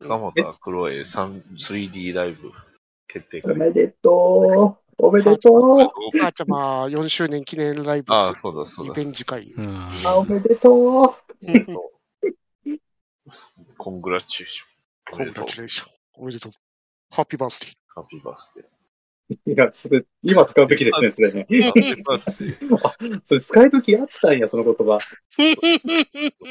鎌田黒江 3D ライブ決定お会。めでとう。おめでとお母ちゃ ま4周年記念ライブあすあ、そうだそうリだベ。ンジ会。うんう。あ、おめでとう。コングラチューション。おコめンでグとうラチュレーション。おめでとう。ハッピーバースデー。ハッピーバースデー。いや、それ、今使うべきですね、それね。ハッピーバースデー。それ使い時あったんや、その言葉。も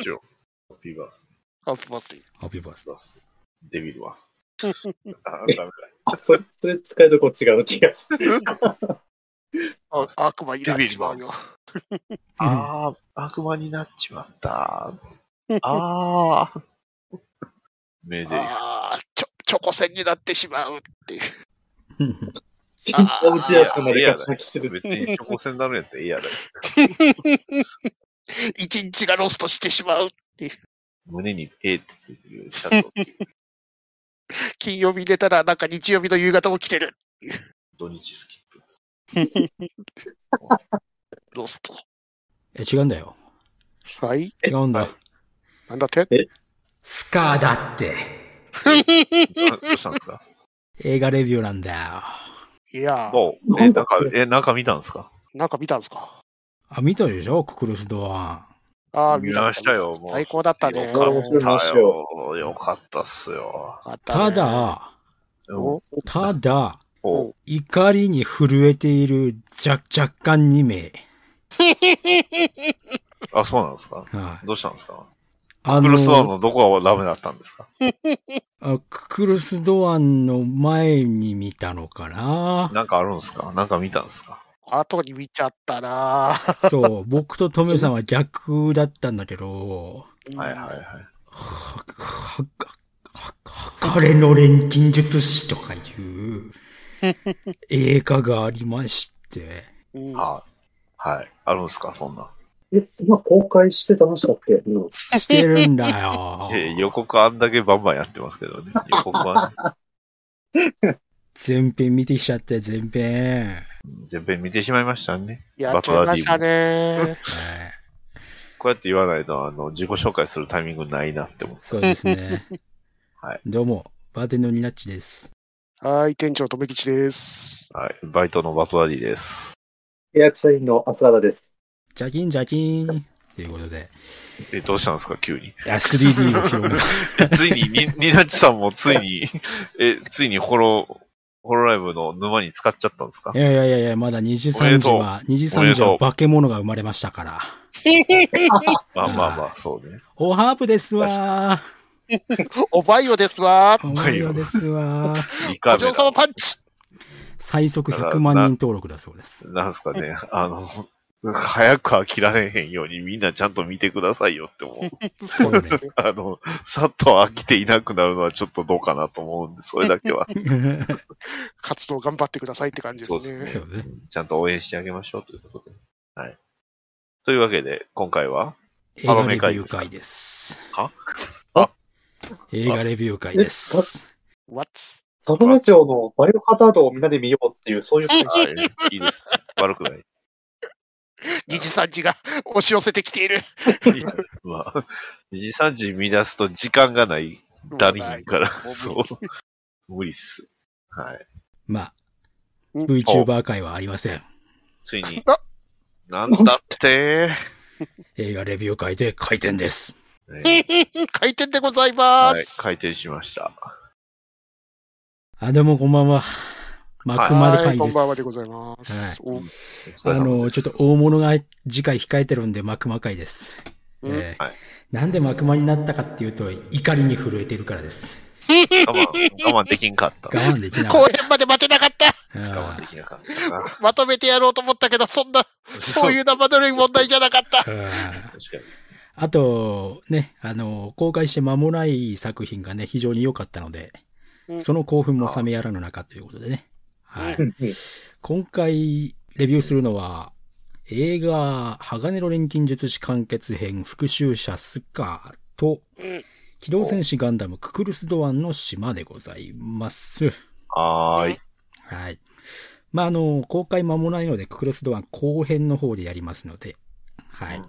ちろん。ハッピーバースハッピーバースデー。ハッピーバースデー。バースデーデビルは。あダメだ。あ、それ、それ使いどこ違う気がする。あ悪魔いらっちまうデビよ。デー。ああ、悪魔になっちまった。ああ。目で。ああ、ちょ、チョコ戦になってしまうっていう。新興時代まで活躍する。別にチョコ戦ダメやったら嫌だよ。一日がロストしてしまう。胸に A ってついてるシャツを着て金曜日出たら、なんか日曜日の夕方も来てる。土日スキップ。ロスト。え、違うんだよ。はい。違うんはいだ。なんだってスカーだって。などうしたんですか映画レビューなんだいやー、どうえ、中、え、中見たんですかなんか見たんですかよ。あ、見たでしょククルスドアああ、見ましたよ見た最高だったね。よあ面白いかった話よ。よかったっすよ。あったねン。た、だ、おただ、おう怒りに震えている若若干2名。あ、そうなんですかはい。どうしたんですかあクルスワンの、のどこがダメだったんですかあククルスドアンの前に見たのかななんかあるんですかなんか見たんですか後に見ちゃったなーそう、僕とトメさんは逆だったんだけど、はいはいはい。は、は、は、はかれの錬金術師とかいう映画がありまして、うんはい。はい。あるんですかそんな。。え、今公開してた話だっけうんしてるんだよえ予告あんだけバンバンやってますけどね。予告はね。 全編見てきちゃって、全編。全編見てしまいましたね。やっちゃいましたね。はいこうやって言わないと、あの、自己紹介するタイミングないなって思って。。そうですねはいどうも、バーテンのニナッチです。はい、店長、とめきちです。はい。バイトのバトダディです。契約社員のアスラダです。ジャキンジャキンということで。え、どうしたんですか急に。いや、3D の広が ついに、に、になちさんもついに、え、ついにホロ、ホロライブの沼に使っちゃったんですかいやいやいやいや、まだ2時おめで3時とうは、2時おめ3で時とはう化け物が生まれましたから。まあまあまあ、そうね。おハープですわ おバイオですわー。おはようですわー。 2お回目嬢様だ。パン チ最速100万人登録だそうです。。なんすかね。あの、早く飽きられへんようにみんなちゃんと見てくださいよって思う。そうですね。あの、さっと飽きていなくなるのはちょっとどうかなと思うんで、それだけはそ活動頑張ってくださいって感じですね。そうですねうね。ちゃんと応援してあげましょうということで。はい。というわけで、今回は、映画レビュー会です。はあ映画レビュー会です。 What? サブラジオのバイオハザードをみんなで見ようっていう、そういう感はい、いいです。悪くない。二次三次が押し寄せてきている。まあ、2時3時見出すと時間がない、だりんからもう無、理そう。無理っす。はい。まあ、うん VTuber 会はありません。ついにあ、なんだって、映画レビュー会で回転です。ね回転でございまはい、す。回転しました。あ、どうもこんばんは。マクマル会です。こんばんはでございます。おあの、ちょっと大物が次回控えてるんで、マクマ会です。うんえーはいなんでマクマになったかっていうと、怒りに震えてるからです。と、我慢、我慢できんかった。我慢できなかっ公演まで待てなかった我慢たで。きなかったな。まとめてやろうと思ったけど、そんな、そういう生ぬるい問題じゃなか った。うん確かに。あと、ね、あの、公開して間もない作品がね、非常に良かったのでう、んその興奮も冷めやらぬ中ということでね。はい。じ。今回、レビューするのは、映画、鋼の錬金術師完結編、復讐者スカーと、機動戦士ガンダム、ククルスドアンの島でございます。はーい。はい。まあ、あの、公開間もないので、ククルスドアン後編の方でやりますので、はい。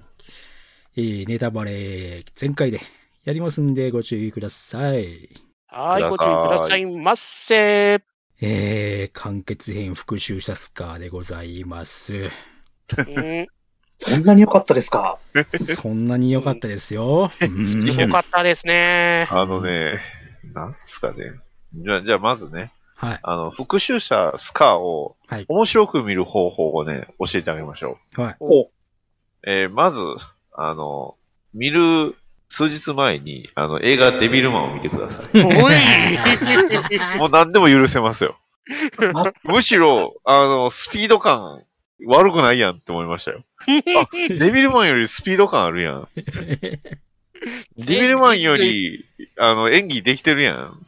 えーネタバレ、全開でやりますんで、ご注意ください。はい、ご注意くださいませ。えー、完結編復讐者スカーでござい ます。うん、そんなに良かったですかそんなに良かったですよ。うんよかったですね。あのね、なんすかね。じゃあ、じゃあまずね、はい。あの、復讐者スカーをはい面白く見る方法をね、教えてあげましょはい。お、う。えーまず、あの、見る数日前に、あの、映画デビルマンを見てください。おい もう何でも許せますよあ。むしろ、あの、スピード感悪くないやんって思いましたよ。あ、デビルマンよりスピード感あるやん。デビルマンより、あの、演技できてるやん。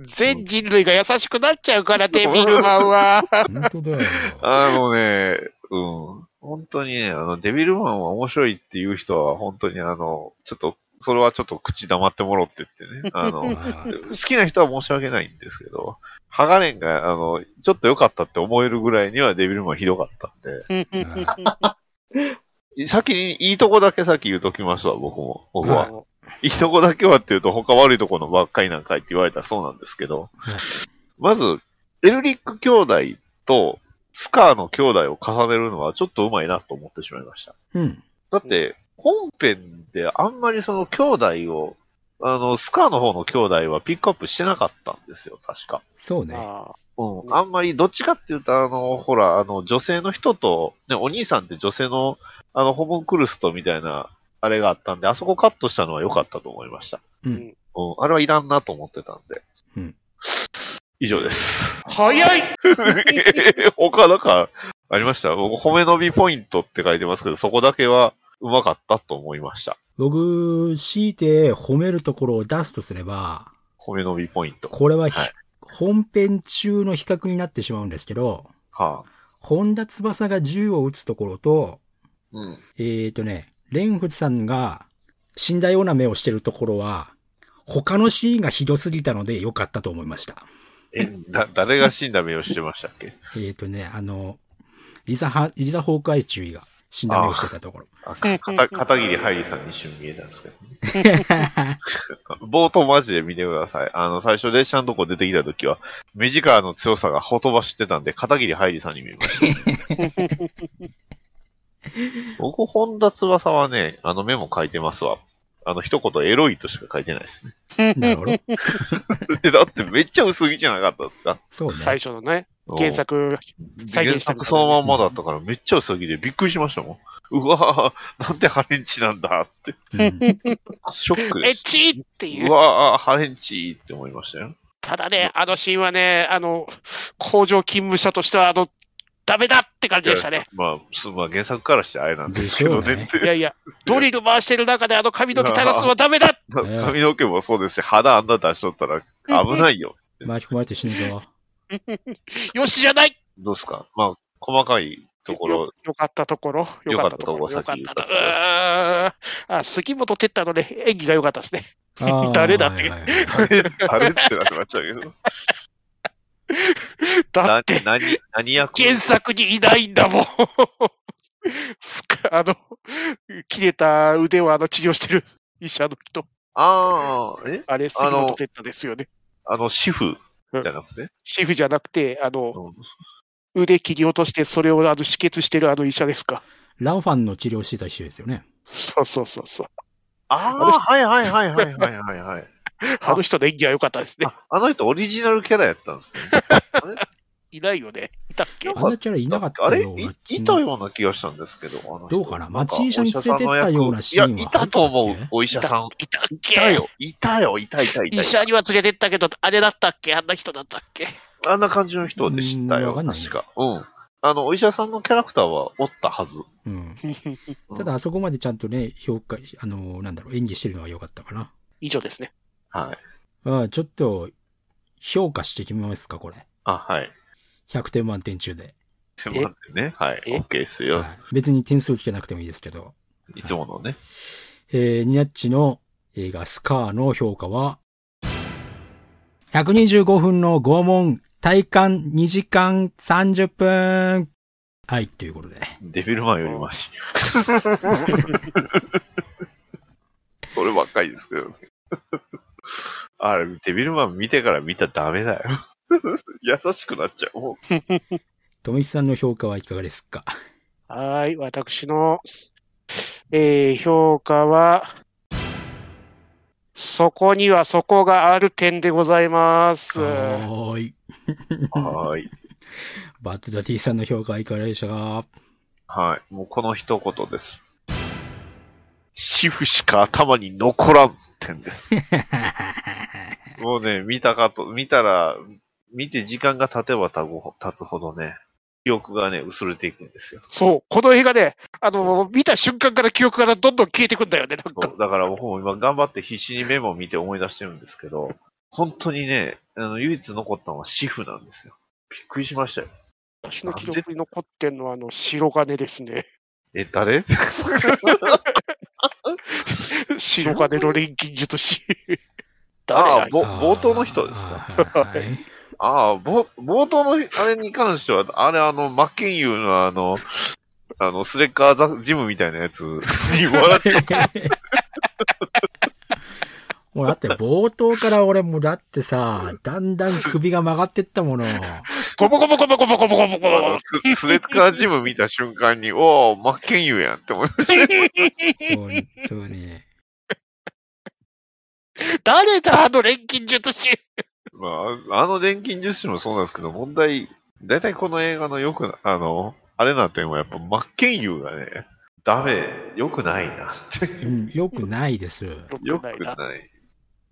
全人類が優しくなっちゃうから、デビルマ ンは。本当だよ。 あのね、うん。本当にね、あの、デビルマンは面白いっていう人は、本当にあの、ちょっと、それはちょっと口黙ってもろってってね。あの、まあ好きな人は申し訳ないんですけど、ハガレンが、あの、ちょっと良かったって思えるぐらいにはデビルマンひどかったんで、先にいいとこだけ先言うときますわ、僕も。僕は。いいとこだけはって言うと、他悪いとこのばっかりなんかいって言われたらそうなんですけど、はいまず、エルリック兄弟とスカーの兄弟を重ねるのはちょっとうまいなと思ってしまいました。うん。だって、本編であんまりその兄弟を、あの、スカーの方の兄弟はピックアップしてなかったんですよ、確か。そうね。あうん。あんまり、どっちかっていうと、あの、ほら、あの、女性の人と、ね、お兄さんって女性の、あの、ホモンクルストみたいな、あれがあったんで、あそこカットしたのは良かったと思いました。うんうん。あれはいらんなと思ってたんで。うん以上です。 早い他なんか、ありました僕、褒め伸びポイントって書いてますけど、そこだけは、うまかったと思いました。僕、強いて褒めるところを出すとすれば、褒め伸びポイント。これはひ、はい本編中の比較になってしまうんですけど、はあ、本田翼が銃を撃つところと、うん。えーとね、レンフさんが死んだような目をしてるところは、他のシーンがひどすぎたので良かったと思いました。え、だ、誰が死んだ目をしてましたっけえーとね、あの、リザハ、リザ崩壊注意が死んだ目をしてた ところ。あ、か、かた片桐はいりさんに一瞬見えたんですけど、冒頭マジで見てください。あの、最初列車のとこ出てきた時は、目力の強さがほとばしってたんで、片桐はいりさんに見えました。 僕、本田翼はね、あのメモ書いてますわ。あの、一言エロいとしか書いてないですね。 なるほど。えだってめっちゃ薄着じゃなかったです かそうね。最初のね、原作、再現した原作そのまんまだったから、めっちゃ薄着でびっくりしましたもん。うわぁ、なんてハレンチなんだって。うんショックエでッす。チっていうう。わぁ、ハレンチって思いましたよ。ただね、あのシーンはね、あの、工場勤務者としては、あの、ダメだって感じでしたね。まあ、すまあ、原作からしてあれなんですけどね。でいやいや、ドリル回してる中であの髪の毛垂らすのはダメだな髪の毛もそうですし、肌あんな出しとったら危ないよ。巻き込まれて死ぬぞ。よしじゃないどうすかまあ、細かいところよ、よかったところ、よかったところ、よよかかっったとたとこころろ。うーんあ杉本哲太のね、演技が良かったですね。あー誰だってはいはいはいあれ あれってなってましたけど。だなって、何、何役原作にいないんだもん。 すかあの、切れた腕をあの治療してる医者の人、ああ、えあれ、杉本哲太ですよね。あの、主婦じゃなくて、シェフじゃなくて、あの、うん腕切り落として、それをあの止血してるあの医者ですか。ランファンの治療してた人ですよね。そうそうそうそう。ああのあ、はいはいはいはいはいはいはい。あの人の演技は良かったですね。ああの人オリジナルキャラやったんですね。いないよね。いたっけよあんなキャラいなかったあれようないいたような気がしたんですけど。あの人どうかななんか町医者に連れてったようなシーンはお医者さんの役いや、いたと思入ってたっうおけ、医者さん。いいたったけよ、いたよ、いたいたいた医。者には連れてったけど、あれだったっけあんな人だったっ けあんな感じの人でしたうよ、んわかんない確か。うん。あの、お医者さんのキャラクターはおったはず。うん。ただあそこまでちゃんとね、評価、あのーなんだろう、演技してるのは良かったかな。以上ですね。はい。あーちょっと、評価してきますか、これ。あ、はい。 100点満点中で。すいませんね。はい。え OK ですよは。い、別に点数つけなくてもいいですけど。いつものね。えーニナッチの映画スカーの評価は、125分の拷問、体感2時間30分。はい、ということで。デビルマンよりマ シ。そればっかりですけどね。あれ、デビルマン見てから見たらダメだよ。 優しくなっちゃう。もう富士さんの評価はいかがですかはーい、私の、えー評価は、そこにはそこがある点でございます。はーい。 はーい。バッドダディさんの評価はいかがでしたか はい。もうこの一言です。シフしか頭に残らん点です。もうね、見たかと、見たら、見て時間が経てば経つほ経つほどね、記憶がね、薄れていくんですよ。そう、この映画ね、あの、見た瞬間から記憶からどんどん消えてくんだよね、なんそか。うだから僕も今頑張って必死にメモを見て思い出してるんですけど、本当にね、あの唯一残ったのはシフなんですよ。びっくりしましたよ。私の記録に残ってんのは、あの、白金ですね。え、誰白金の錬金術師。誰あがあ、ぼ冒頭の人ですか。かはい。ああ、ぼ、冒頭のあれに関しては、あれあの、マッケンユーのあの、あの、スレッカーザジムみたいなやつ に笑って、 もうだって冒頭から俺もうだってさ、だんだん首が曲がってったもの。コボコボコボコボコボコボコあ のススレッカージム見た瞬間に、おお、マッケンユーやんって思いました。本当に。誰だ、あの錬金術師。まあ、あの錬金術師もそうなんですけど、問題、だいたいこの映画のよくな、あの、あれなんてもやっぱ、真剣佑がね、ダメ、良くないなって。うん、よくないです。良くない。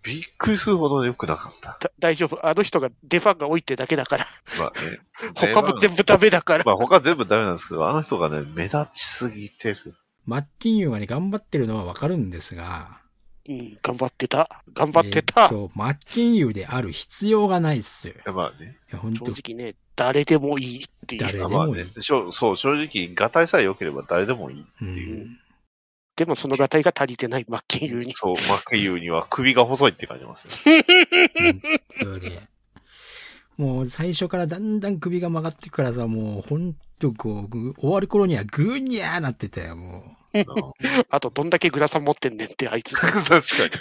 びっくりするほど良くなかった。だ大丈夫。あの人が出番が多いってだけだから。まあね。他も全部ダメだか ら。まあ他全部ダメなんですけど、あの人がね、目立ちすぎてる。マッキンユーがね、頑張ってるのはわかるんですが、うん、頑張ってた。頑張ってた。えーとマッキンユーである必要がないっす。いまあね。や、本当正直ね、誰でもいいっていう。誰でまあもいねい。。しょそう、正直、がたいさえ良ければ誰でもいい。うん。でもそのがたいが足りてない、真剣佑に。そう、真剣佑には首が細いって感じますね。本当に。もう最初からだんだん首が曲がってくからさ、もうほんとこうぐ、終わる頃にはぐにゃーなってたよ、もう。あの あと、どんだけグラサン持ってんねんって、あいつ。確かに。確か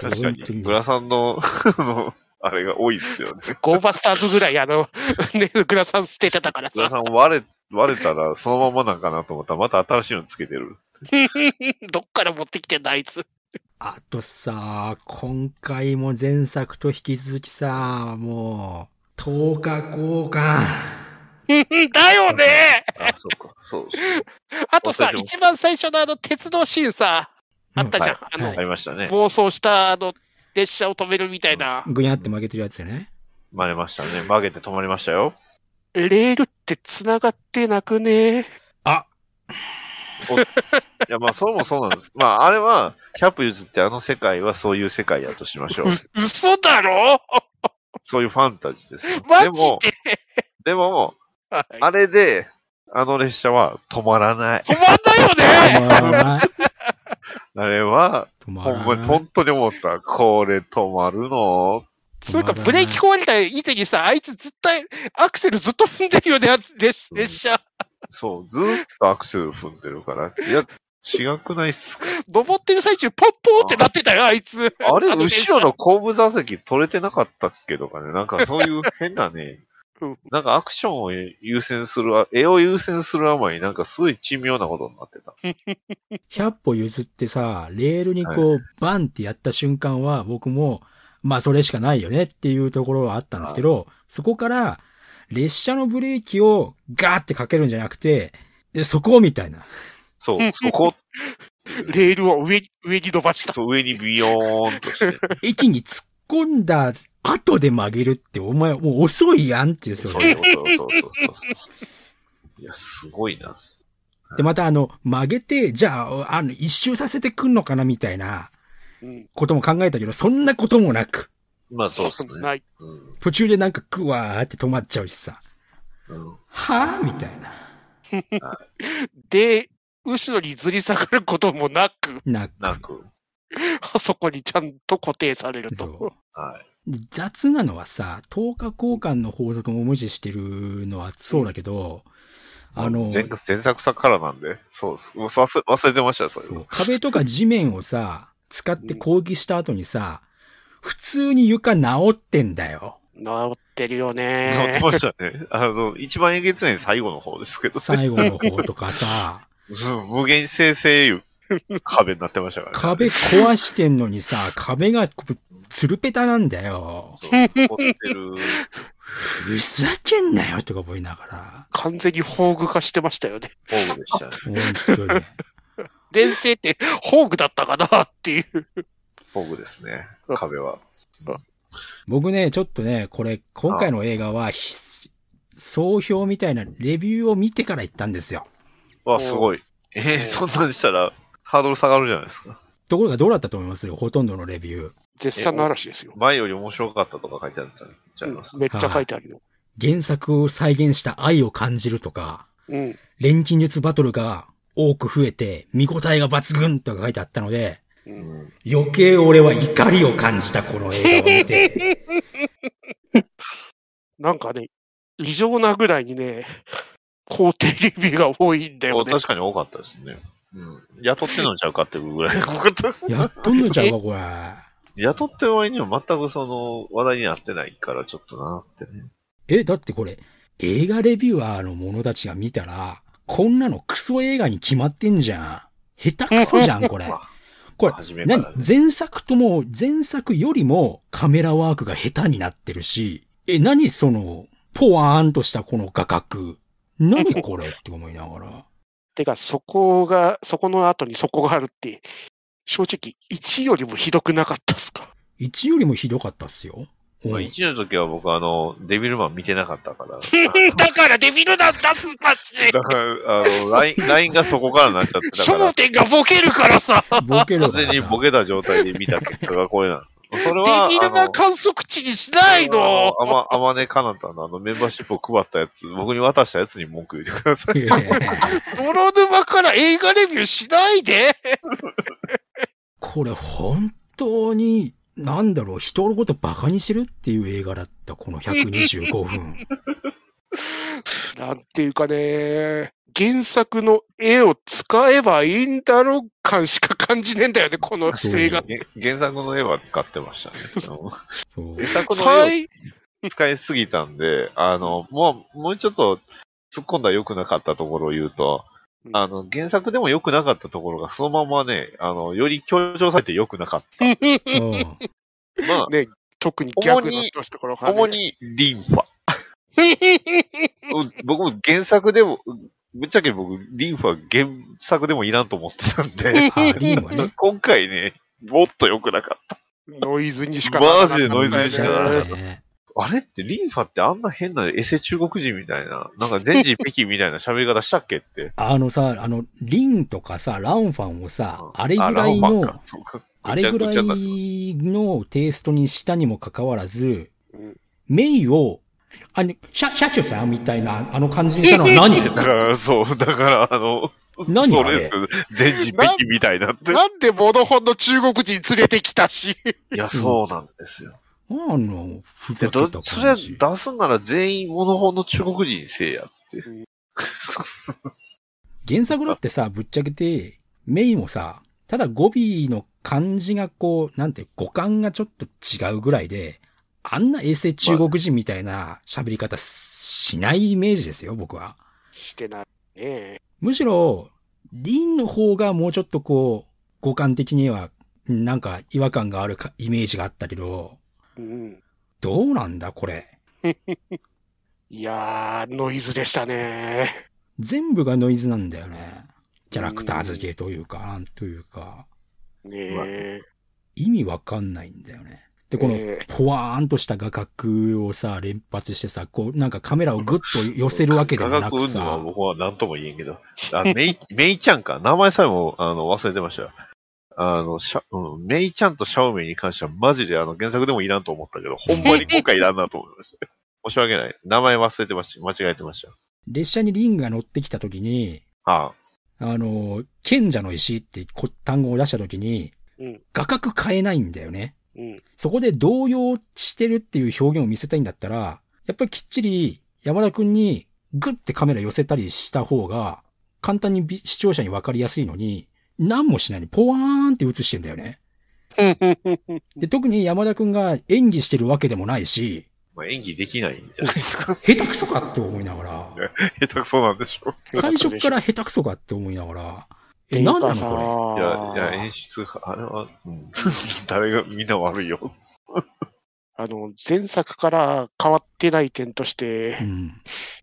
本当にに。グラさんの、あの、あれが多いですよね。ゴーバスターズぐらい、あの、 ね、グラサン捨ててたからグラさ。さん割れ、割れたらそのままなんかなと思ったらまた新しいのつけてる。どっから持ってきてんだ、あいつ。 あとさ、今回も前作と引き続きさ、もう、10日交換。だよねあ、そうか。そう。あとさ、私も一番最初のあの、鉄道シーンさ、あったじゃん。はあの、はいありましたね。暴走した、あの、列車を止めるみたいな。ぐにゃって曲げてるやつよね。曲れましたね。曲げて止まりましたよ。レールって繋がってなくねあいや、まあ、それもそうなんです。まあ、あれは、キャップ譲ってあの世界はそういう世界やとしましょうう。嘘だろそういうファンタジーですよ。マジでも、でも、はいあれで、あの列車は止まらない。止まんないよね止まらない。あれは、止まほ んまにらない。本当に思った。これ止まるのつうか、ブレーキ壊れた以前にさ、あいつ絶対、アクセルずっと踏んでるよね、あ列うん列車。そう、ずーっとアクセル踏んでるから。いや、違くないっすか登ってる最中、ポッポーってなってたよ、あいつ。あれ、あの電車後ろの後部座席取れてなかったっけとかね。なんかそういう変なねうん。なんかアクションを優先する、絵を優先するあまり、なんかすごい珍妙なことになってた。 100歩譲ってさ、レールにこう、バンってやった瞬間は、僕も、まあそれしかないよねっていうところはあったんですけど、そこから、列車のブレーキをガーってかけるんじゃなくて、でそこみたい な。 そう、そこ、レールを上に、上に伸ばした。そう上にビヨーンとして。駅に突っ込んだ後で曲げるって、お前もう遅いやんっていう、そそうれ。いうこと、そうそうそうそうそう。いや、すごいな。で、またあの、曲げて、じゃあ、あの、一周させてくんのかなみたいなうん。ことも考えたけど、そんなこともなく、まあ、そうっすね。ない。うん途中でなんかグワーって止まっちゃうしさ、うんはぁみたいな。で、後ろにずり下がることもなく、なく。なく、あそこにちゃんと固定されると。そはい。う。で雑なのはさ、等価交換の法則も無視してるのはそうだけど、あの、前前作さからなんで、そうっす。もう忘 れ忘れてましたよ、それそもう壁とか地面をさ、使って攻撃した後にさ、普通に床治ってんだよ。治ってるよ乗ってね。ましたね。あの、一番えげつない最後の方ですけど、最後の方とかさ、 そう無限生成いう壁になってましたから、ね。壁壊してんのにさ、壁がこうつるぺたなんだよ。そう残ってる。ふざけんなよとか思いなが完全に宝具化してましたよね。ホームでしたね。ら。本当に。伝説って宝具だったかなっていう。ホームですね。壁は。僕ね、ちょっとね、これ、今回の映画は、ひ総評みたいなレビューを見てから行ったんですよ。わ、すごい。えー、そんなんでしたら、ハードル下がるじゃないですか。ところがどうだったと思いますほとんどのレビュー。絶賛の嵐ですよ。前より面白かったとか書いてあったんちゃいます。めっちゃ書いてあるよ。原作を再現した愛を感じるとか、うん。錬金術バトルが多く増えて、見応えが抜群とか書いてあったので、うん余計俺は怒りを感じた、この映画を見て。なんかね、異常なぐらいにね、 肯定レビューが多いんだよね。確かに多かったですね。うん。雇ってんのちゃうかっていうぐらい多かった。やっとんのちゃうか、これ。雇ってる割には全くその話題になってないからちょっとなってね。え、だってこれ、映画レビュアーの者たちが見たら、こんなのクソ映画に決まってんじゃん。下手クソじゃ ん、これ。これ、初めから何ね前作とも、前作よりもカメラワークが下手になってるし、え、何その、ポワーンとしたこの画角。何これって思いながら。てか、そこが、そこの後にそこがあるって、正直、1よりもひどくなかった っすか。 1よりもひどかったっすよ。まうあ、ん1の時は僕あの、デビルマン見てなかったから。だからデビルなんだっつまし、だから、あの、ライン、ラインがそこからなっちゃって、だか焦ら、点がボケるからさ、ボケる完から全さにボケた状態で見た結果がこれなの。それデは、ビルマン観測値にしないの。あま、あまねかなたのあのメンバーシップを配ったやつ、僕に渡したやつに文句言ってください。いやいやいや泥沼から映画レビューしないで。 これ本当に、なんだろう、人のことバカにしてるっていう映画だった、この125分。なんていうかね、原作の絵を使えばいいんだろう感しか感じねえんだよね、このそう映画。げ原作の絵は使ってましたね。あのそう原作の絵最を使いすぎたんで、あの、もう、もうちょっと突っ込んだら良くなかったところを言うと、あの、原作でも良くなかったところがそのままね、あの、より強調されて良くなかっうんた。まあ、特にギャグのところがね主にリンファ。僕も原作でも、ぶっちゃけ僕、リンファ原作でもいらんと思ってたんで、あ、リンはね。 今回ね、もっと良くなかった。ノイズにしかならなかったマジでノイズにしかならなかっね。あれって、リンファってあんな変なエセ中国人みたいな、なんか全人北京みたいな喋り方したっけって。あのさ、あの、リンとかさ、ランファンをさ、あれぐらあいラオマンのか、そうかあれぐらぐいちゃぐちゃになってのテイストにしたにもかかわらずうん、メイを、あの、社、社長さんみたいな、あの感じにしたのは 何だから、そう、だから、あの、何そあれでれすよ全人北京みたいなって。なんでモノホンの中国人連れてきたし。いや、そうなんですよ。あの、いふやざけどたそれ感出じ。すんなら全員モノホンの中国人せいや。原作だってさ、ぶっちゃけて、メインもさ、ただ語尾の漢字がこう、なんて、語感がちょっと違うぐらいで、あんな衛星中国人みたいな喋り方しないイメージですよ、僕は。してないね。むしろ、リンの方がもうちょっとこう、語感的には、なんか違和感があるかイメージがあったけど、うん。どうなんだ、これ。いやー、ノイズでしたね。全部がノイズなんだよね。キャラクター付けというか、なんというか。ね意味わかんないんだよね。で、このええ、ぽわーんとした画角をさ、連発してさ、こう、なんかカメラをぐっと寄せるわけでもな科く学運動はさ、僕は何とも言えんけど。あ、メイ、 メイちゃんか。名前さえも、あの、忘れてました。あの、シャ、うん、メイちゃんとシャオメイに関してはマジであの、原作でもいらんと思ったけど、ほんまに今回いらんなと思いました。申し訳ない。名前忘れてました。間違えてました。列車にリンが乗ってきた時に、ああの、賢者の石ってこ単語を出した時にうん、画角変えないんだよね。うん。そこで動揺してるっていう表現を見せたいんだったら、やっぱりきっちり山田くんにグッてカメラ寄せたりした方が、簡単にび視聴者にわかりやすいのに、何もしないにポワーンって映してんだよね。で、特に山田くんが演技してるわけでもないし、まあ、演技できないんじゃないです か。下手くそかって思いながら、下手くそなんでしょ最初から下手くそかって思いながら、え、なん何だなろのこう。いや、いや、演出、あれは、 うん、誰が、みんな悪いよ。あの、前作から変わってない点としてれ。う、ん。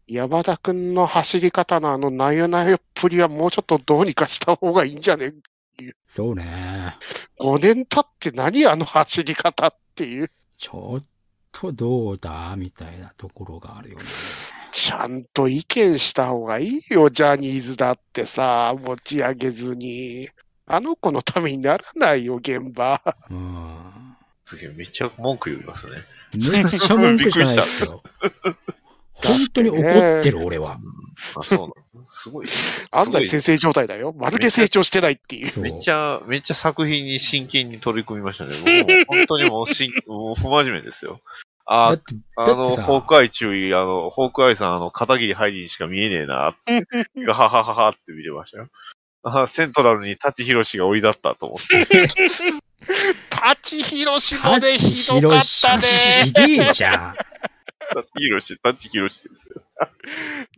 山田くんの走り方のあの、なよなよっぷりはもうちょっとどうにかした方がいいんじゃねそうね。 ?5 年経って何あの走り方っていう。ちょっとどうだみたいなところがあるよね。ちゃんと意見した方がいいよ、ジャニーズだってさ、持ち上げずに。あの子のためにならないよ、現場。うん。すげえ、めっちゃ文句言いますね。めっちゃ文句しかないですよ。本当に怒ってる、俺は。あ、そうなんすごい。安西す先生状態だよ。まるで成長してないっていう。そうごい。めっちゃ、めっちゃ作品に真剣に取り組みま したね。僕もう本当にもうしん、 もう不真面目ですよ。だっあ、て、あだっての、さホークアイ注意、あの、ホークアイさん、あの、片桐ハイリーにしか見えねえな、 がははははって見てましたよ。あセントラルに舘ひろしが追いだったと思 って。立ち広しもね、舘ひひどろかっしたね。ひでえじゃん。舘ひろし、舘ひろしですよ。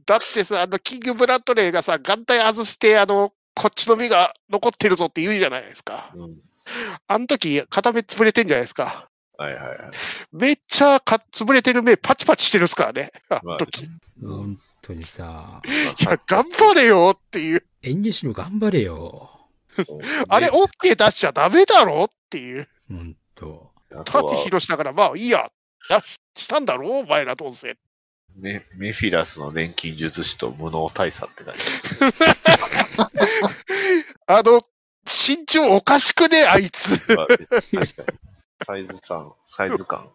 だってさ、あの、キングブラッドレーがさ、眼帯外して、あの、こっちの目が残ってるぞって言うじゃないですか。うん。あの時、片目潰れてんじゃないですか。はいはいはい。 めっちゃか潰れてる目パチパチしてるっすからね。あまのあ時。い本当にさ、や、頑張れよっていう。演技しろ頑張れよ。あれ、OK 出しちゃダメだろっていう。本当。あとは舘ひろしだから、まあいいや。なしたんだろお前らどうせ。メメフィラスの錬金術師と無能大佐って感じです。あの、身長おかしくねあいつ。 まあ確かに。サイズ感、サイズ感。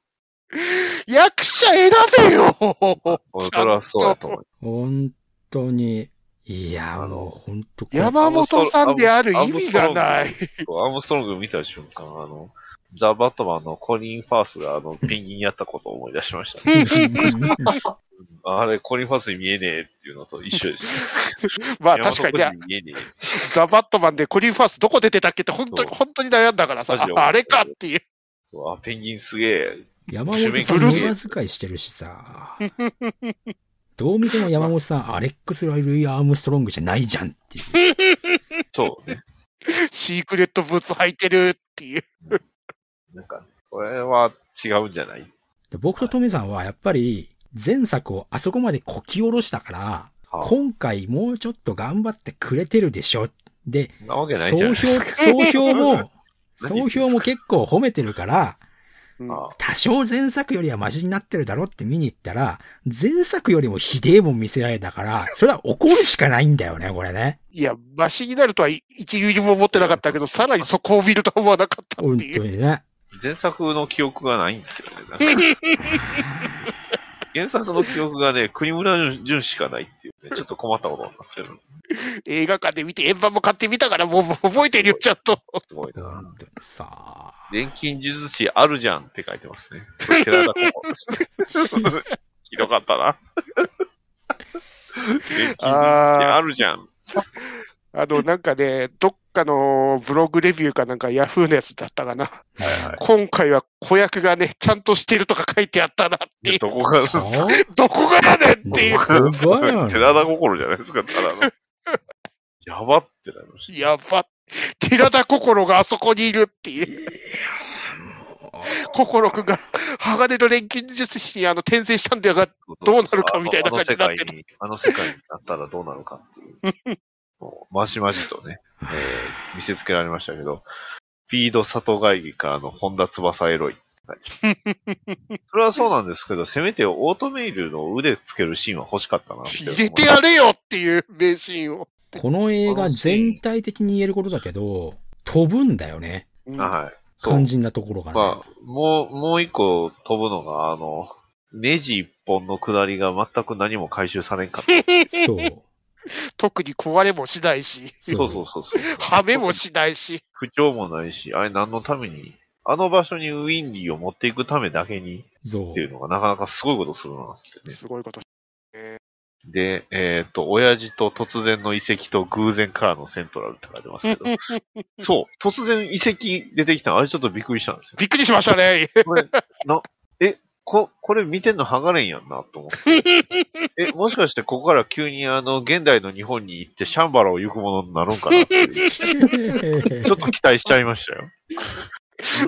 役者選べよそれはそうだと思う。本当に。いや、もう本当これ山本さんである意味がなアい。ームストロング見た瞬間、あの、ザ・バットマンのコリン・ファースが あの、ペンギンやったことを思い出しました、ね。あれ、コリン・ファースに見えねえっていうのと一緒でした。 まあ確かにね山、本に見えねえ。ザ・バットマンでコリン・ファースどこ出てたっけって本当に、そ本当に悩んだからマさジ、でああれかっていう。そうあ、ペンギンすげえ。 山本さん無駄遣いしてる しさ。どう見ても山本さん、アレックス・ライルイ・アームストロングじゃないじゃんっていう。そうね。シークレットブーツ履いてるっていう。なんか、これは違うんじゃないで僕とトメさんはやっぱり前作をあそこまでこき下ろしたから、はあ今回もうちょっと頑張ってくれてるでしょ。で、そんなわけないじゃ総ん。評、総評も、 何言総って評も結構褒めてるから、あ多少前作よりはマシになってるだろうって見に行ったら、前作よりもひでえもん見せられたから、それは怒るしかないんだよね、これね。いや、マシになるとは一流にも思ってなかったけど、さらにそこを見るとは思わなかったっ本ていう当。にね。前作の記憶がないんですよね。なんか原作の記憶がね、国村淳しかないっていうね、ちょっと困ったことなんですけど、映画館で見て、円盤も買ってみたから、もうもう覚えてるよ、ちゃんと。すごいな。本当にさあ。錬金術師あるじゃんって書いてますね。寺田心ですね ひどかったな。錬金術師あるじゃん。あの、なんかね、どっかのブログレビューかなんか、ヤフーのやつだったかな。今回は子役がね、ちゃんとしてるとか書いてあったなっていう。どこが、はあ どこがやねんっていう。どこがな の寺田心じゃないですか、ただの。やばってなりました。やば。寺田心があそこにいるっていう。心くんが、鋼の錬金術師にあの転生したんだが、どうなるかみたいな感じになってる。あの世界になったらどうなるかっていう。もうまじまじと ね、えー見せつけられましたけど、スピード里会議か、あの、本田翼エロい。はい それはそうなんですけど、せめてオートメイルの腕つけるシーンは欲しかったなって入れてやれよっていう名シーンを。この映画全体的に言えることだけど、飛ぶんだよね。うんはい。そう肝。心なところがね。まあ、もう、もう一個飛ぶのが、あの、ネジ一本の下りが全く何も回収されんかっ た。そう。特に壊れもしないし、そうそうそうそう。はめもしないし、不調もないし、あれ何のために、あの場所にウィンディーを持っていくためだけにそう。 っていうのがなかなかすごいことするなってね。すごいこと。えで、えっ、と、親父と突然の遺跡と偶然からのセントラルって書いてますけど、そう、突然遺跡出てきたの、あれちょっとびっくりしたんですよ。びっくりしましたね。これ、な、え、こ、これ見てんの剥がれんやんな、と思って。え、もしかしてここから急にあの、現代の日本に行ってシャンバラを行くものになるんかなっていう、ちょっと期待しちゃいましたよ。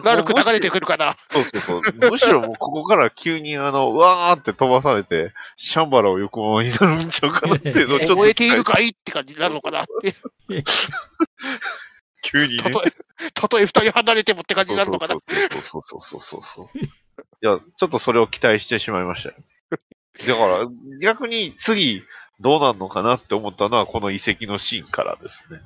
悪く流れてくるかな。そうそうそう。むしろもうここから急にあの、わーって飛ばされて、シャンバラを横物になるんちゃうかなっていうのをちょっと。燃えているかいって感じになるのかなって。急にね。たとえ、たとえ二人離れてもって感じになるのかな。そうそうそうそうそうそうそう。いや、ちょっとそれを期待してしまいましたよ。だから、逆に次、どうなんのかなって思ったのは、この遺跡のシーンからですね。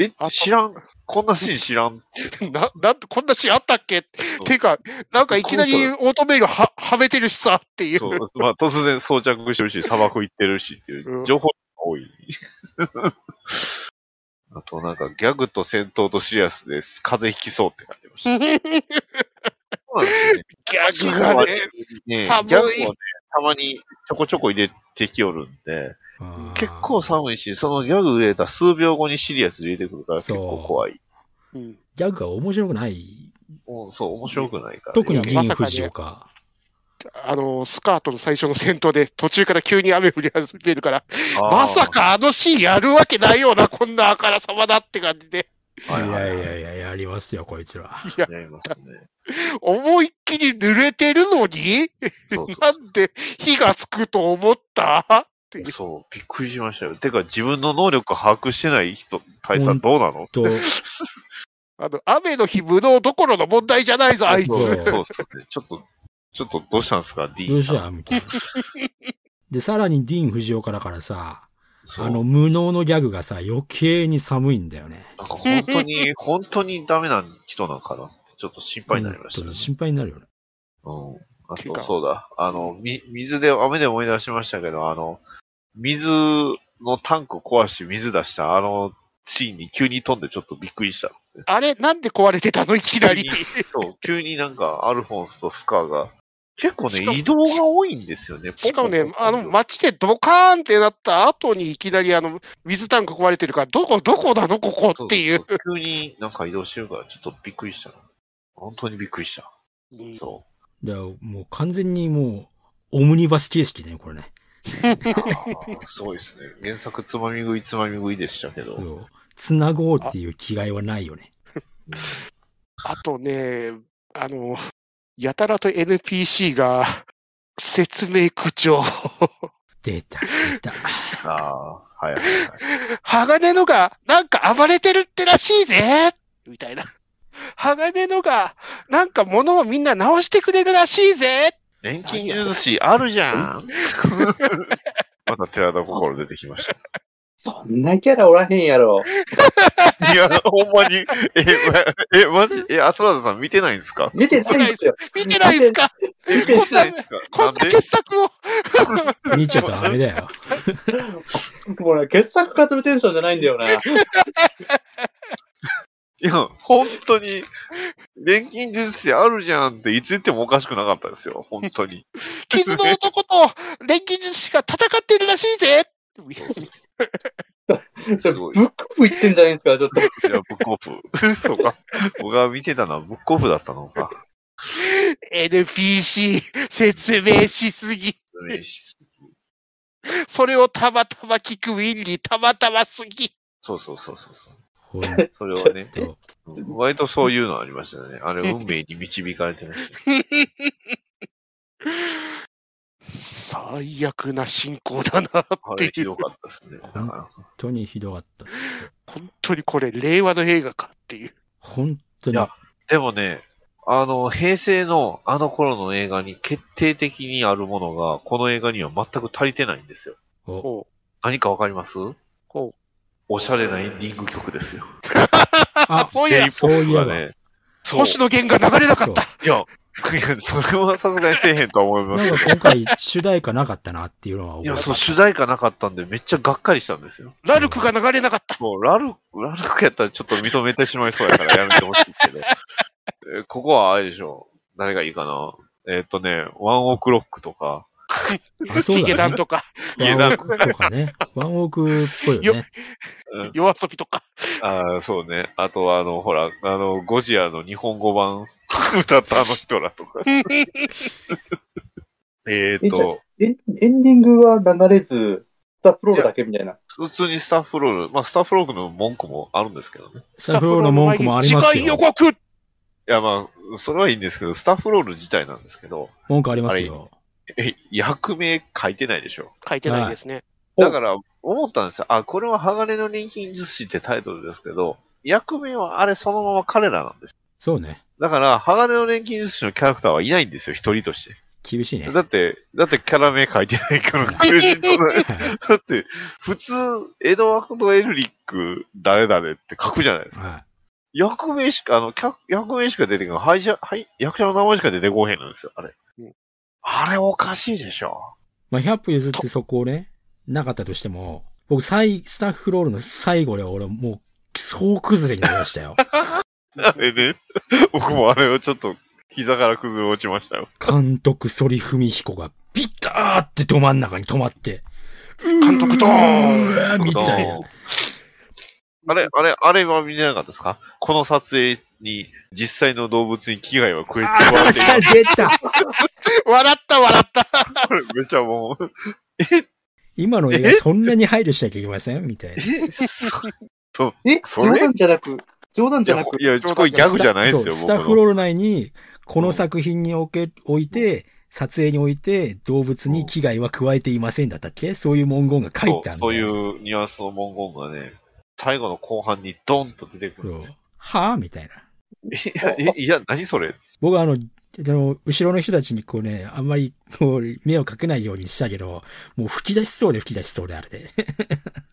え、あ知らん、こんなシーン知らん。な、 なんこんなシーンあったっけっていうか、なんかいきなりオートメイルは、はめてるしさっていう。そうまあ、突然装着してるし、砂漠行ってるしっていう、情報が多い。 あと、なんか、ギャグと戦闘とシリアスです。風邪ひきそうって感じましギた。ャそうなんですよねグがね、ね寒いギャグをね、たまにちょこちょこ入れてきよるんで、あー結構寒いし、そのギャグ入れた数秒後にシリアス入れてくるから結構怖い。うんギャグが面白くない。もうそう、面白くないから。特にい議や員不条か。あの、スカートの最初の戦闘で途中から急に雨降り始めるから、あーまさかあのシーンやるわけないよな、こんなあからさまだって感じで、いはいはいはやいいやいや、やりますよ、こいつら。やりますね。思いっきり濡れてるのに、そうそうなんで火がつくと思ったそう、びっくりしましたよ。てか、自分の能力把握してない人、大佐どうなのと、あの、雨の日、無能どころの問題じゃないぞ、あいつ。そうそうそうねちょっと、ちょっとどうしたんですか、D どうしさん。たみたいな。で、さらにディーン・フジオカだからさ、そうあの、無能のギャグがさ、余計に寒いんだよね。なんか本当に、 本当にダメな人なんかなって、ちょっと心配になりました本当ねに。心配になるよね。うん。あていうかと、そうだ。あの、み、水で、雨で思い出しましたけど、あの、水のタンク壊して水出した、あの、シーンに急に飛んでちょっとびっくりした。あれ、なんで壊れてたのいきな り。そう、急になんか、アルフォンスとスカーが、結構しかね、も移動が多いんですよね。しかもポンね、ポンポンあポンの、街でドカーンってなった後にいきなり、あの、水タンク壊れてるから、どこ、どこなの、ここっていう。そそ急になんか移動してるから、ちょっとびっくりした。本当にびっくりした。うんそだからもう完全にもう、オムニバス形式だよ、これね。う。 あーすごいですね。原作、つまみ食い、つまみ食いでしたけ ど。そう繋ごうっていう気概はないよね。あとね、あの、やたらと NPC が、説明口調。出た、出た。ああ、はいはいはい。鋼のが、なんか暴れてるってらしいぜみたいな。鋼のが、なんか物をみんな直してくれるらしいぜ錬金術師あるじゃん。 また寺田心出てきましそんなキャラおらへんや ろ。た。いや、ほんまに。え、まえ、まじ、え、アスラダさん見てないんですか見てないんすよ。見てないですかえ、て見てないんですかこなんんなで傑作を。見ちゃダメだよ。もうね、傑作語るテンションじゃないんだよな。いや、本当に、錬金術師あるじゃんっていつ言ってもおかしくなかったですよ。本当に。傷の男と錬金術師が戦ってるらしいぜ ちょっとブックオフ行ってんじゃないですか、ちょっと。いや、ブックオフ。 そうか。僕が見てたのはブックオフだったのか。 NPC 説明しすぎ。それをたまたま聞くウィンにたまたますぎ。 そうそうそうそうそう。ほんそれはね、と。うん割とそういうのありましたね。あれ、運命に導かれ てました。最悪な進行だなっあてれ、ひいうど。かったですね。だから本当にひどかったっす。本当にこれ令和の映画かっていう。本当いにや。でもね、あの、平成のあの頃の映画に決定的にあるものが、この映画には全く足りてないんですよ。おほ何かわかりますほうおしゃれなエンディング曲ですよ。あ、そういテやイポップがね。う、そう。星野源が流れなかった。いや、いやそれはさすがにせえへんとは思いまなんすかけど。今回主題歌なかったなっていうのは覚いえや、たそう、主題歌なかったんで、めっちゃがっかりしたんですよ。ラルクが流れなかった。もう、ラルク、ラルクやったらちょっと認めてしまいそうやからやめてほしいけど。えーここはあれでしょう。誰がいいかな。えーっとね、ワンオクロックとか、あ、そうヒゲダだンね。とか、ゲダワンンオークとかね。ワンオークっぽいよね。夜遊びとか。ああ、そうね。あと、あの、ほら、あの、ゴジアの日本語版 歌ったあの人らとか。えっと、エンエンディングは流れず、ダプロールだけみたいな。普通にスタッフロール、まあ、スタッフロールの文句もあるんですけどね。スタッフロールの文句もあります次回予よ。告いや、まあ、それはいいんですけど、スタッフロール自体なんですけど、文句ありますよ。え、役名書いてないでしょ。書いてないですね。おだから、思ったんですよ。あ、これは鋼の錬金術師ってタイトルですけど、役名はあれそのまま彼らなんです。そうね。だから、鋼の錬金術師のキャラクターはいないんですよ、一人として。厳しいね。だって、だってキャラ名書いてない から、クレジットないはいだって、普通、エドワード・エルリック、誰々って書くじゃないですか。 は役名しか、あの、客役名しか出てこない。はい、はい、役者の名前しか出てこへんのですよ、あれうん。あれおかしいでしょ。い。まあ、100歩譲ってそこをね、なかったとしても、僕、最、スタッフロールの最後で俺、もう、総崩れになりま したよ。あれね、 僕もあれをちょっと、膝から崩れ落ちましたよ。監督、ソリフミヒコが、ビターってど真ん中に止ま って、監督ドーンうわみたいな。あれ、あれ、あれは見れなかったですかこの撮影に、実際の動物に危害は加えてもあ、らさっているさ、出 た笑った笑った。これめちゃもう、今の映画そんなに配慮しなきゃいけませんみたいな。え、そえそれ冗談じゃなく、冗談じゃなくい、や、いやこれギャグじゃないですよ、そうス僕タッのフロール内に、この作品におけ、おいて、撮影において、動物に危害は加えていませんだったっけそういう文言が書いてあるんだよそうそういうニュアンスの文言がね、最後の後半にドンと出てくるんですそうはぁみたいな。よ。いや、えいや、何それ僕はあの、あの、後ろの人たちにこうね、あんまり、こう、目をかけないようにしたけど、もう吹き出しそうで吹き出しそうであれで。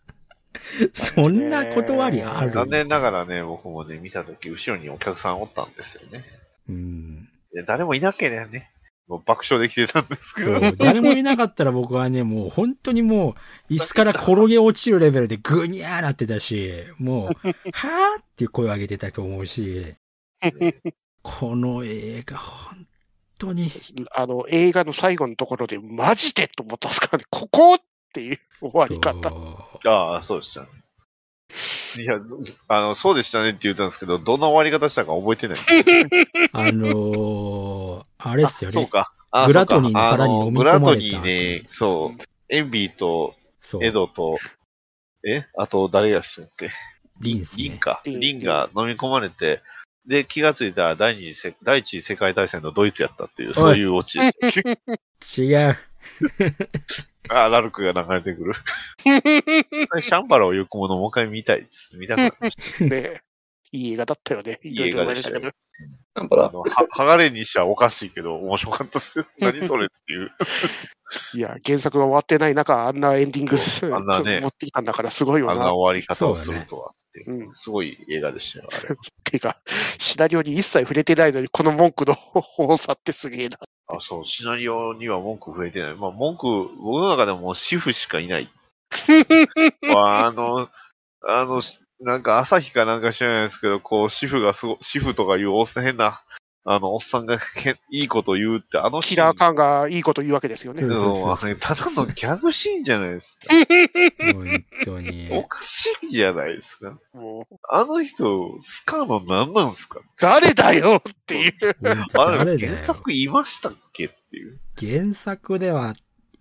そんな断りある残念ながらね、僕もね、見たとき、後ろにお客さんおったんですよね。うん。いや誰もいなければね、もう爆笑できてたんですけそど、う。誰もいなかったら僕はね、もう本当にもう、椅子から転げ落ちるレベルでぐにゃーなってたし、もう、はーっていう声を上げてたと思うし、この映画、本当に、あの、映画の最後のところで、マジでと思ったんですからね、ここっていう終わり方。そうああ、そうでしたね。いや、あの、そうでしたねって言ったんですけど、どんな終わり方したか覚えてない。あのー、あれっすよそうね。か。あグラトそうニーのか腹にあ飲みグ込ラまトれニたーね、そう。エンビーと、そう。エドと、えあと、誰やっすっけリンですリンね。か。リンリンが飲み込まれて、で、気がついたら第二次世第一次世界大戦のドイツやったっていう、そういうオチでした。違う。 あ、ラルクが流れてくる。 シャンバラを行くものもう一回見たいです。見たかったです。ね、いい映画だったよね。いろいろ思い出したけど。なんか あなのは剥がれにしちゃおかしいけど、面白かった ですよ。何それっていう。いや、原作が終わってない中、あんなエンディング うあんなね持ってきたんだから、すごいよあんなな。終わり方をするとはっていうそうだねうんすごい映画でしたよ、あれ。ていうか、シナリオに一切触れてないのに、この文句の多さってすげえな。あ、そう、シナリオには文句増えてない。まあ、文句、僕の中でももう主婦しかい ないわあの、あの、しなんか朝日かなんか知らないですけど、こう、主婦がすご、主婦とかいうおっさん変な、あの、おっさんが 変いいこと言うって、あのキラーカ感がいいこと言うわけですよね。うんそうそうそうただのギャグシーンじゃないですか。本当に。 おかしいじゃないですか。もう、あの人、スカーの何なんすか誰だよっていう。ああれ、れだよ原。作いましたっけっていう。原作では、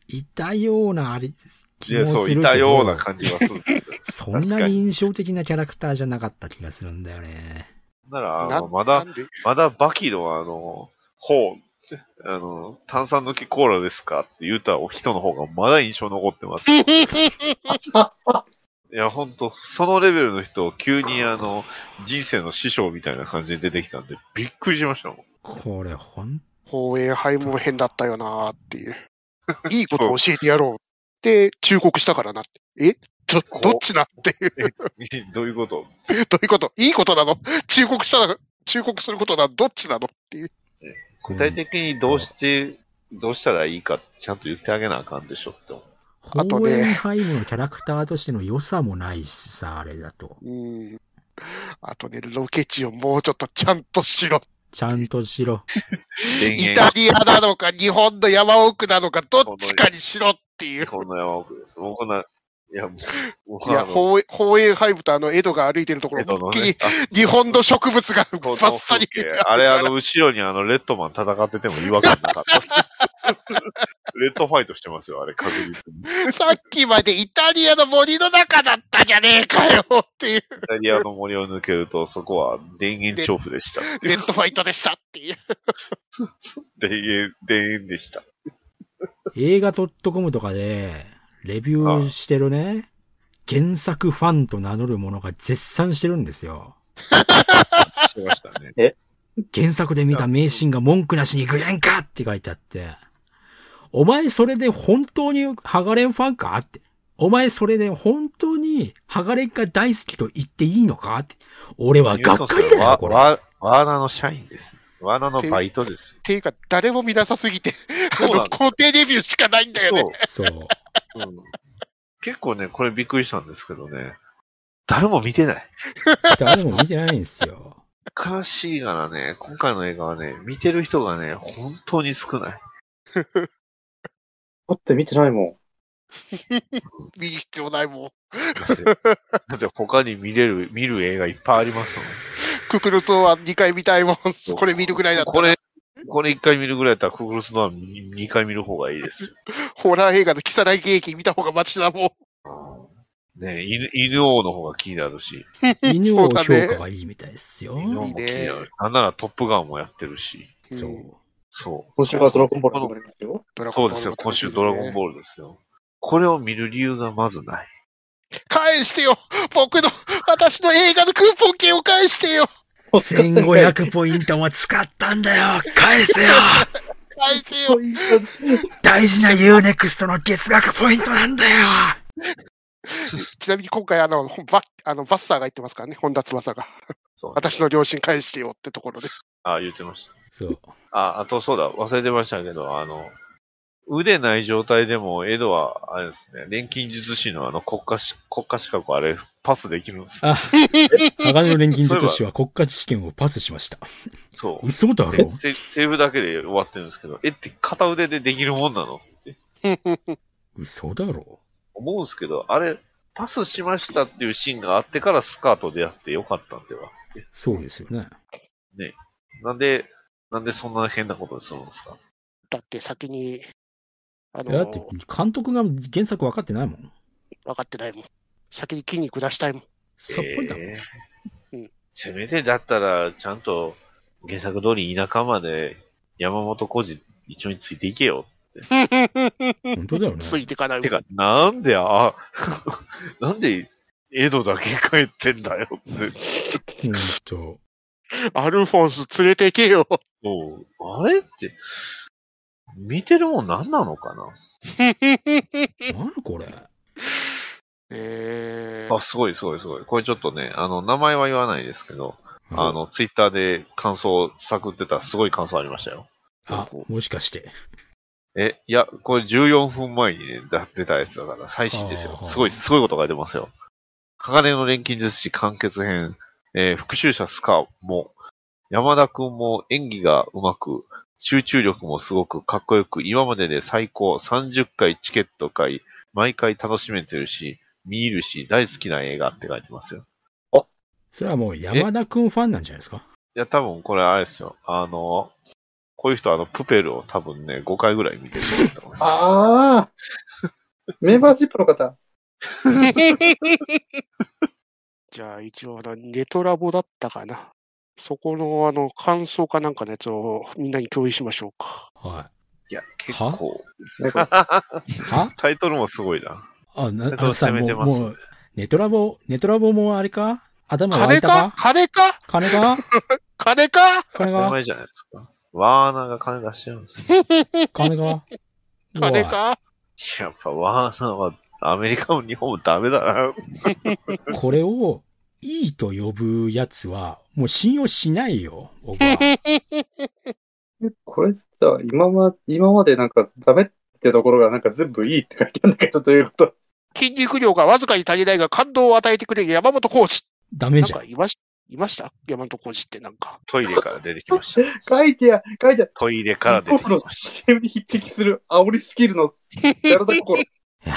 いたようなあれい気や、もそすう、いるたけようなど、感じがする んですよ。そんなに印象的なキャラクターじゃなかった気がするんだよね。なら、あなのまだ、なんでまだバキのあの、ほう、あの、炭酸抜きコーラですかって言うた人の方がまだ印象残って ます。いや、ほんと、そのレベルの人、急にあの、人生の師匠みたいな感じで出てきたんで、びっくりしましたもん。 これ本ホーエンハイムも変だったよなーっ ていう。いいこと教えてやろうって忠告したからなって。えちょ、どっちな っていう。どういうことどういうこといいことなの忠告したら、忠告することなのどっちなのっていう。具体的にどうして、どうしたらいいかってちゃんと言ってあげなあかんでしょって思う。当あとホーねエンハイムのキャラクターとしての良さもないしさ、あれだと。うん。あとね、ロケ地をもうちょっとちゃんとしろっちゃんとしろ。電イ源タリアなのか、日本の山奥なのか、どっちかにしろっていう。この山奥です。もうこんな、いや、もう、もいうあや、の、法法園ハイブとあの、エドが歩いてるところ、江戸の一気にね、あ日本の植物がこバのッサリ。風景あれ、あの、後ろにあの、レッドマン戦ってても違和感なかったっす。レッドファイトしてますよ、あれ、確実に。 さっきまでイタリアの森の中だったじゃねえかよっていう、イタリアの森を抜けると、そこは電源調布でした。レッドファイトでした っていう。電源、電源でした。映画 .com とかで、レビューしてるね、原作ファンと名乗る者が絶賛してるんですよ。してましたね。原作で見た名シーンが文句なしにグレンかって書いてあって、お前それで本当にハガレンファンかって。お前それで本当にハガレンが大好きと言っていいのかって。俺はがっかりだよ、これ。ワワーナの社員です。ワーナのバイトです。っていうか、誰も見なさす ぎて、あそうなの、の肯定レビューしかないんだよね。そう。そううん結構ね、これびっくりしたんですけどね。誰も見てない。誰も見てないんですよ。 悲しいがらね、今回の映画はね、見てる人がね、本当に少 ない。だって見てないもん。見る必要ないもん。だってだって他に見れる、見る映画いっぱいありますもん。ククルソーは2回見たいもん。これ見るぐらいだったこられ、これ1回見るぐらいだったら、クグルスのは2回見る方がいいですよ。ホラー映画のキサライ劇見た方がマシだもん。ね犬、犬王の方が気になるし、犬そをうだ評ね価がいいみたいですよ。犬王も気になる。なんならトップガンもやってるし、そう。そう。今週からドラゴンボールになりますよ。ドラゴそンうでボーすルよも、今楽週しみですねドラゴンボールですよ。これを見る理由がまずない。返してよ僕の、私の映画のクーポン券を返してよ1500ポイントも使ったんだよ返せよ返せよ大事な UNEXT の月額ポイントなんだよちなみに今回あの、バッ、あの、バッサーが言ってますからね、本田翼が。そう私の両親返してよってところで。あ、言ってました。 そう。あ、あとそうだ、忘れてましたけど、あの、腕ない状態でも、エドは、あれですね、錬金術師のあの国家し、国家資格あれ、パスできるんですよ。あ、鋼の錬金 術師は国家試験をパスしました。そう。嘘だろでセセーブだけで終わってるんですけど、えって片腕でできるもんなのって嘘だろ思うんですけど、あれ、パスしましたっていうシーンがあってからスカートでやってよかったんでは。そうですよね。なんで、なんでそんな変なことするんですかだって先に、あの、だって監督が原作分かってないもん。分かってないもん。先に筋肉出したい もん。さっぱりだもん。えーうんせめてだったら、ちゃんと原作通り田舎まで山本浩二一緒についていけよ。本当だよね。ついてかないもん。てか、なんで、あ、 なんで、エドだけ帰ってんだよって。ほん と。アルフォンス連れてけよ。もう、あれって、見てるもん何なのかな、何これ。えあ、すごいすごいすごい。これちょっとね、あの、名前は言わないですけど、あの、ツイッターで感想を探ってたらすごい感想ありましたよ。あ、もしかして。え、いや、これ14分前にね、だ出たやつだから、最新ですよあ。ーすごい、すごいことが出ますよ。鋼の錬金術師完結編、えー復讐者スカも、山田くんも演技がうまく、集中力もすごくかっこよく、今までで最高30回チケット買い、毎回楽しめてるし、見入るし、大好きな映画って書いてますよ。それはもう山田くんファンなんじゃないですかいや、多分これあれですよ。あの、こういう人あの、プペルを多分ね、5回ぐらい見てると 思うああメンバーシップの方。じゃあ一応あの、ネトラボだったかな。そこのあの、感想かなんかのやつをみんなに共有しましょうか。はいや、結構、なんかい。はタイトルもすごいな。あ、なだ、かあらさ、攻もめてう、ますもう、ネトラボ、ネトラボもあれか頭が開い金たかか金か金か金か金名が前じゃないですか。ワーナーが金出してるんですよ。金が金かやっぱワーナーはアメリカも日本もダメだな。おいこれを、いいと呼ぶやつは、もう信用しないよ、僕は。これさ、今ま、今までなんかダメってところがなんか全部いいって書いてあるんだけど、ということ。筋肉量がわずかに足りないが感動を与えてくれる山本コーチ。ダメなんじゃんか。言わし、いました大和小路ってなんか。トイレから出てきました。 書いてや、書いてや。トイレから出てき僕の CM に匹敵する煽りスキルの体 心。いや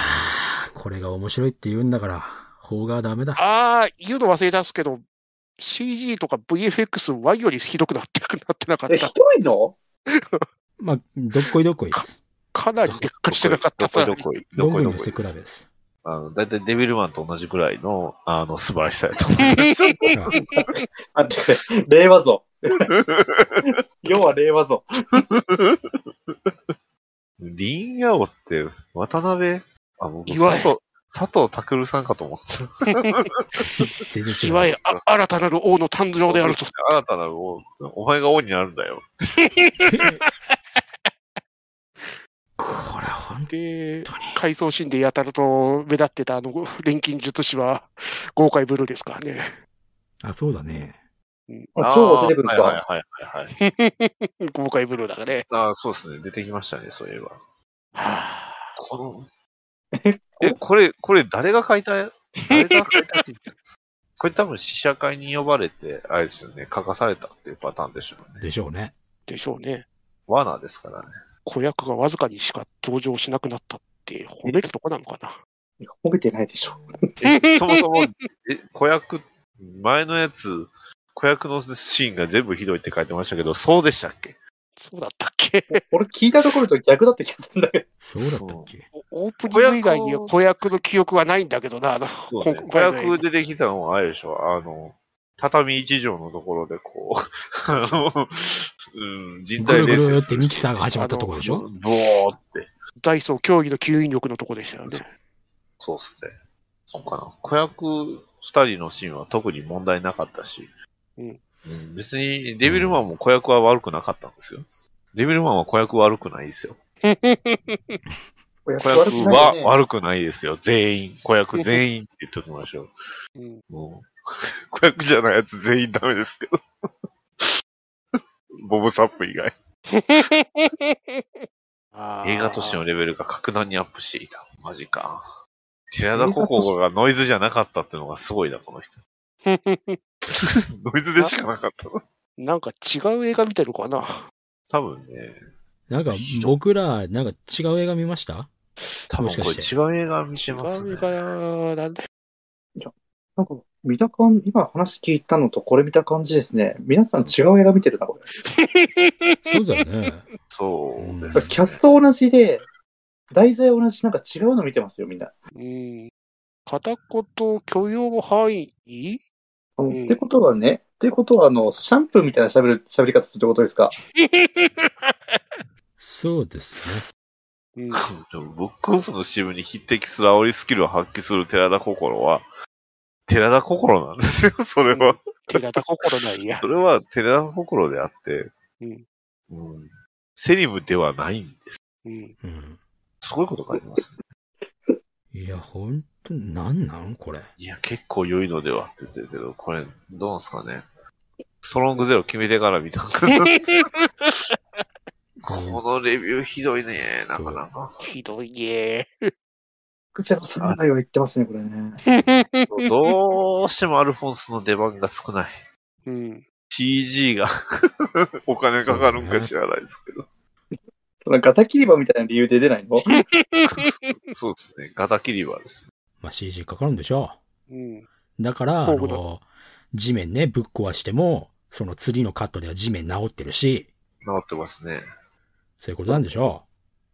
ー、これが面白いって言うんだから、法がダメだ。ああ、言うの忘れたんですけど、CG とか VFX、Y よりひどくなってなくなってなかえ、っひた。どいのまあ、どっこいどっこいです。かなり劣化してなかったどさこ。どこいどどんこぐいどりのこ背い比でべすです。あの、だいたいデビルマンと同じくらいの、あの、素晴らしさやと思い ます。あってくれ、令和ぞ。要は令和ぞ。リンヤオって、渡辺あ、僕、岩井佐藤、佐藤拓さんかと思ってた。全然違いいわまゆるす。あ新たなる王の誕生であると。新たなる王、お前が王になるんだよ。 これほんで、とに。回想シーンでやたらと目立ってたあの錬金術師は豪快ブルーですからね。あ、そうだね。あ、蝶が出てくるんですあーかはいはいはいはい、はい。豪快ブルーだからね。あーそうですね。出てきましたね、そういえば。はあこの、え、これ、これ誰が書いた誰が書いたって言ってるん ですかこれ多分試写会に呼ばれて、あれですよね、書かされたっていうパターンでしょうね。でしょうね。でしょうね。ワーナーですからね。子役がわずかにしか登場しなくなったって褒めるとこなのかな。いや褒めてないでしょ。えそもそも、え、子役、前のやつ、子役のシーンが全部ひどいって書いてましたけど、そうでしたっけ そうだったっけ俺聞いたところと逆だって気がするんだけど。そうだったっけオープニング以外には子役の記憶はないんだけどな、あの、そうねこ子役出てきたのはあれでしょあの、畳一畳のところでこう、 あの、うん、人ぐ体るぐレースるでっすてるミキサーが始まっあたのところでしょボーって。ダイソー競技の吸引力のとこでしたよね。そうっすね。そうかな。子役二人のシーンは特に問題なかったし、うんうん別にデビルマンも子役は悪くなかったんですよ。デビルマンは子役悪くないですよ。子子役は悪くないですよ。全員。子役全員って言っときましょうん、う。もう子役じゃないやつ全員ダメですけど。ボブサップ以外。映画としてのレベルが格段にアップしていた。マジか。寺田ココがノイズじゃなかったってのがすごいな、この人。ノイズでしかなかったな。なんか違う映画見てるかな多分ね、なんか僕ら、なんか違う映画見ました多も分しかしてこれ違う映画見違てますうね映。画なんで。なんか、見た感、今話聞いたのとこれ見た感じですね。皆さん違う映画見てるな、これ。そうだよね。そうです、ね。キャスト同じで、題材同じ、なんか違うの見てますよ、みんな。うん、片言許容範囲あのうんってことはね、ってことは、あの、シャンプーみたいな喋る、喋り方するってことですかそうですね。 うん、でもブックオフの支部に匹敵する煽りスキルを発揮する寺田心は、寺田心なんですよ、 それは。手形心ないやそ。れは寺田心であって、うんうんセリムではないんです。うん、うん。すごいこと書いてますね。いや、ほんと、なんなんこれ。いや、結構良いのではって言ってるけど、これ、どうなんすかね。ストロングゼロ決めてから見たんかなこのレビューひどいね、なかなか。ひどいね。ゼロさん代は言ってますね、これね。どうしてもアルフォンスの出番が少ない。うん、 CG が お金かかるんか知らないですけど。そのガタ切り場みたいな理由で出ないのそうですね。ガタキリバーですね。まあ、CG かかるんでしょう。うん、だから、あそうだの、地面ね、ぶっ壊しても、その釣りのカットでは地面治ってるし、治ってますね。そういうことなんでしょ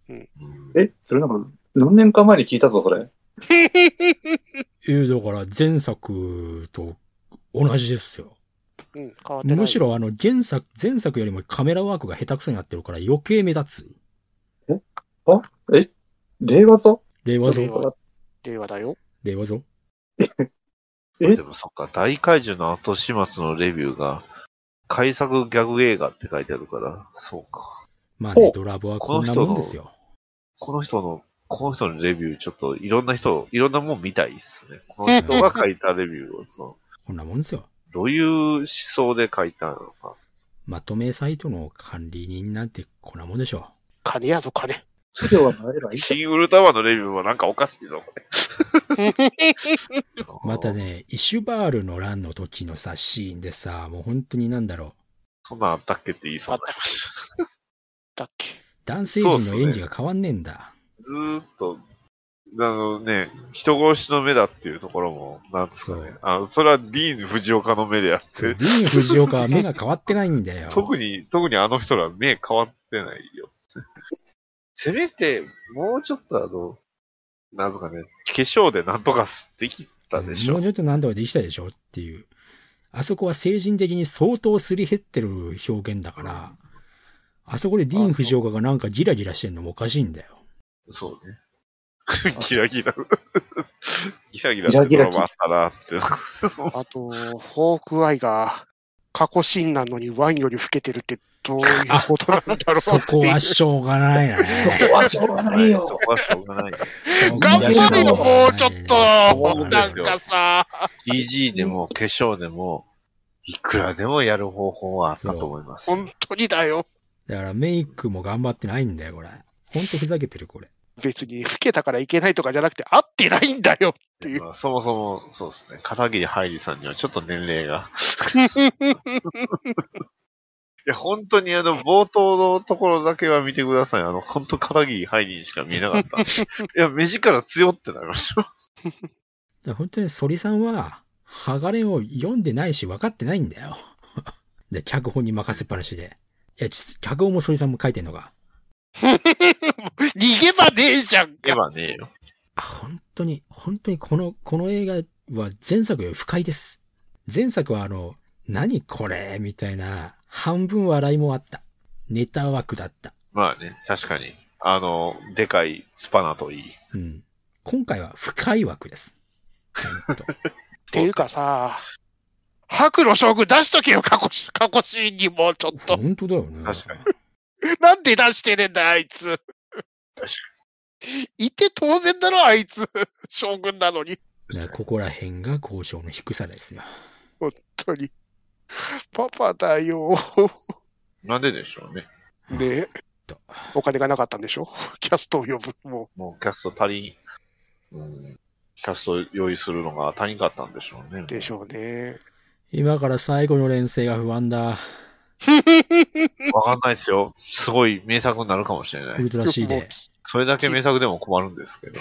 うんえ、それなんか、何年か前に聞いたぞ、それ。う。えだから前作と同じですよ。うん、変わってない。むしろあの原作、前作よりもカメラワークが下手くそになってるから余計目立つ。令和ぞ令和令ぞ。和令和だよ。令和ぞ。えでもそっか、大怪獣の後始末のレビューが、改作ギャグ映画って書いてあるから、そうか。まあねほ、うドラボはこんなもんですよ。この人の、この人のレビュー、ちょっといろんな人、いろんなもん見たいっすね。この人が書いたレビューを、そのこんなもんですよ。どういう思想で書いたのか。まとめサイトの管理人なんてこんなもんでしょ金やぞ、金。企業はなればいい。 シン・ウルタワーのレビューはなんかおかしいぞ、これ また。ね、イシュバールの乱の時のさ、シーンでさ、もう本当になんだろそんなんあったっけって言いそうだ。だっけう。男性陣の演技が変わんねえんだ。ずーっと、あのね、人殺しの目だっていうところも、なんですかね。あのそれはディーン・藤岡の目であっそうて、ディーン・フジオカは目が変わってないんだよ。特に、特にあの人ら目変わってないよ。せめて、もうちょっとあの、なんすかね、化粧でなんとかできたでしもょう。ちょっと何とかできたでしょっていう。あそこは成人的に相当すり減ってる表現だから、あそこでディーン・フジオカがなんかギラギラしてんのもおかしいんだよ。そうね。ギラギラ。ギラギラギラってギドララマあったなって。あと、フォークアイが過去シーンなのにワインより老けてるってどういうことなんだろうそこはしょうがないな。そこはしょうがないそよ。こはしょうがない。頑張れよ、もうちょっそと。うでなすんよかさ。 DG でも化粧でも、いくらでもやる方法はあったと思います。本当にだよ。だからメイクも頑張ってないんだよ、これ。ほんとふざけてる、これ。別に老けたからいけないとかじゃなくて、合ってないんだよ っていう。まあそもそも、そうですね。片桐はいりさんにはちょっと年齢が。いや、本当にあの、冒頭のところだけは見てください。あの、本当片桐はいりにしか見えなかった。いや、目力強ってなりま した。だから本当にソリさんは、ハガレンを読んでないし分かってないんだよ。 で、脚本に任せっぱなしで。いや、ち脚本もソリさんも書いてんのか。逃げ場ねえじゃんではねえよ。あ、本当に、本当にこの、この映画は前作より不快です。前作はあの、何これみたいな、半分笑いもあった。ネタ枠だった。まあね、確かに。あの、でかいスパナといい。うん。今回は不快枠です。ほんとっていうかさ、白露将軍出しとけよ、過去し、過去シーンにもうちょっ と。本当だよね。確かに。なんで出してねえんだ、あいつ。いて当然だろ、あいつ。将軍なのに。だからここら辺が交渉の低さですよ。本当に。パパだよ。なんででしょうね。ねとお金がなかったんでしょ キャストを呼ぶ。ももうキャスト足りん、うん、キャスト用意するのが足りんかったんでしょうね。う、でしょう ね。今から最後の連成が不安だ。わかんないですよ。すごい名作になるかもしれなウい。ルトラ C もうで。それだけ名作でも困るんですけど。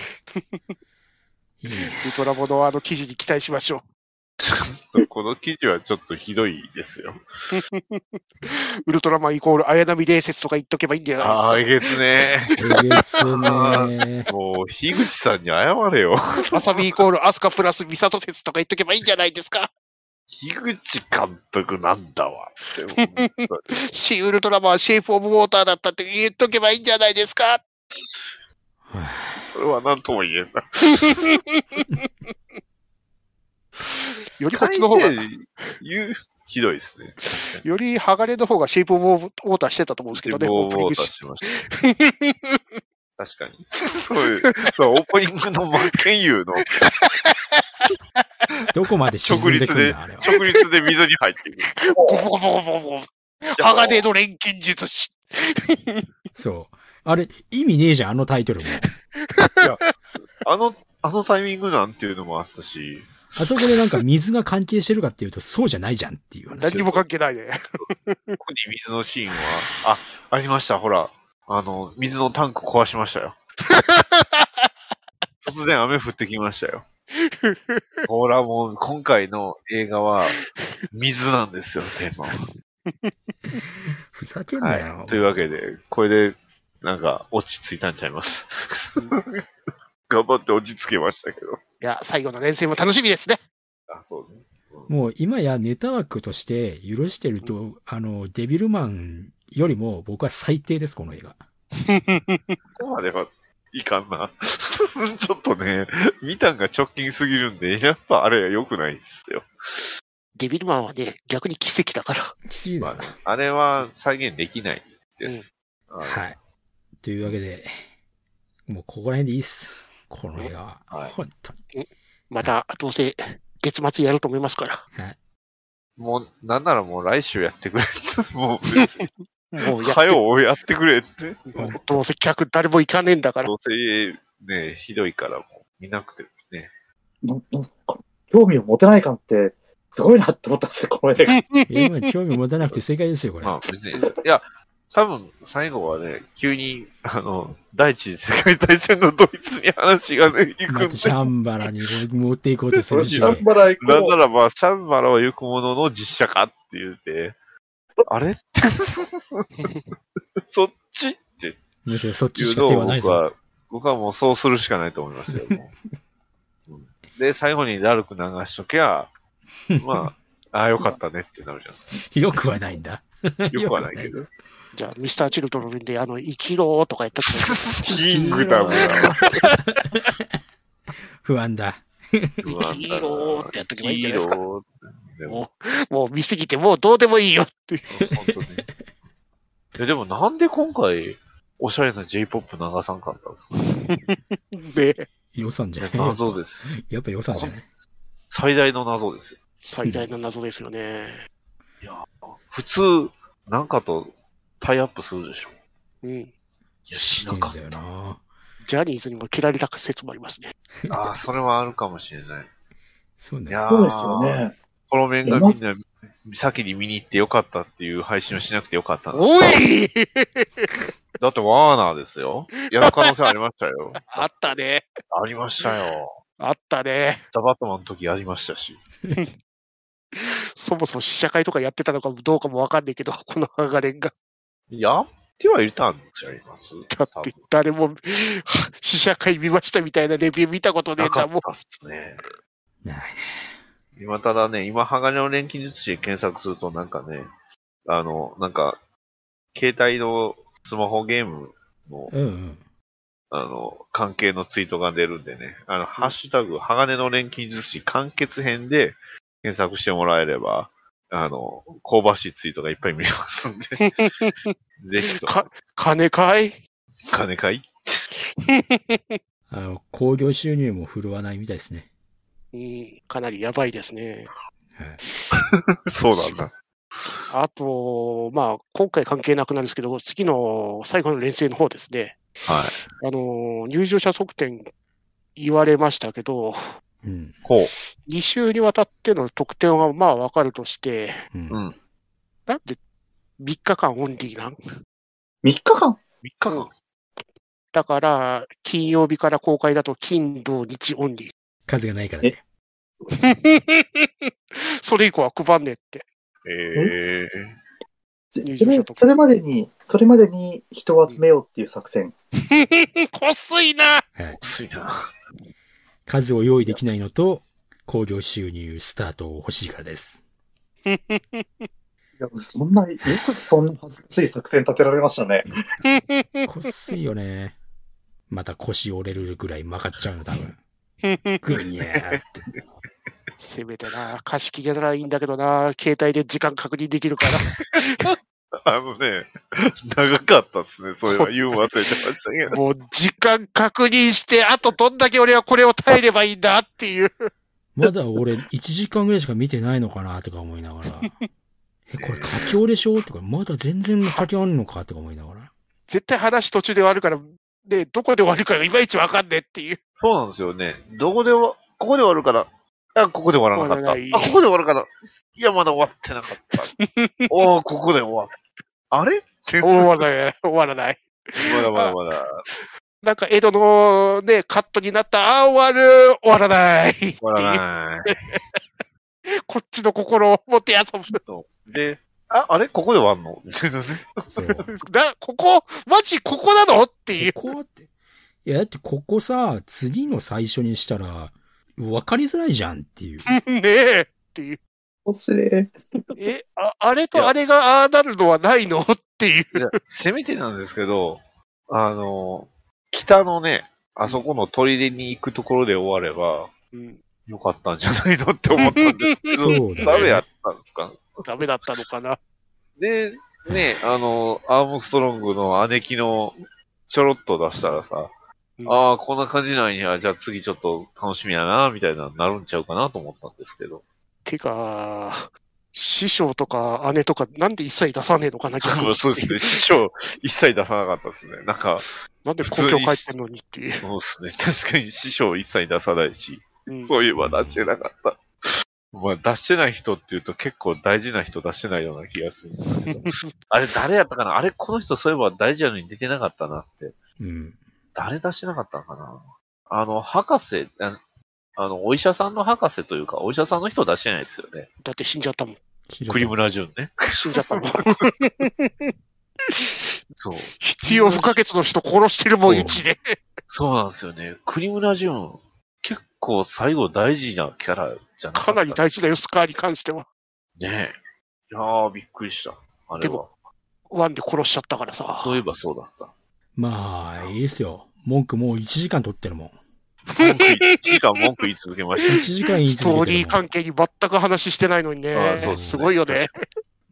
いいウルトラボのあの記事に期待しましょこの記事はちょっとひどいですよ。う。ウルトラマンイコール綾波伝説とか言っとけばいいんじゃああ、ないえげつねえげつねえ。もう、樋口さんに謝れよ。ですか。アサビイコールアスカプラスミサト説とか言っとけばいいんじゃないですか。樋口監督なんだわって本当に。シン・ウルトラマンはシェイプ・オブ・ウォーターだったって言っとけばいいんじゃないですか。はあそれは何とも言え んな。よりこっちの方が、言う、ひどいですね。よりハガレの方がシェイプ・オブ・ウォーターしてたと思うんですけどね、もオうープニンもうグ出し。しました。 確かに。そういう、そう、オープニングの真剣佑のどこまで沈んでくんだ、あれは。 直立で水に入っていくる。ボコボコボコボコハガレの錬金術師。そう。あれ、意味ねえじゃん、あのタイトルも。 あの、あのタイミングなんていうのもあったし、あそこでなんか水が関係してるかっていうと、そうじゃないじゃんってい う話。何にも関係ないね。ここに水のシーンは、あ、ありました、ほら。あの、水のタンク壊しました よ。突然雨降ってきましたよ。ほら、もう今回の映画は、水なんですよ、テーマは。ふざけんなよ。はい。というわけで、これで、なんか、落ち着いたんちゃいます。頑張って落ち着けましたけど。いや、最後の連戦も楽しみですね。あ、そうね。もう今やネタ枠として許してると、あの、デビルマンよりも僕は最低です、この映画。ここまではいかんな。 ちょっとね、見たんが直近すぎるんで、やっぱあれは良くないですよ。デビルマンはね、逆に奇跡だから。き過ぎだまあねな。、あれは再現できないです。あのはい。というわけで、もうここら辺でいいっす。この映画は。はい本当に。また、どうせ、月末やると思いますから。はい。 もう、なんならもう来週やってくれ。もう別にもうやっはよ、やってくれって。て、どうせ客誰も行かねえんだからど。うせ、ね、ひどいからもう見なくてもね。ななんすか興味を持てない感って、すごいなって思ったんですよ、この映画。映画に興味持たなくて正解ですよ、これ。まあ別に、いや、多分最後はね、急に、あの、第一次世界大戦のドイツに話がね、行く まんたでシャンバラに持っていこうとすそるれしシ、ャンバラ行なんこならば、シャンバラは行くものの実写化って言うて、あれって、 そっちってむしろそっちいしうかの手をはない僕ぞ。は、僕はもうそうするしかないと思いますよ。もううんで、最後にダルク流しときゃ、まあ、ああ、よかったねってなるじゃないです広くはないんだ。か。よくはないけど。じゃあ、ミスターチルドのんで、あの、生きろーとかやったくてキングダム不安だ。だ。ヒーローってやっとけばいいんじゃないですかヒーローでももう見すぎて、もうどうでもいいよっていう。本当ね。え、でもなんで今回、おしゃれな J-POP 流さんかったんですかで、予算じゃない。謎です。やっぱ予算じゃない。最大の謎ですよ。最大の謎ですよね。普通、なんかとタイアップするでしょ。うん。いや、ししてなんかっだよな。ジャニーズにも切られた説もありますね。た。ああー、それはあるかもしれない。そういね。やう。ーそうですよ。ね。この面がみんな、先に見に行ってよかったっていう配信をしなくてよかったなおいだってワーナーですよ。やる可能性ありました よ。あったね。ありましたよ。あったね。ザ・バットマンの時やりましたし。そもそも試写会とかやってたのかどうかもわかんないけど、このハガレンが。やってはいたんちゃいますだ多って分誰も 試写会見ましたみたいなレビュー見たことねえなんかだっもん。たっすね。ないね。今ただね、今、鋼の錬金術師で検索するとなんかね、あの、なんか、携帯のスマホゲームの、うんうん。あの、関係のツイートが出るんでね、あの、ハッシュタグ、鋼の錬金術師完結編で検索してもらえれば、あの、香ばしいツイートがいっぱい見れます んで、ぜひとも、か金かい金かいあの、興行収入も振るわないみたいですね。うん、かなりやばいですね。はい。そうなんだ。あと、まあ、今回関係なくなるんですけど、次の最後の連戦の方ですね。はい。あの、入場者測定言われましたけど、うん。こう。 2週にわたっての得点はまあわかるとして、うんうん。なんで3日間オンリーな3ん日間3日間。だから、金曜日から公開だと金、土、日オンリー。 数がないからね。それ以降は配んねえって。ええそ入場そ者れとかそれまでに、それまでに人を集めようっていう作戦。 こすいなはい。ついな。数を用意できないのと、興行収入スタートを欲しいからです。いやそんな、よくそんな恥ずかしい作戦立てられましたね。こっすいよね。また腰折れるぐらい曲がっちゃうの、多分。ぐにゃーって。せめてな、貸し切りならいいんだけどな、携帯で時間確認できるから。あのね、長かったっすね。それは言うの忘れてましたけど。もう時間確認して、あとどんだけ俺はこれを耐えればいいんだっていう。まだ俺1時間ぐらいしか見てないのかなとか思いながら。え、これ書き折れしょとか、まだ全然先あるのかとか思いながら。絶対話途中で終わるから、で、どこで終わるかがいまいちわかんねえっていう。そうなんですよね。どこでわ、ここで終わるから。あ、ここで終わらなかった。あ、終わらないここで終わるから。いや、まだ終わってなかった。おー、ここで終わる。あれってまだ終わらない、終わらない。まだまだ。なんか、江戸のね、カットになった、あー、終わる、終わらないっていう。終わらない。こっちの心を持って遊ぶ。で、あ、あれここで終わんの みたいなね。そうな、ここ、マジここなのっていう。ここって。いや、だってここさ、次の最初にしたら、分かりづらいじゃんっていう。 ねえ。っていう。面白い。え、ああれとあれがああなるのはないのっていう。いやせめてなんですけど、あの、北のね、あそこの砦に行くところで終われば、よかったんじゃないのって思ったんですけど、そうだね誰やったんですかダメだったのかな。で、ね、あの、アームストロングの姉貴のちょろっと出したらさ、うんああ、こんな感じなんや、じゃあ次ちょっ と楽しみやな、みたいな、なるんちゃうかなと思ったんですけど。てか、師匠とか姉とか、なんで一切出さねえのかな、逆に。そうですね。師匠、一切出さなかったですね。なんか、なんで故郷帰ってんのにっていう。そうですね。確かに師匠一切出さないし、うんそういえば出してなかった。まあ、出してない人っていうと結構大事な人出してないような気がするんですけど。 あれ誰やったかなあれこの人そういえば大事なのに出てなかったなって。うん。誰出してなかったのかなあの、博士、ああの、お医者さんの博士というか、お医者さんの人出してないですよね。だって死んじゃったもん。栗村淳ね。死んじゃったもん。そう。必要不可欠の人殺してるもん、一で。そうなんですよね。栗村淳、結構最後大事なキャラじゃなかかったなり大事だよ、スカーに関しては。ねえ。いやー、びっくりした。あれではも。ワンで殺しちゃったからさ。そういえばそうだった。まあ、いいですよ。文句もう1時間取ってるもん。文句1時間文句言い続けま し1時間言いストー続けてリるーも関ん。係に全く話してないのにあねあそう。ですねすごいよね。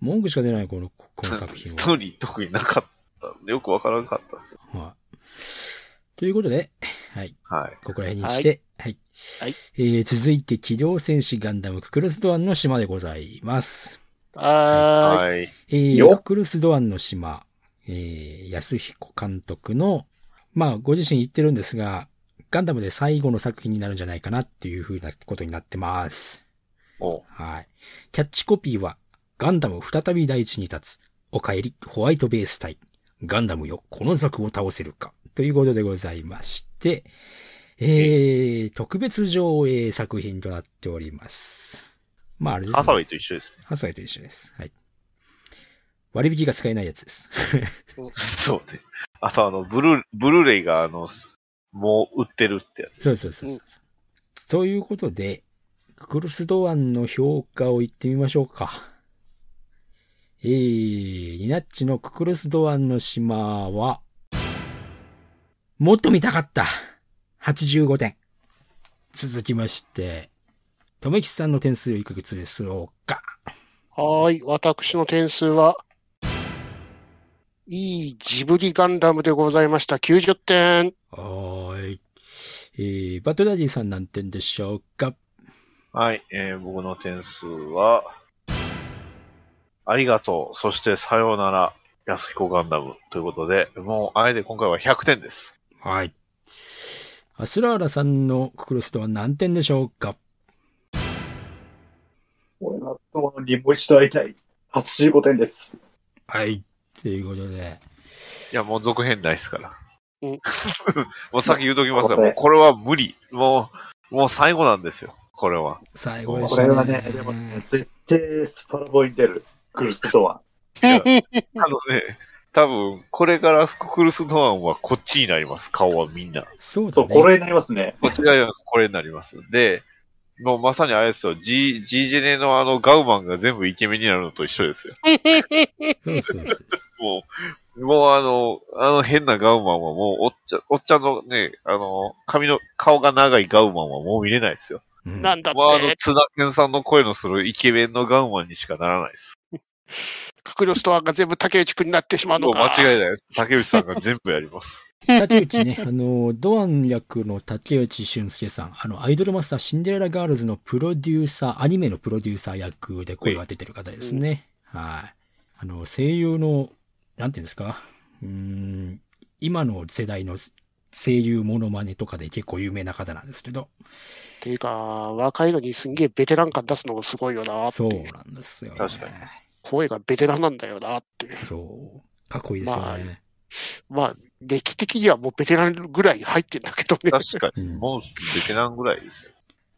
文句しか出ない、この、このた。作品スは。トーリー特になかったんで。よくわからなかったですよ。はい。ということで、はい。はい。ここら辺にして、はい。はいえー続いて、機動戦士ガンダムククルスドアンの島でございます。あーはい。えーよっククルスドアンの島、えー安彦監督の、まあ、ご自身言ってるんですが、ガンダムで最後の作品になるんじゃないかなっていうふうなことになってます。おはい。キャッチコピーは、ガンダム再び大地に立つ。おかえり、ホワイトベース隊。ガンダムよ、このザクを倒せるか。ということでございまして、えー、特別上映作品となっております。まあ、あれですハサウね。ェイと一緒ですね。ハサウェイと一緒です。はい。割引が使えないやつです。 そうね。あとあの、ブルー、ブルーレイがあの、もう売ってるってやつ。そうそうそうそう。ということで、クルスドアンの評価を言ってみましょうか。えー、ニナッチのククルスドアンの島は、もっと見たかった。85点。続きまして、とめきちさんの点数いくつでしょうか。はーい。私の点数は、いいジブリガンダムでございました。90点。はーい。えー、バトダディさん何点でしょうかはい。えー、僕の点数は、ありがとう。そしてさようなら。安彦ガンダム。ということで、もう、あえて今回は100点です。はい。アスラーラさんのククルスドアン何点でしょうか俺の友にもう一度会いたい。85点です。はい。ということで。いや、もう続編ないですから。うん もう先言うときますよ。これもうこれは無理。もう、もう最後なんですよ。これは。最後でしこたれね。はね、でもね、絶対スパラボに出る。クルスドア。あのね、多分、これからスククルスドアンはこっちになります。顔はみんな。そうだそね。う、これになりますね。こっちがこれになります。で、もうまさにあれですよ。G、G ジェネのあのガウマンが全部イケメンになるのと一緒ですよ。そうそうそうもう、もうあの、あの変なガウマンはもうおっちゃん、おっちゃんのね、あの、髪の、顔が長いガウマンはもう見れないですよ。うんなんだっまあ、あのて、、津田健さんの声のするイケメンのガウマンにしかならないです。ククルストアが全部竹内くんになってしまうものう間か。違いないです。竹内さんが全部やります。竹内ね、あの、ドアン役の竹内俊介さん、あの、アイドルマスターシンデレラガールズのプロデューサー、アニメのプロデューサー役で声を当ててる方ですね。はい。あの、声優の、なんていうんですか、うーん、今の世代の声優モノマネとかで結構有名な方なんですけど、っていうか、若いのにすんげえベテラン感出すのもすごいよなっていそうう。なんですよ、ね。確かに声がベテランなんだよなっていう。そう。かっこいいですよね。まあまあ、歴的にはもうベテランぐらい入ってんだけど ね。確かに。うんもうベテランぐらいですよ。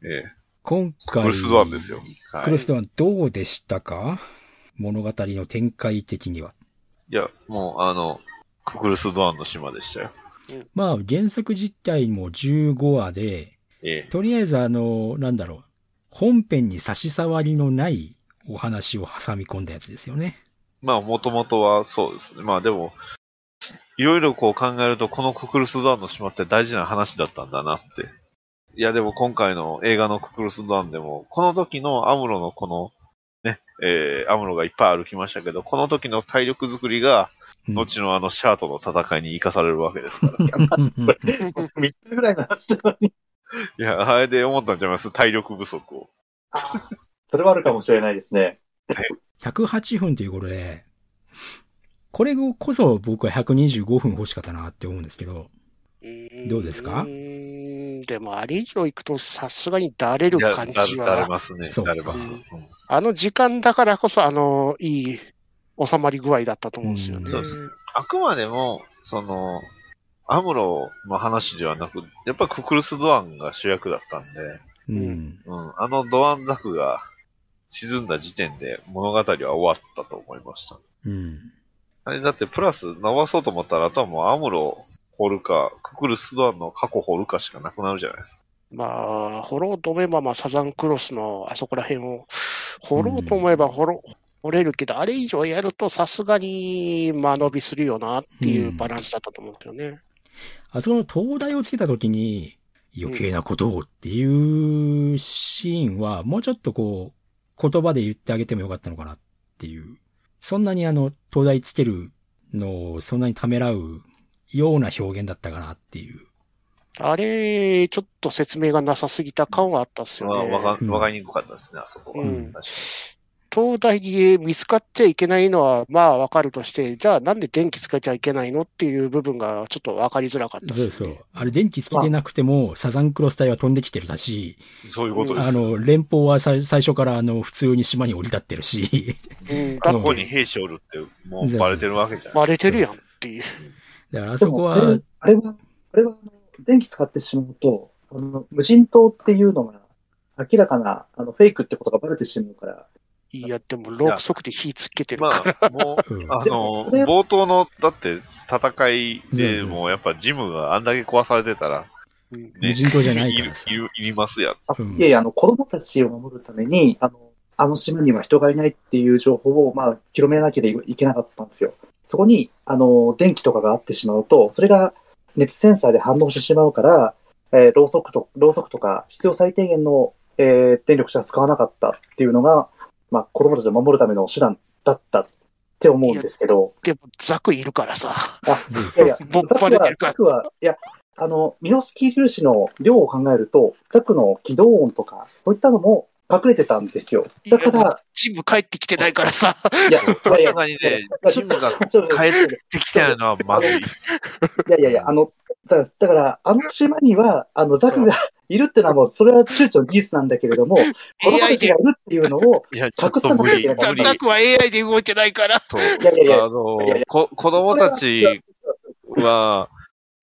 ええ。今ク回。ルスドアンですよ。はクい。ロストはどうでしたか物語の展開的には。いや、もうあの、ククルスドアンの島でしたよ。まあ、原作実態も15話で、ええ。とりあえずあの、なんだろう、本編に差し障りのないお話を挟み込んだやつですよね。まあ、もともとはそうですね。まあでも、いろいろこう考えると、このククルスドアンの島って大事な話だったんだなって。いや、でも今回の映画のククルスドアンでも、この時のアムロのこの、ね、えー、アムロがいっぱい歩きましたけど、この時の体力作りが、うん後のあのシャートの戦いに生かされるわけですから。 3日ぐらいの話なのに。いや、あれで思ったんちゃいます体力不足を。それはあるかもしれないですね。 108分ということで、これこそ僕は125分欲しかったなって思うんですけど、どうですかーんでも、あれ以上行くと、さすがにだれるいや、感じだだれは、ますね。そうだれます。うんあの時間だからこそ、あの、いい収まり具合だったと思うんですよね。そうですあくまでも、その、アムロの話ではなく、やっぱククルス・ドアンが主役だったんで、うん。うん、あのドアンザクが沈んだ時点で物語は終わったと思いました。うん。あれだってプラス伸ばそうと思ったら、あとはもうアムロ掘るか、ククルス・ドアンの過去掘るかしかなくなるじゃないですか。まあ、掘ろうと思えば、まあ、サザンクロスのあそこら辺を、掘ろうと思えば掘ろ、掘れるけど、あれ以上やると、さすがに間延びするよなっていうバランスだったと思うんですよね。あそこの灯台をつけた時に、余計なことをっていうシーンは、もうちょっとこう、言葉で言ってあげてもよかったのかなっていう。そんなにあの、灯台つけるのをそんなにためらうような表現だったかなっていう。あれ、ちょっと説明がなさすぎた感はあったっすまあよね。わかわかりにくかったですね、あそこは。うん確かに東大に見つかっちゃいけないのは、まあわかるとして、じゃあなんで電気つけちゃいけないのっていう部分がちょっとわかりづらかったですそようね。そう。あれ電気つけてなくても、サザンクロス隊は飛んできてるだし、そういうことです。あの、連邦はさ最初からあの、普通に島に降り立ってるし、 うん、あだそっこてに兵士おるって、もうバレてるわけじゃない。バレてるやんっていう。だからあでそこもあは、れは、あれは、あの電気使ってしまうと、あの無人島っていうのが、明らかなあのフェイクってことがバレてしまうから、いや、でも、六足で火つけてるまから。あ、もう、うんあの、それ冒頭の、だって、戦いそうそうそでうもうやっぱジムがあんだけ壊されてたら、うんね無人島じゃないからるさいるいりますやん。あうんいやいや、あの子供たちを守るために、あの、あの島には人がいないっていう情報を、まあ、広めなければいけなかったんですよ。そこに、あの、電気とかがあってしまうと、それが熱センサーで反応してしまうから、えーろうそくと、ろうそくとか、必要最低限の、えー電力しか使わなかったっていうのが、まあ、子供たちを守るための手段だったって思うんですけど、でも、ザクいるからさ。あ、そうそういやいや、ぼっぱれてるからザクは、ザクはいや、あの、ミノスキー粒子の量を考えると、ザクの軌道音とか、そういったのも隠れてたんですよ。だかいやら、チーム帰ってきてないからさ。いや、いや確いやかにね、ちジょっムとがちょっと帰ってきたのはまずい。いやいやいや、あの、だだから、あの島には、あの、ザクがいるってのはもう、それは躊躇の事実なんだけれども、子供た AI ちでがいるっていうのを、いや、ちょっと無理、無理。ザクは AI で動いてないから。そう。いやいやいやあのいやいやこ、子供たちは、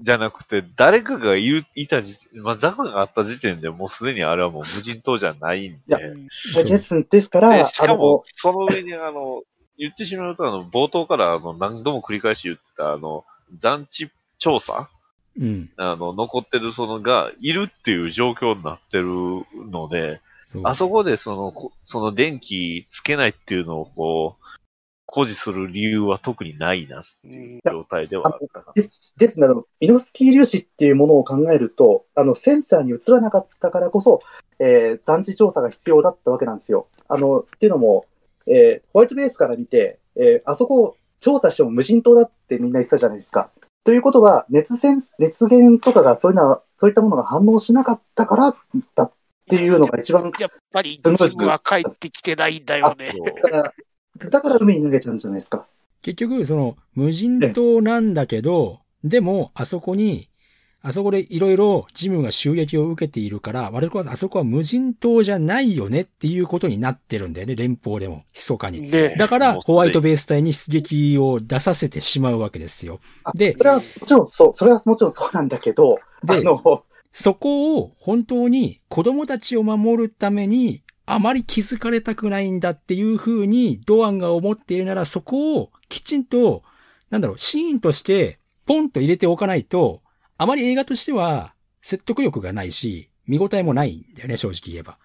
じゃなくて、誰かがいる、いた時、まあ、ザクがあった時点でもうすでにあれはもう無人島じゃないんいやで。そうです、ですかでら、しあかもの、、その上にあの、 言ってしまうと、あの、冒頭からあの、何度も繰り返し言った、あの、残地調査うん。あの、残ってるそのが、いるっていう状況になってるので、そうあそこでその、こその電気つけないっていうのをこう、誇示する理由は特にないな、うん状態ではあったな。ですなど、ミノスキー粒子っていうものを考えると、あの、センサーに映らなかったからこそ、えー、残地調査が必要だったわけなんですよ。あの、っていうのも、えー、ホワイトベースから見て、えー、あそこを調査しても無人島だってみんな言ってたじゃないですか。ということは、熱センス、熱源とかがそういうのは、そういったものが反応しなかったからだっていうのが一番、やっぱり、チームは帰ってきてないんだよね。そうだから、だから海に逃げちゃうんじゃないですか。結局、その、無人島なんだけど、でも、あそこに、あそこでいろいろジムが襲撃を受けているから、我々はあそこは無人島じゃないよねっていうことになってるんだよね、連邦でも、密かに。ねだかもら、うホワイトベース隊に出撃を出させてしまうわけですよ。あでそれはもちろんそう、それはもちろんそうなんだけど、あで、の、そこを本当に子供たちを守るためにあまり気づかれたくないんだっていう風にドアンが思っているならそこをきちんと、なんだろう、シーンとしてポンと入れておかないと、あまり映画としては説得力がないし、見応えもないんだよね、正直言えば。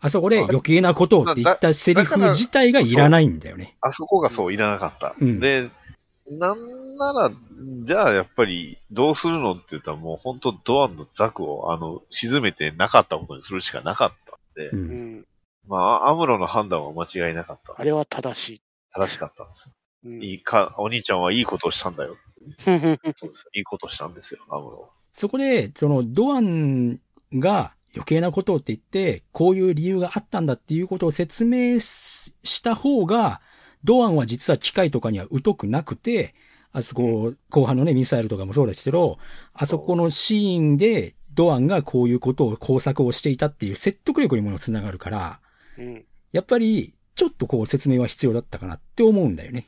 あそこでまあ余計なことをって言ったセリフ自体がいらないんだよね。あそこがそういらなかった。うんで、なんなら、じゃあやっぱりどうするのって言ったらもう本当ドアンのザクをあの沈めてなかったことにするしかなかった。う。うんん、まあ、アムロの判断は間違いなかったあ。れは正し正しかったんですよ。い。うんいいか、お兄ちゃんはいいことをしたんだよ。そうですよいいことをしたんですよ、アムロは。そこで、そのドアンが余計なことをって言って、こういう理由があったんだっていうことを説明しした方が、ドアンは実は機械とかには疎くなくて、あそこ、後半のね、ミサイルとかもそうですけど、あそこのシーンで、ドアンがこういうことを、工作をしていたっていう説得力にもつながるから、うん。やっぱり、ちょっとこう説明は必要だったかなって思うんだよね。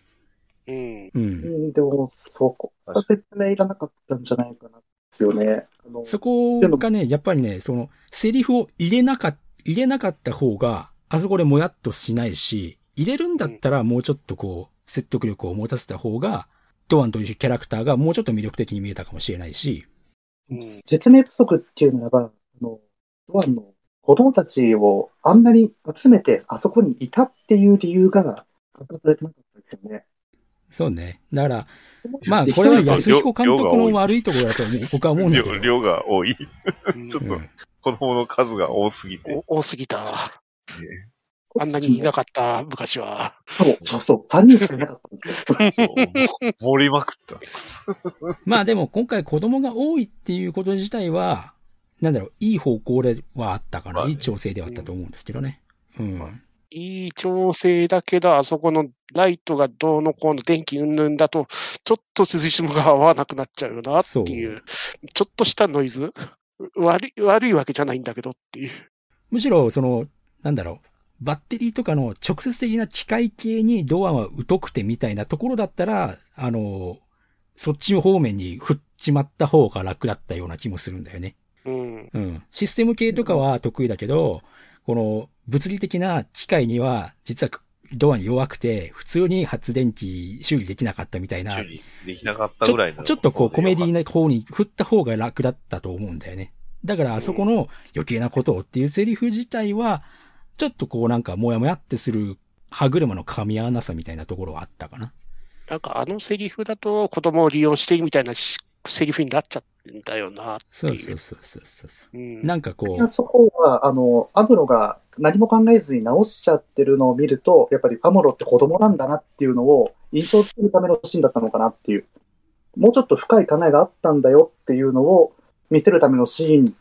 うん。うん。うんでも、そこが説明いらなかったんじゃないかなですよね。あのそこがね、やっぱりね、その、セリフを入れなかっ、入れなかった方が、あそこでもやっとしないし、入れるんだったらもうちょっとこう、説得力を持たせた方が、ドアンというキャラクターがもうちょっと魅力的に見えたかもしれないし、 うん説明不足っていうならば、あの、ドアンの子供たちをあんなに集めて、あそこにいたっていう理由が語られてなかったですよね。そうね。だから、まあこれは安彦監督の悪いところだと思う僕は思うんだけ量ど。量が多い。うんちょっとうん子供の数が多すぎて。お多すぎた。あんなにいなかった、昔は。そう、そうそう、3人しかいなかったんですよ。そう盛りまくった。まあでも今回子供が多いっていうこと自体は、なんだろう、いい方向ではあったかまあら、ねいい調整ではあったと思うんですけどね。うん。まあいい調整だけど、あそこのライトがどうのこうの電気云々だと、ちょっと涼しむが合わなくなっちゃうなっていう、ちょっとしたノイズ。悪い、悪いわけじゃないんだけどっていう。むしろ、その、なんだろう、バッテリーとかの直接的な機械系にドアは疎くてみたいなところだったら、あの、そっち方面に振っちまった方が楽だったような気もするんだよね。うん。うん。システム系とかは得意だけど、この物理的な機械には実はドアに弱くて、普通に発電機修理できなかったみたいな、修ち理できなかったぐらいょの。ちょっとこうコメディな方に振った方が楽だったと思うんだよね。だからあそこの余計なことをっていうセリフ自体は、ちょっとこうなんかもやもやってする歯車の噛み合わなさみたいなところはあったかな。なんかあのセリフだと子供を利用してるみたいなしセリフになっちゃってんだよなってそういそうう。そうそうそう。うんなんかこいうや、そこは、あの、アムロが何も考えずに直しちゃってるのを見ると、やっぱりアムロって子供なんだなっていうのを印象付けるためのシーンだったのかなっていう。もうちょっと深い考えがあったんだよっていうのを見せるためのシーン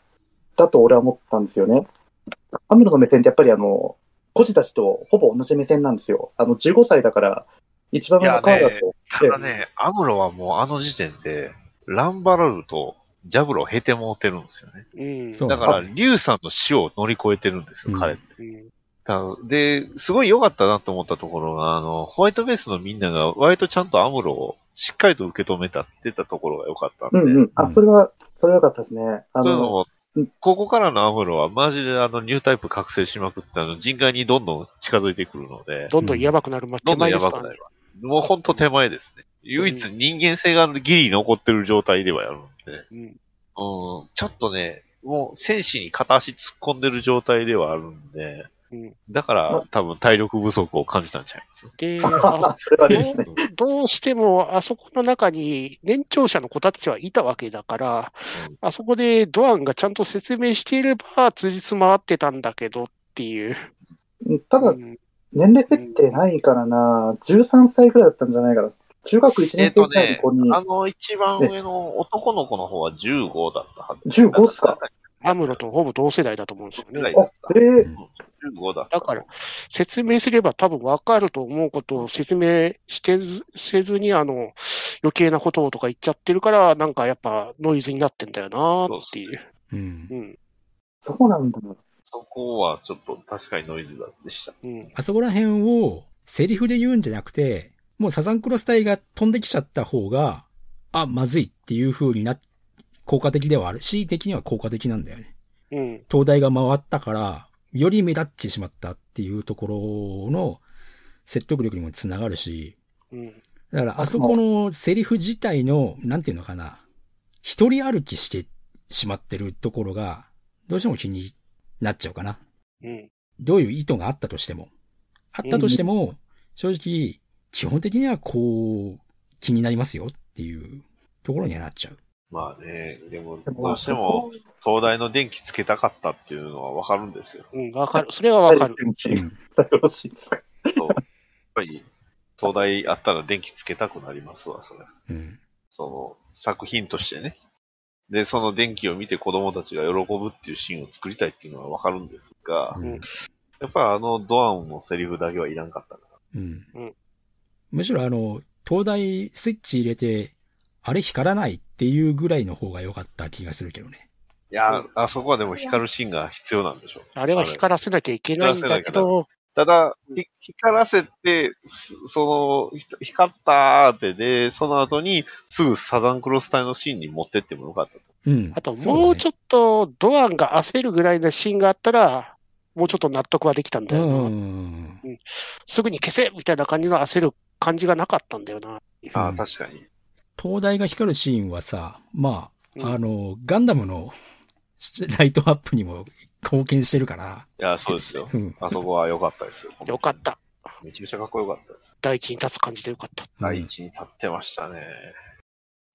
だと俺は思ったんですよね。アムロの目線ってやっぱりあの、孤児たちとほぼ同じ目線なんですよ。あの、15歳だから、一番上の顔だいやと。ただね、アムロはもうあの時点で、ランバラルとジャブロを経てもうてるんですよね。うん。そうだから、リュウさんの死を乗り越えてるんですよ、うん彼って。うんだで、すごい良かったなと思ったところが、あの、ホワイトベースのみんなが割とちゃんとアムロをしっかりと受け止めたってたところが良かったんうで、んうん。あ、それは、それは良かったですね。あそういうのの、もうん、ここからのアムロはマジであのニュータイプ覚醒しまくって、あの人外にどんどん近づいてくるので、どんどんやばくなる、まあど手んどん前やですばかくらなねる。。もうほんと手前ですね。唯一人間性がギリ残ってる状態ではやるんで、うんうん、ちょっとね、もう戦士に片足突っ込んでる状態ではあるんでうん、だから多分体力不足を感じたんちゃいます で、あそれはですね。どうしてもあそこの中に年長者の子たちはいたわけだからうん、あそこでドアンがちゃんと説明していれば、辻褄合ってたんだけどっていう。うんただう、ん年齢設定ないからな、13歳くらいだったんじゃないかな。中学1年生くらいの子に、あの一番上の男の子の方は15だったはず。 15っすかアムロとほぼ同世代だと思うんですよぐらいね。だったあ、で、 15だった。だから、説明すれば多分分かると思うことを説明してずせずに、あの、余計なことをとか言っちゃってるから、なんかやっぱノイズになってんだよなっていう。うんうん。そうなんだ。そこはちょっと確かにノイズだでした。うん。あそこら辺をセリフで言うんじゃなくて、もうサザンクロス隊が飛んできちゃった方が、あ、まずいっていう風にな、効果的ではあるし、的には効果的なんだよね。うん。灯台が回ったから、より目立ってしまったっていうところの説得力にもつながるし、うん。だからあそこのセリフ自体の、なんていうのかな、一人歩きしてしまってるところが、どうしても気になっちゃうかな。うん。どういう意図があったとしても。あったとしても、正直、基本的にはこう、気になりますよっていうところにはなっちゃう。まあね、でも、でどうしても、東大の電気つけたかったっていうのはわかるんですよ。うん。わかる。それはわかる。そこはよろしいですか。そうやっぱり、東大あったら電気つけたくなりますわ、それ。うん。その、作品としてね。で、その電気を見て子供たちが喜ぶっていうシーンを作りたいっていうのはわかるんですが、うんやっぱりあのドアンのセリフだけはいらんかったな。うんうんむしろあの、灯台スイッチ入れて、あれ光らないっていうぐらいの方が良かった気がするけどね。いやうー、あそこはでも光るシーンが必要なんでしょう。あれは光らせなきゃいけないんだけど、ただ、ひ光らせて、すその、ひ光ったーってで、その後に、すぐサザンクロス隊のシーンに持ってってもよかったと。うん。あともうちょっっとドアンが焦るぐらいのシーンがあったら、もうちょっと納得はできたんだうよな。ん。すぐに消せみたいな感じの焦る感じがなかったんだよな。あうあ、ん確かに。灯台が光るシーンはさ、まうあ、んあの、ガンダムの ライトアップにも貢献してるから、いや、そうですよ。うん。あそこは良かったですよ。よかっ。た。めちゃくちゃかっこよかったです。第一に立つ感じでよかった。第一に立ってましたね。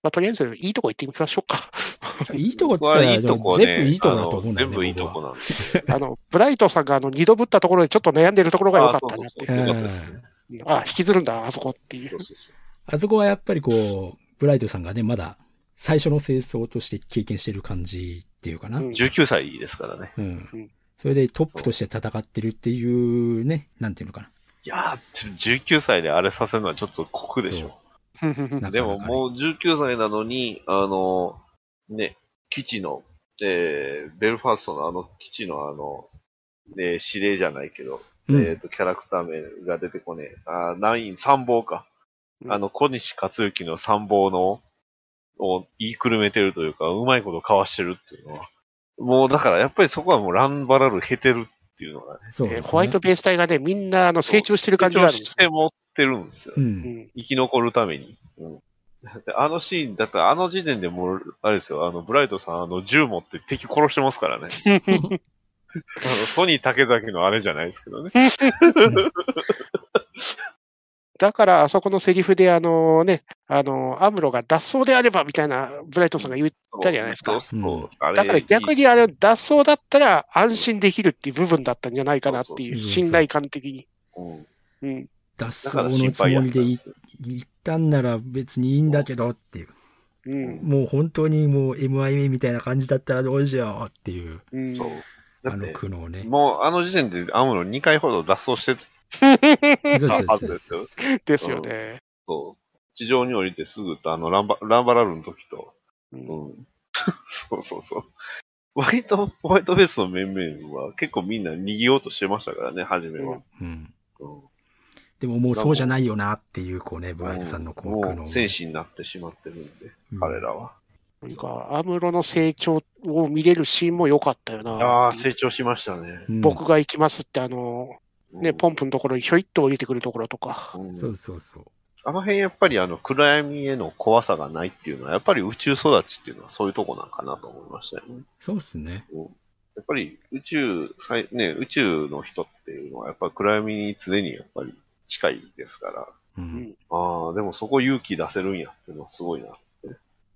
まあ、とりあえず、いいとこ行ってみましょうか。いいとこっ僕はて言ったら、いいとこでね。も全部いいとこだと思うんだあよのね。全部いいとこなんです。あの、ブライトさんがあの二度ぶったところでちょっと悩んでるところが良かったなっあそうそうて。そうよかったですね。うんあ引きずるんだ、あそこっていうそ。うそうそうあそこはやっぱりこう、ブライトさんがね、まだ最初の清掃として経験してる感じっていうか な。うん19歳ですからね。うんうんそれでトップとして戦ってるっていうね、なんていうのかいやー、19歳であれさせるのはちょっと酷でしょ。な。でももう、う19歳なのに、あの、ね、基地の、えー、ベルファーストのあの基地のあの、ね、指令じゃないけど、うんえっ、と、キャラクター名が出てこねえ。あー、ナイン、参謀か。うんあの、小西克幸の参謀の、を言いくるめてるというか、うまいことかわしてるっていうのは。もうだから、やっぱりそこはもうランバラル減ってるっていうのがね。そうですえねーホワイトベース隊がね、みんなあの成長してる感じがあるん成で長すして持ってるんですよう。。うんん、生き残るために。うんだってあのシーン、だってあの時点でもう、あれですよ、あの、ブライトさん、あの、銃持って敵殺してます からね。あの、ソニー竹崎のあれじゃないですけどね。だから、あそこのセリフで、あのね、あの、アムロが脱走であればみたいな、ブライトさんが言う。ったじゃないですかそうそううんあれだから逆にあれ、脱走だったら安心できるっていう部分だったんじゃないかなっていう、そうそう信頼感的に。うんうん。だ脱走からの心つも配やったりんででいすよ。行ったんなら別にいいんだけどっていう。うん。もう本当にもう MIA みたいな感じだったらどうしようっていう、うん。そう。だあっのて、苦悩ね。もうあの時点でアムロ2回ほど脱走してたそうあそうそうそう。ですよね。と、地上に降りてすぐと、あの、ランバランバラルの時と、うんうん。 そうそうそう。割と、ホワイトベースの面々は結構みんな逃げようとしてましたからね、初めは。うん。うんでももうそうじゃないよなっていう、こうね、ブライトさんのこう苦も悩う戦士になってしまってるんで、うん彼らは。なんか、アムロの成長を見れるシーンも良かったよあなあ、。成長しましたね。うん僕が行きますって、あの、ね、ポンンプのところにひょいっと降りてくるところとか。そうそうそう。あの辺やっぱりあの暗闇への怖さがないっていうのは、やっぱり宇宙育ちっていうのはそういうとこなんかなと思いましたよね。そうっすね。やっぱり宇宙、最ね、宇宙の人っていうのはやっぱり暗闇に常にやっぱり近いですから、うん。ああ、でもそこ勇気出せるんやっていうのはすごいな。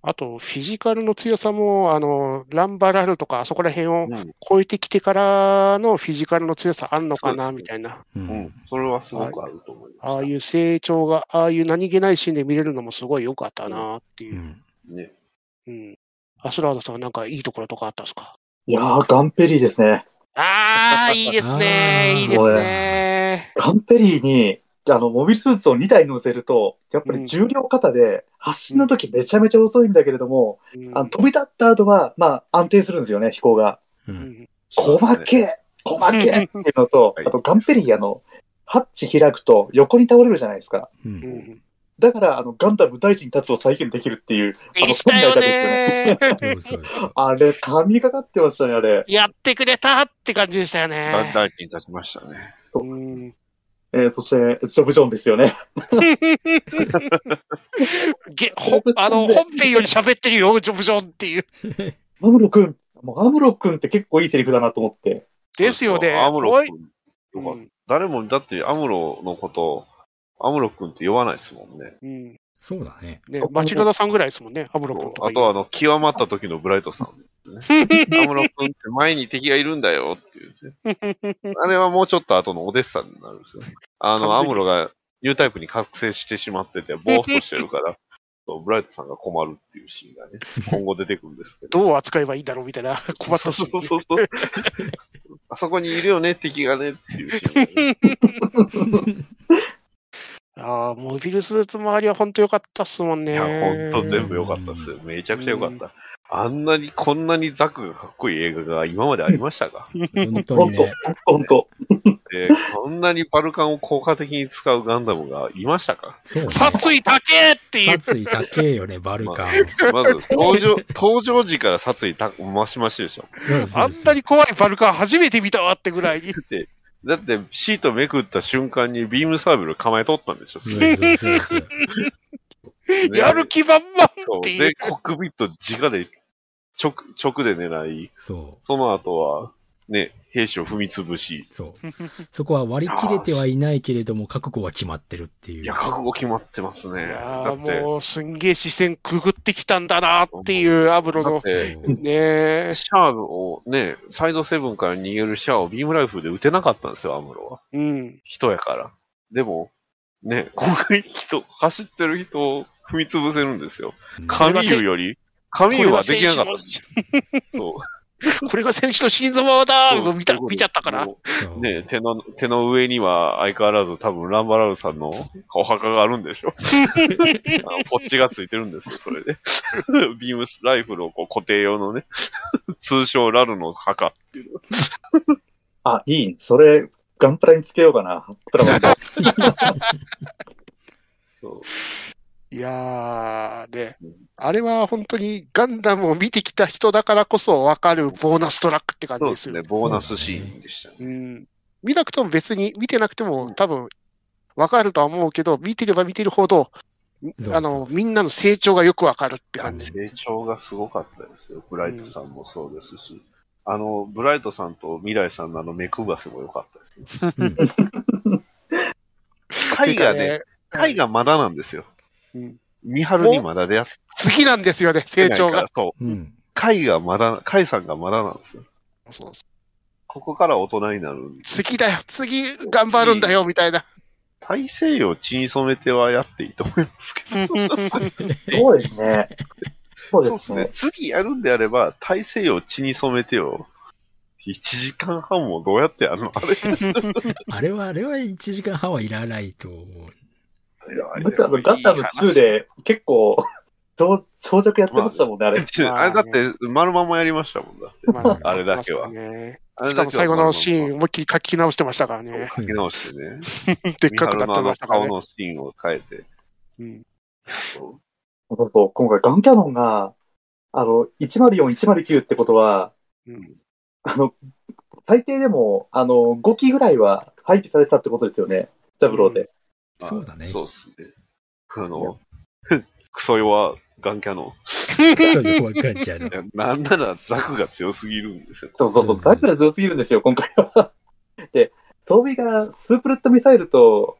あと、フィジカルの強さも、あの、ランバラルとか、あそこら辺をうん、超えてきてからのフィジカルの強さあんのかな、そうでみすねたいな。ううんん。、それはすごくあると思います。ああいう成長が、ああいう何気ないシーンで見れるのもすごい良かったなってういう。ん。ね。うん。アスラーダさんはなんかいいところとかあったんですかいやー、ガンペリーですね。ああ、いいですねあー。いいですね。ガンペリーに、あの、モビルスーツを2台乗せると、やっぱり重量型で、発進の時めちゃめちゃ遅いんだけれども、うんあの飛び立った後は、まあ、安定するんですよね、飛行が。う。うんん細けえ細けえっていうのと、はいあとガンペリーあの、ハッチ開くと横に倒れるじゃないですか。う。うんんだから、あの、ガンダム大地に立つを再現できるっていう、あでの、きたよ本来だけですよねね。そうそうそう。あれ、神がかってましたね、あれ。 やってくれたって感じでしたよね。大地に立ちましたね。うんえーそして、ジョブジョンですよね。 げほあの本編より喋ってるよ、ジョブジョンっていう。アムロ君。もうアムロ君って結構いいセリフだなと思って。ですよね。アムロおい君とか、誰も、だってアムロのこと、アムロ君って言わないですもんね。うんうんそうだね。ね、町田さんぐらいですもんね、アムロ君とかあとはあの、極まった時のブライトさんですね。アムロ君って前に敵がいるんだよっていう ね。あれはもうちょっと後のオデッサになるんですよね。あの、ア完全にムロがニュータイプに覚醒してしまってて、ぼーっとしてるから、とブライトさんが困るっていうシーン がね、今後出てくるんですけど。どう扱えばいいんだろうみたいな、 困ったしそうそうそう。 あそこにいるよね、敵がねっていうシーンが ね、ああ、モビルスーツ周りは本当良かったっすもんね。いや、ほんと全部良かったっすよ。めちゃくちゃ良かった。あんなに、こんなにザクがかっこいい映画が今までありましたか本当本に当ね。、本当。で、こんなにバルカンを効果的に使うガンダムがいましたかそうね。殺意高えっていう。殺意高えよね、バルカン。まず、登場、登場時から殺意た、マシマシでしょ。あんなに怖いバルカン初めて見たわってぐ らいに。だって、シートめくった瞬間にビームサーベル構えとったんでしょ、そうそうそうそうねやる気満々っそう。ていうで、。コックピット直で、直、直で狙い、そその後は、ね、兵士を踏み潰し、う。そう。そこは割り切れてはいないけれども、覚悟は決まってるっていう。いや、覚悟決まってますね。いだやっーて、もうすんげえ視線くぐってきたんだなっていうアブロだ のっ。て、そうねえ。シャアをね、サイドセブンから逃げるシャアをビームライフルで撃てなかったんですよ、アムロは。うん。人やから。でも、ね、ここに人、走ってる人を踏み潰せるんですよ。うんカミーユより、カミーユはできなかったんですよ。そう。た。これが選手の心臓だそう見たそういうことです見ちゃったから。もそううね手の、手の上には相変わらず多分ランバラルさんのお墓があるんで しょあのポッチがついてるんですよ、それで。 ビームスライフルをこう固定用のね、通称ラルの墓。あ、いい。それ、ガンプラにつけようかな。プラマンドそういやー、でうん、あれは本当にガンダムを見てきた人だからこそ分かるボーナストラックって感そじうでですすよね、ボーナスシーンでしたね。うん見なくても別に、見てなくても多分分かるとは思うけど、見てれば見てるほど、そうあの、みんなの成長がよく分かるって感じ。成長がすごかったですよ。ブライトさんもそうですし。あの、ブライトさんと未来さんのあの目くばせも良かったですね。うんタイがね、てかねタイがまだなんですよ。うんミハルにまだ出会っ次なんですよね、て成ない長かがら。、そう。うん。カイがまだ、カイさんがまだなんですよ。そうここから大人になる。次だよ、次頑張るんだよ、みたい な。大西洋血に染めてはやっていいと思いますけそうですね。そうど。ですね。次やるんであれば、大西洋血に染めてよ。1時間半もどうやってやるのあれあれは、あれは1時間半はいらないと思う。むしろあの、ガンダム2。で結構、 長長尺やってましたもんね、あれ。違う あれだって、丸まんまやりましたもんだって。まあれだけはまあそうねあれしだけはかも最後のシーン、ン。思いっきり書き直してましたからね。書き直してね。でっかくなっミハてルのあまのしたから顔ね。のシーンを変えて。うんそうそうそう、今回ガンキャノンが、あの、104、109ってことは、うんあの、最低でも、あの、5機ぐらいは廃棄されてたってことですよね。ジャブローで。あそうだね。そうっすね。あの、クソ弱ガンキャノン。そういうわかんじゃね い。やなんならザクが強すぎるんですよ。そうそうそうう、んザクラ強すぎるんですよ、今回は。 で、装備がスープレットミサイルと、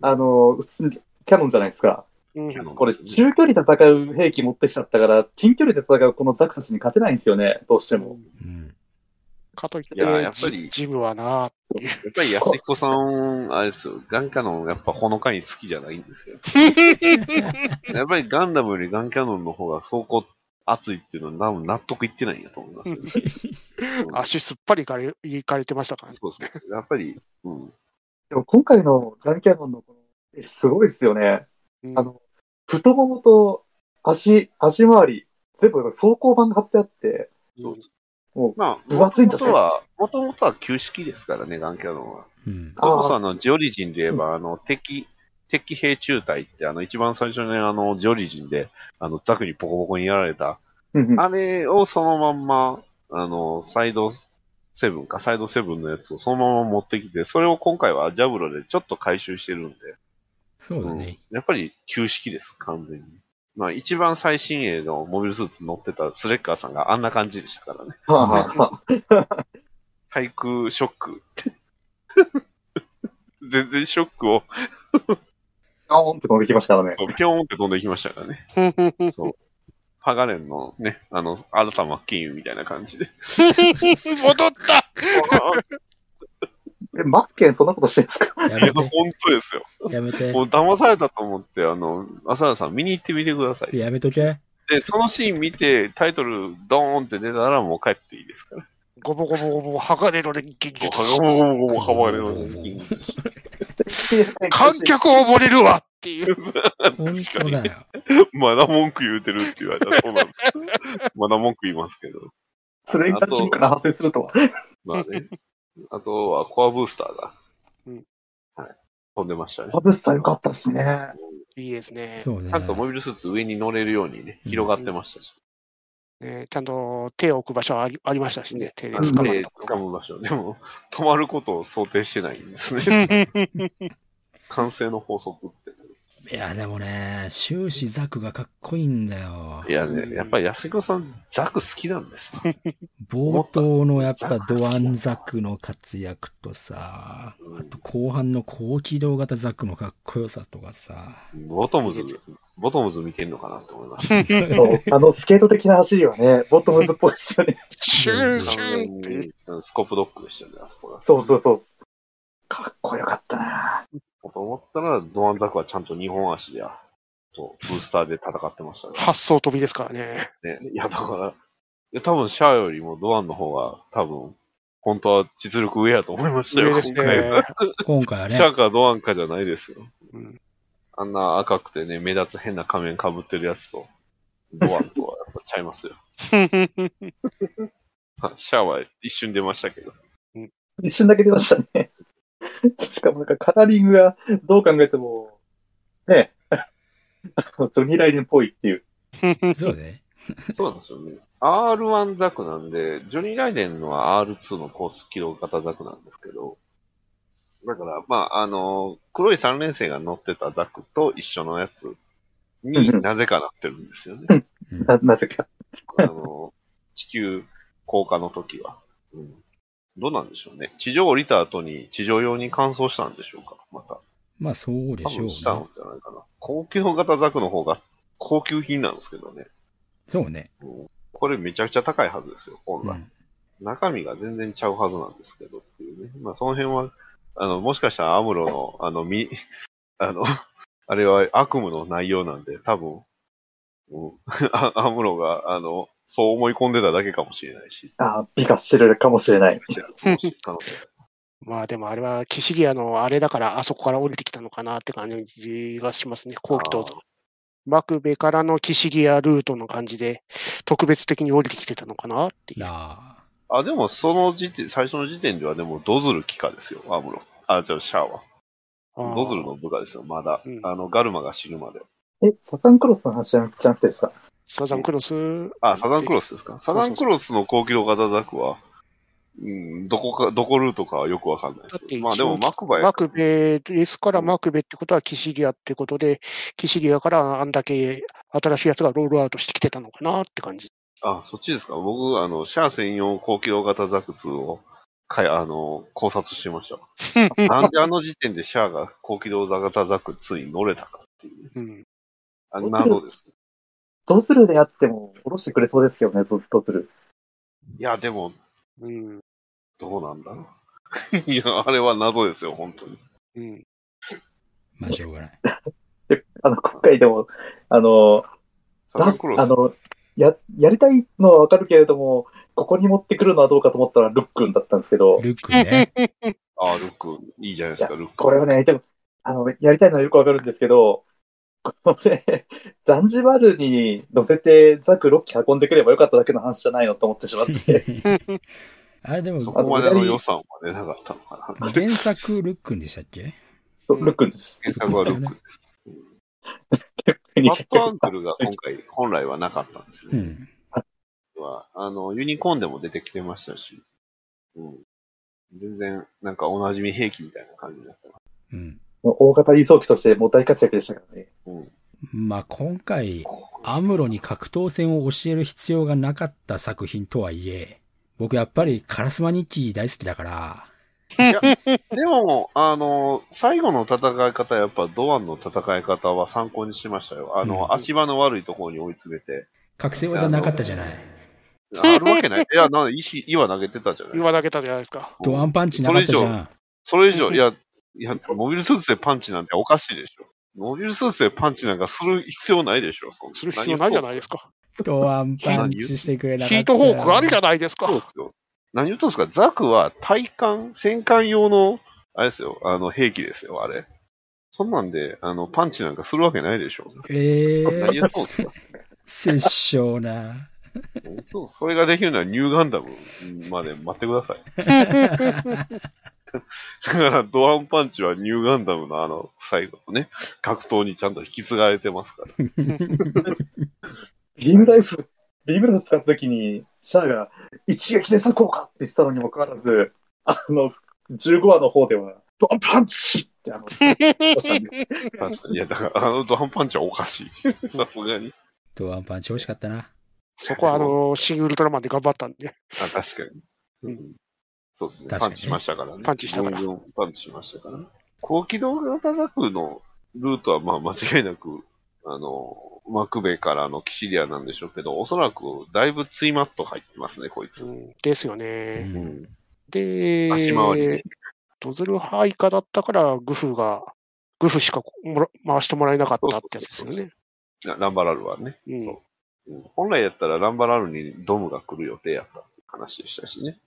あの、普通にキャノンじゃないですか。うんこれ、中距離戦う兵器持ってきちゃったから、近距離で戦うこのザクたちに勝てないんですよね、どうしても。うん。かといって、いややっぱりジジムはな、やっぱり安彦さん、あれですよ、ガンキャノンやっぱほのかに好きじゃないんですよ。やっぱりガンダムよりガンキャノンの方が走行熱いっていうのは多分納得いってないんやと思いますよね、うん足すっぱりいかれいかれてましたからね。そうそうやっぱり、うん。でも今回のガンキャノンのこの、えすごいですよね。うんあの、 太ももと足、足回り、全部走行板が貼ってあって、そうもまあ、分厚いんだ元々は、もともとは旧式ですからね、ガンキャノンは。うん。それこそあの、ジオリジンで言えば、あの、敵、敵兵中隊って、あの、一番最初にあの、ジオリジンで、あの、ザクにボコボコにやられた、うんうんあれをそのまんま、あの、サイドセブンか、サイドセブンのやつをそのまま持ってきて、それを今回はジャブロでちょっと回収してるんで、そうだね。やっぱり旧式です、完全に。まあ、一番最新鋭のモビルスーツ乗ってたスレッカーさんがあんな感じでしたからね。はあはあはあ対空ショック。全然ショックを、ガオーンって飛んできましたからね。ぴょーんって飛んでいきましたからね。そう。ハガレンのね、あの、新た真剣佑みたいな感じで。戻ったえ、マッケンそんなことしてんですかやいや、め本て、当ですよ。やめても、う騙されたと思って、あの、浅田さん見に行ってみてください。やめとけ。で、そのシーン見て、タイトルドーンって出たらもう帰っていいですから。ゴボゴボゴボ、鋼の錬金術。もう、もう、もう、はまれる。観 客を溺れるわっ ていう。本当だよ。まだ文句言うてるって言われたらそうなんです。まだ文句言いますけど。それがシンから発生するとは。まあね。あとは、コアブースターが。うんはい。飛んでましたねパ。ブスさんよかったですね。いいですね。そうねちゃ。んとモビルスーツ上に乗れるようにね、広がってましたし。ねちゃんと手を置く場所ありありましたしね、手でで、掴まるとこ掴む場所。でも、止まることを想定してないんですね。 完成の法則って。いや、でもね、終始ザクがかっこいいんだよい。やね、やっぱり安彦さん、ザク好きなんですね。冒頭のやっぱドアンザクの活躍とさ、あと後半の高機動型ザクのかっこよさとかさ、ボトムズ、ボトムズ見てんのかなって思いました。そうあの、スケート的な走りはね、ボトムズっぽいですよね。 シュ ンシュンって。うんスコープドッグでしたね、あそこが。 そうそうそう。かっこよかったなと思ったら、ドアンザクはちゃんと日本足で、あと、ブースターで戦ってましたね。発想飛びですからね。ね、いや、だから、いや多分シャアよりもドアンの方が、多分、本当は実力上やと思いましたよ、上ですね今回は今回は ねシ、ャアかドアンかじゃないですよ。うんあんな赤くてね、目立つ変な仮面被ってるやつと、ドアンとはやっぱちゃいますよ。 まあシャアは一瞬出ましたけど。一瞬だけ出ましたね。しかもなんかカラーリングがどう考えても、ね、あのジョニー・ライデンっぽいっていう。 そうね。そうなんですよね。R1 ザクなんで、ジョニー・ライデンのは R2 のコース起動型ザクなんですけど、だから、まあ、あの、黒い三連星が乗ってたザクと一緒のやつにうんうんなぜかなってるんですよね。 うんな、なぜか。あの、地球降下の時は。うん。どうなんでしょうね。地上降りた後に地上用に乾燥したんでしょうかまた。まあそうで多しょ分うね。したんじゃないかな。高級型ザクの方が高級品なんですけどね。そうね。うんこれめちゃくちゃ高いはずですよ、本う来。ん中身が全然ちゃうはずなんですけどっていうね。まあその辺は、あの、もしかしたらアムロの、あの、み、 あの、あれは悪夢の内容なんで、多分、うん、あアムロが、あの、そう思い込んでただけかもしれない し。あー美化してるかもしれない。もし可能性 まあでもあれは、キシリアのあれだから、あそこから降りてきたのかなって感じがしますね、後期とあー。マクベからのキシリアルートの感じで、特別的に降りてきてたのかなっていう。なあ。あ、でもその時点、最初の時点ではでもドズル機かですよ、アムロ。あ、じゃあシャアは。ドズルの部下ですよ、まだ。うんあの、ガルマが死ぬまで。え、サタンクロスの話じゃなくてですかサザンクロス。あ、サザンクロス。スですか。サザンクロスの高機動型ザクは、うん、どこか、どこルートかはよくわかんないだでっすてまあでも、一応マクバイ、マクベですから、マクベってことはキシリアってことで、キシリアからあんだけ新しいやつがロールアウトしてきてたのかなって感じ。あ、そっちですか。僕、あの、シャア専用高機動型ザク2を、かい、あの、考察してま した。なんであの時点でシャアが高機動型ザク2に乗れたかっていう、うん、あ謎です。ドズルでやっても、下ろしてくれそうですけどね、ドドズル。いや、でも、うん、どうなんだろう。 いや、あれは謎ですよ、本当に。うん。まあしょうがない。で、 あの、今回でも、あの、サザンクロス。あの、や、やりたいのはわかるけれども、ここに持ってくるのはどうかと思ったら、ルックンだったんですけど、ルック ね。あ、ルック、いいじゃないですか、ルック。これはね、でも、あの、やりたいのはよくわかるんですけど、これ、ザンジバルに乗せて、ザク6機運んでくればよかっただけの話じゃないのと思ってしまって、あれでそも、こまでの予算は出なかったのかな。原作ルックンでしたっけ ルックンです。原作はルックです。バッドアンクルが今回、本来はなかったんですうね。ん。はあの、ユニコーンでも出てきてましたし、うん、全然、なんかおなじみ兵器みたいな感じになってます。うん。大型輸送機としてもう大活躍でしたからね。うん、まあ今回、アムロに格闘戦を教える必要がなかった作品とはいえ、僕やっぱりカラスマニッキー大好きだから、でも、あの、最後の戦い方、やっぱドアンの戦い方は参考にしましたよ。あの、うん足場の悪いところに追い詰めて、覚醒技なかったじゃない。 あるわけない。いや、なんか石、岩投げてたじゃないです岩か。投げたじゃないですか。ドアンパンチなかったじゃん。それ以上、いや、いや、モビルスーツでパンチなんておかしいでしょ。モビルスーツでパンチなんかする必要ないでしょ。そんする必要ないじゃないですか。か。ドアンパンチしてくれなかったヒートホークあるじゃないですか そう。ですよ。何言うとんすかザクは体艦、戦艦用の、あれですよ、あの、兵器ですよ、あれ。そんなんで、あの、パンチなんかするわけないでしょ。え何言うとんー、すか 殺生な。そうそれができるのはニューガンダムまで待ってください。 だから、ドアンパンチはニューガンダムのあの、最後のね、格闘にちゃんと引き継がれてますから。ビームライフル、ビームライフル使った時に、シャアが一撃で裂こうかって言ってたのにもかかわらず、あの、15話の方では、ドンパンチってあの、おっしゃる確かに。いや、だから、あのドアンパンチはおかしい。さすがに。ドアンパンチ欲しかったな。そこはあの、シンウルトラマンで頑張ったんで。あ、確かに。うん。そうですね。確パかにねンチしましたからね。パンチしたから44パンチしましたからね。高機動型ザクのルートは、まあ、間違いなく、あの、マクベからのキシリアなんでしょうけど、おそらく、だいぶツイマット入ってますね、こいつ。うんですようね。ん、で、足回りねドズルハイカだったから、グフが、グフしかもら回してもらえなかったってやつですよね。ラランバラルはね。うんそううん本来だったらランバラルにドムが来る予定やったって話でしたしね。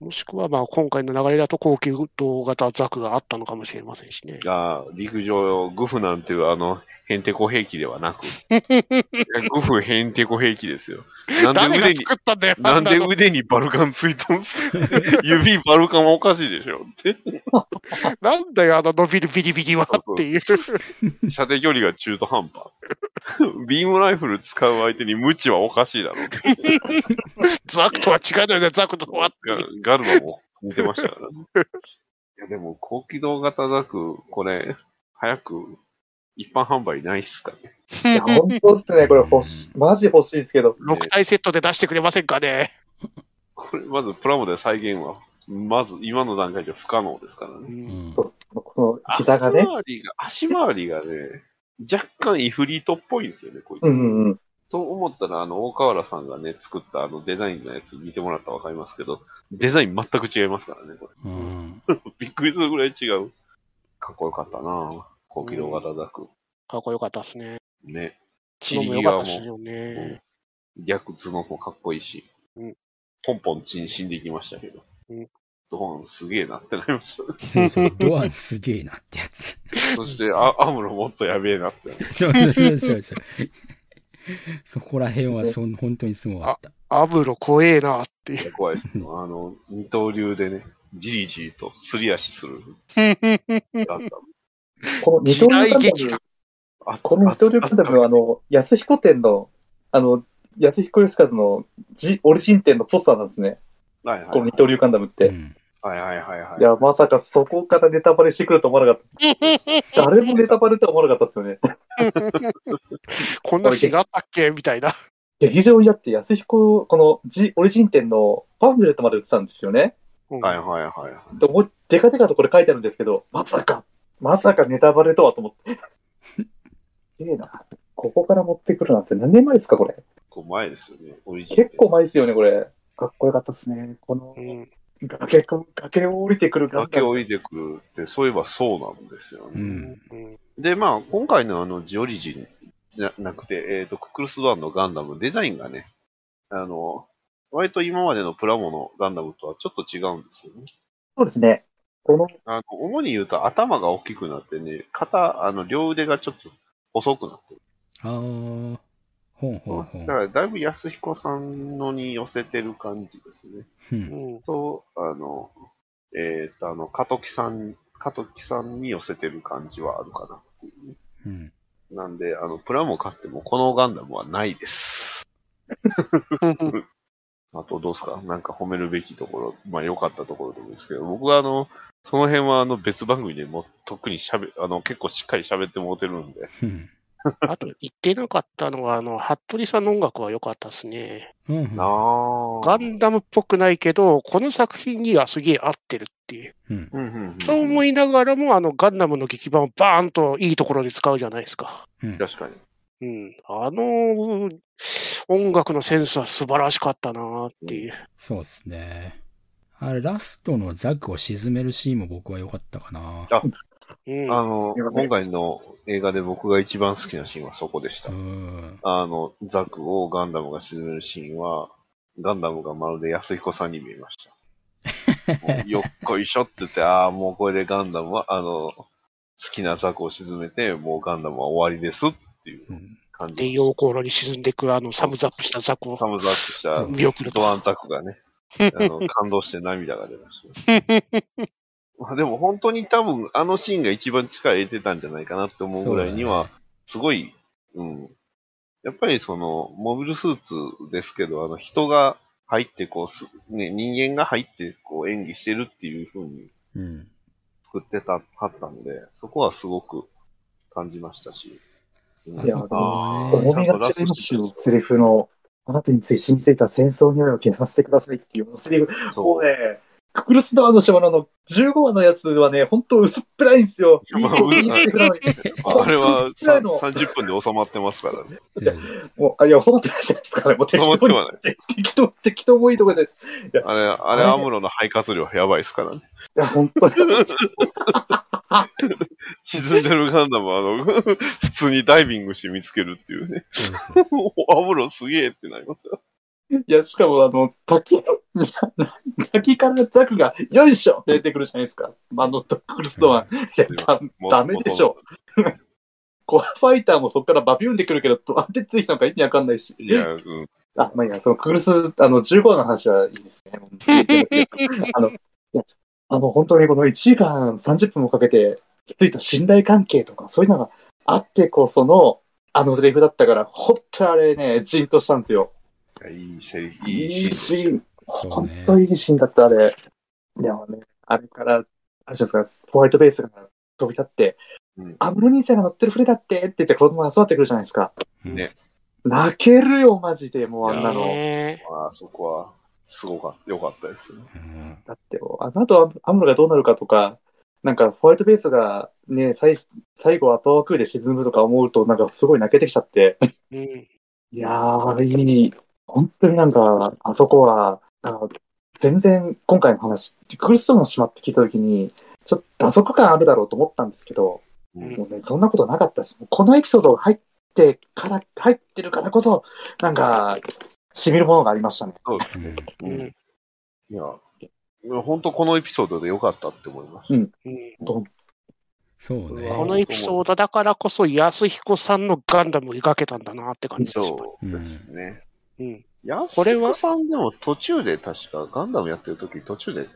もしくは、まあ、今回の流れだと高級動型ザクがあったのかもしれませんしね。あー陸上、グフなんていうあの、ヘンテコ兵器ではな く。いやグフヘンテコ兵器ですよ。なんで誰が腕に、作ったんだよ、なんであの腕にバルカンついたん す指バルカンはおかしいでしょって。なんだよ、あの伸びるビリビリはっていう。射程距離が中途半端。ビームライフル使う相手に無知はおかしいだろう。ザクとは違うのよね、ザクとはっていう。ガガルマも似てましたからね。いや、でも、高機動型ザク、これ、早く、一般販売ないっすかね。いや、本当ですね、これ欲し、マジ欲しいですけど、 6体セットで出してくれませんかね。これ、まず、プラモで再現は、まず、今の段階じゃ不可能ですからね。うんそうこの膝がね足、回りが、足回りがね、若干イフリートっぽいんですよね、こいつ。うんうんうん。と思ったら、あの、大河原さんがね、作ったあのデザインのやつ見てもらったらわかりますけど、デザイン全く違いますからね、これ。うんびっくりするぐらい違う。かっこよかったなぁ。高機動型ザク。かっこよかったですね。ね。チ角リもギ良かアっもたしよね。逆角もかっこいいし、うんポンポンチン死んでいきましたけど、うんドーンすげえなってなりましたね。そうそうドアンすげえなってやつ。そしてあアムロもっとやべえなって。そうそうそうそうそう。そこら辺はそん本当にすごかった。アブロ怖えなっていう。怖いですね。あの、二刀流でね、じりじりとすり足するガンダム。この二時刀流代ガンダ劇ムが、あこの二刀流ガンダムは、あの、安彦店の、あの、安彦義和のジオリジン店のポスターなんですね。はいはいこの二刀流ガンダムって。うんはいはいはいはいいや、まさかそこからネタバレしてくると思わな かった。誰もネタバレとは思わなかったですよね。こんなシーンがあったっけみたいな。劇場にだって安彦、このジオリジン店のパンフレットまで売ってたんですよね。うんはいはいはいはい。で、もうデカデカとこれ書いてあるんですけど、まさか、まさかネタバレとはと思って。ええな。 ここから持ってくるなんて何年前ですか、これ。こう前ですよね。オリジンって結構前ですよね、これ。かっこよかったですね。このう、ん崖か、崖を降りてくるガンダ崖ムを降りてくるって、そういえばそうなんですよね。うん。うんで、まあ、今回のあの、ジオリジンじゃなくて、えっ、と、ククルスドアンのガンダム、デザインがね、あの、割と今までのプラモのガンダムとはちょっと違うんですよね。そうですね。この、あの、主に言うと頭が大きくなってね、肩、あの、両腕がちょっと細くなってる。ああ、ほんほんほだんか。ら、だいぶ安彦さんのに寄せてる感じですね。ううんんと、あの、えっ、と、あの、加藤木さん、加藤木さんに寄せてる感じはあるかなっていうね。うんなんで、あの、プラモ買ってもこのガンダムはないです。あと、どうですかなんか褒めるべきところ、まあ良かったところでもいいですけど、僕はあの、その辺はあの別番組でもとっくに喋、あの、結構しっかり喋ってもうてるんで、うんあと、言ってなかったのが、あの、服部さんの音楽は良かったですね。うんうんなあガンダムっぽくないけど、この作品にはすげえ合ってるっていう。うんうんうんうん、そう思いながらも、あの、ガンダムの劇版をバーンといいところで使うじゃないですか。うん確かに。うん。あの、音楽のセンスは素晴らしかったなっていう。そうですね。あれ、ラストのザクを沈めるシーンも僕は良かったかな。うん。ああの、今回の映画で僕が一番好きなシーンはそこでしたう。ん。あの、ザクをガンダムが沈めるシーンは、ガンダムがまるで安彦さんに見えま した。もうよっこいしょって言って、ああ、もうこれでガンダムは、あの、好きなザクを沈めて、もうガンダムは終わりですっていううん感じで、陽光炉に沈んでいく、あの、サムズアップしたザクをサムズアップした見送るドアンと。ザクが ね、あの感動して涙が出ました。まあでも本当に多分あのシーンが一番力入れてたんじゃないかなって思うぐらいには、すごい、うん。やっぱりその、モビルスーツですけど、あの人が入ってこうす、ね、人間が入ってこう演技してるっていう風にうん。作ってた、はったので、そこはすごく感じましたし。うんあそこは ね重みが違いますよ、セリフの。あなたについ染みついた戦争においを消させてくださいっていうセリフ。もそうね、ククルスドアの島の15話のやつはね、ほんと薄っぺらいんですよ。いい子いいセリフなのに。う。あれはぐらさいの30分で収まってますからね。 うんもう、あ、いや、収まってないじゃないですか、ね。もう収適まって当にはない。適当、適当もいいとこです。あれ、あれ、アムロの肺活量やばいですからね。いや、本当に。沈んでるガンダムは、あの、普通にダイビングして見つけるっていうね。そうそうもうアムロすげえってなりますよ。いや、しかも、あの、 滝、滝からザクが、よいしょって出てくるじゃないですか。あの、ククルスドア。いや、だもダメでしょ。コアファイターもそこからバビューンでくるけど、どうやって出てきたのか意味わかんないし。いや、うん。あ、まあいいや、そのクルス、あの、15の話はいいですね。あの、いや、あの、本当にこの1時間30分もかけて、ついた信頼関係とか、そういうのがあってこその、あのセリフだったから、ほっとあれね、じんとしたんですよ。いやいいセリフ、いいシいーン。いシーン。ねほんといいシーンだった、あれ。でもね、あれから、あれじゃないですか、ホワイトベースが飛び立って、うんアムロ兄ちゃんが乗ってる船だってって言って子供が集まってくるじゃないですか。うんね泣けるよ、マジで、もうあんなの。ねまあ、そこは、すごかった、よかったですね。うんだってもう、あの後アムロがどうなるかとか、なんかホワイトベースがね、最最後はパワークーで沈むとか思うと、なんかすごい泣けてきちゃって。うん。いやー、いい。本当になんか、あそこは、あの全然今回の話、クルストの島って聞いたときに、ちょっと打足感あるだろうと思ったんですけど、うんもうね、そんなことなかったです。もうこのエピソードが入ってから、入ってるからこそ、なんか、染みるものがありましたね。そうですね。ううんん。いや、本当このエピソードでよかったって思いましうんそうね。このエピソードだからこそ、安彦さんのガンダムを描けたんだなってた。感じがしまそうですね。す。うん。ヤスこれはコさんでも途中で確かガンダムやってる時途中で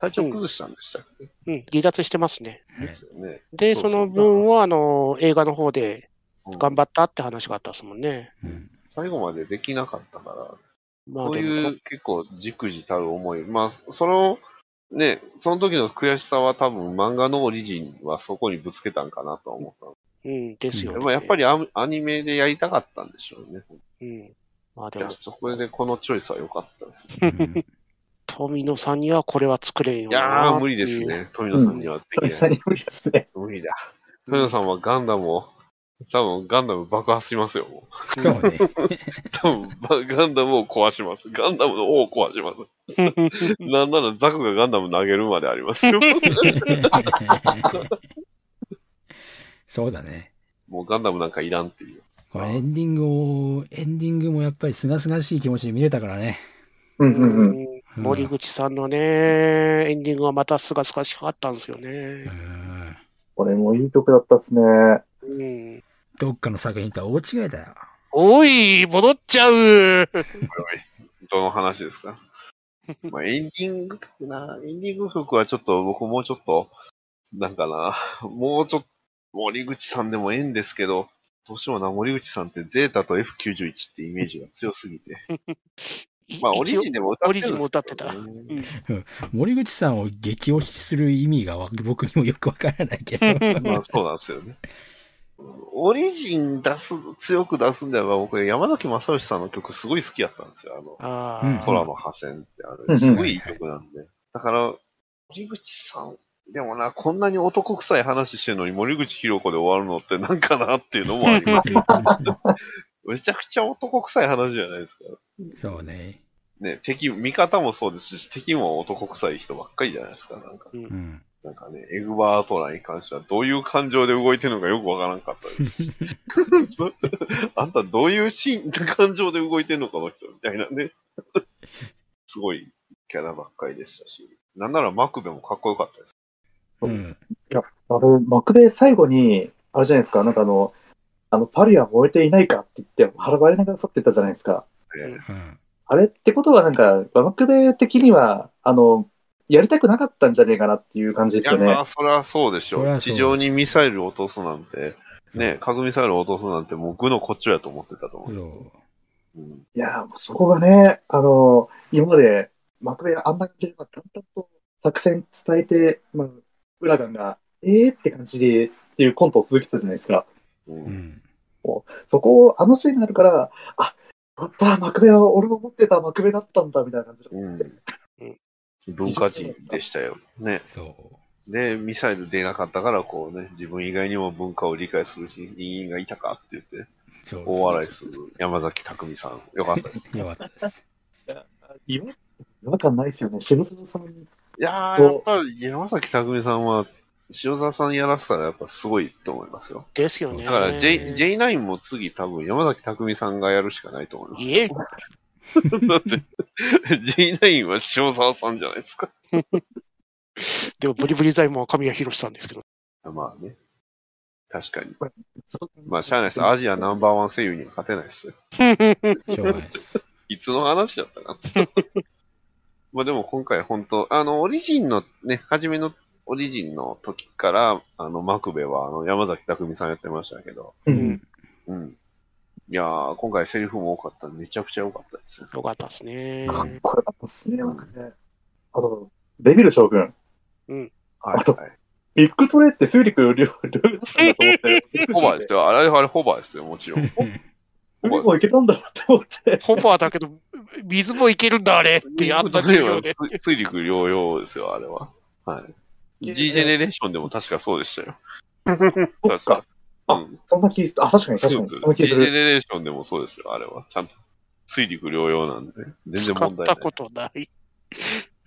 体調崩したんでしたっけ、うん。離脱してますね。うんですよね。で、そそうそうの分を、あの、映画の方でうん頑張ったって話があったですもんね。うん最後までできなかったから、まあ、そうでいもう、結構じくじたる思い。まあ、その、ね、その時の悔しさは多分漫画のオリジンはそこにぶつけたんかなとは思っうん、ですよた。ね。まあやっぱりアアニメでやりたかったんでしょうね。うん。まあいでやも、そこでこのチョイスは良かったですね。うん富野さんにはこれは作れんよいなやー、って無理いうです。ね。富野さんにはでき久ない。々に無理ですね。無理だ。富野さんはガンダムを、多分ガンダム爆破しますよ。もうそうね。 多分ばガンダムを壊します。ガンダムの王を壊します。なんならザクがガンダム投げるまでありますよ。そうだね。もうガンダムなんかいらんっていう。これエンディングを、エンディングもやっぱりすがすがしい気持ちで見れたからね。うんうんうん。うん森口さんのね、エンディングはまたすがすがしかったんですようね。んこれもいい曲だったですね。うん。どっかの作品とは大違いだよ。おい、戻っちゃう。どの話です かまあエンディング曲な、エンディング曲はちょっと僕もうちょっと、なんかな、もうちょっと、森口さんでもええんですけど、どうしようもな、森口さんってゼータと F91 ってイメージが強すぎ て。まあ、オリジンでも歌ってるんですけど、ね。オリジンも歌ってた森口さんを激推しする意味がわ僕にもよくわからないけど。まあ、そうなんですよね。オリジン出す、強く出すんであれば、僕、山崎正義さんの曲すごい好きやったんですよ。あの、あうんあ、空の破線ってあうんれ、すごいいい曲なんで。だから、森口さん、でもな、こんなに男臭い話してるのに森口博子で終わるのってなんかなっていうのもあ ります。めちゃくちゃ男臭い話じゃないですか。 そうね。ね、敵、味方もそうですし、敵も男臭い人ばっかりじゃないですか。なんか、うん。なんかね、エグバートラに関してはどういう感情で動いてるのかよくわからんかったです し。あんたどういうシーン、感情で動いてるのかの人みたいなね。すごいキャラばっかりでしたし。なんならマクベもかっこよかったです。うん。あの、マクベ最後に、あれじゃないですか、なんかあの、あの、パリは燃えていないかって言って、腹ばれながら去ってったじゃないですか。ねうん。あれってことはなんか、マクベ的には、あの、やりたくなかったんじゃねえかなっていう感じいですや、よね。まあ、それはそうでしそょりゃそうう。です地上にミサイルを落とすなんて、ね、核ミサイルを落とすなんてもう具のこっちやと思ってたと思う。そうんいやー、もうそこがね、あのー今まで、マクベがあんな感じで、まあ、淡々と作戦伝えて、まあ、ウラガンが、えーって感じで、っていうコントを続けてたじゃないですか。うう。うんん。そこを、あのシーンになるから、あ、よかった、マクベは俺の思ってたマクベだったんだ、みたいな感じで。うん文化人でしたよ。ね。そで、ミサイル出なかったから、こうね、自分以外にも文化を理解する人間がいたかって言って、う。そう。大笑いする山崎匠さん。よか ったです。よかったです。違和感ないですよね。渋沢さんに。いやー、そやうっぱり山崎匠さんは、塩沢さんやらせたらやっぱすごいと思いますよ。ですよね。だから J、ね J9 も次多分山崎匠さんがやるしかないと 思います。いえ、だって、J9 は塩沢さんじゃないですか。でもブリブリ財務は神谷博さんですけど。まあね。確かに。まあ、しゃあないです。アジアナンバーワン声優には勝てないですよ。しょうがないです。いつの話だったかな。 まあでも今回本当、あの、オリジンのね、初めのオリジンの時から、あの、マクベは、あの、山崎匠さんやってましたけど、う。うんん。うん。いやー、今回セリフも多かったんで、めちゃくちゃ多かったですね。よかったですね。かっこよかったっすね、マクベ。あと、デビル将軍。はい、はい。ビッグトレってスーリクルールだったんだと思って。びっくりしホてバーですよ。あれ、あれ、ホバーですよ、もち ろん。海も行けたんだって思って。ホバーだけど、水もいけるんだ、あれって、やった授業で。水陸両用ですよ、あれは。はい。G ジェネレーションでも確かそうでしたよ。そっか。うあん。そんな気する。あ、確かにそ確かうに。ですそんな気す G ジェる。ネレーションでもそうですよ、あれは。ちゃんと。水陸両用なんで、全然使問っ題なたい。ことない。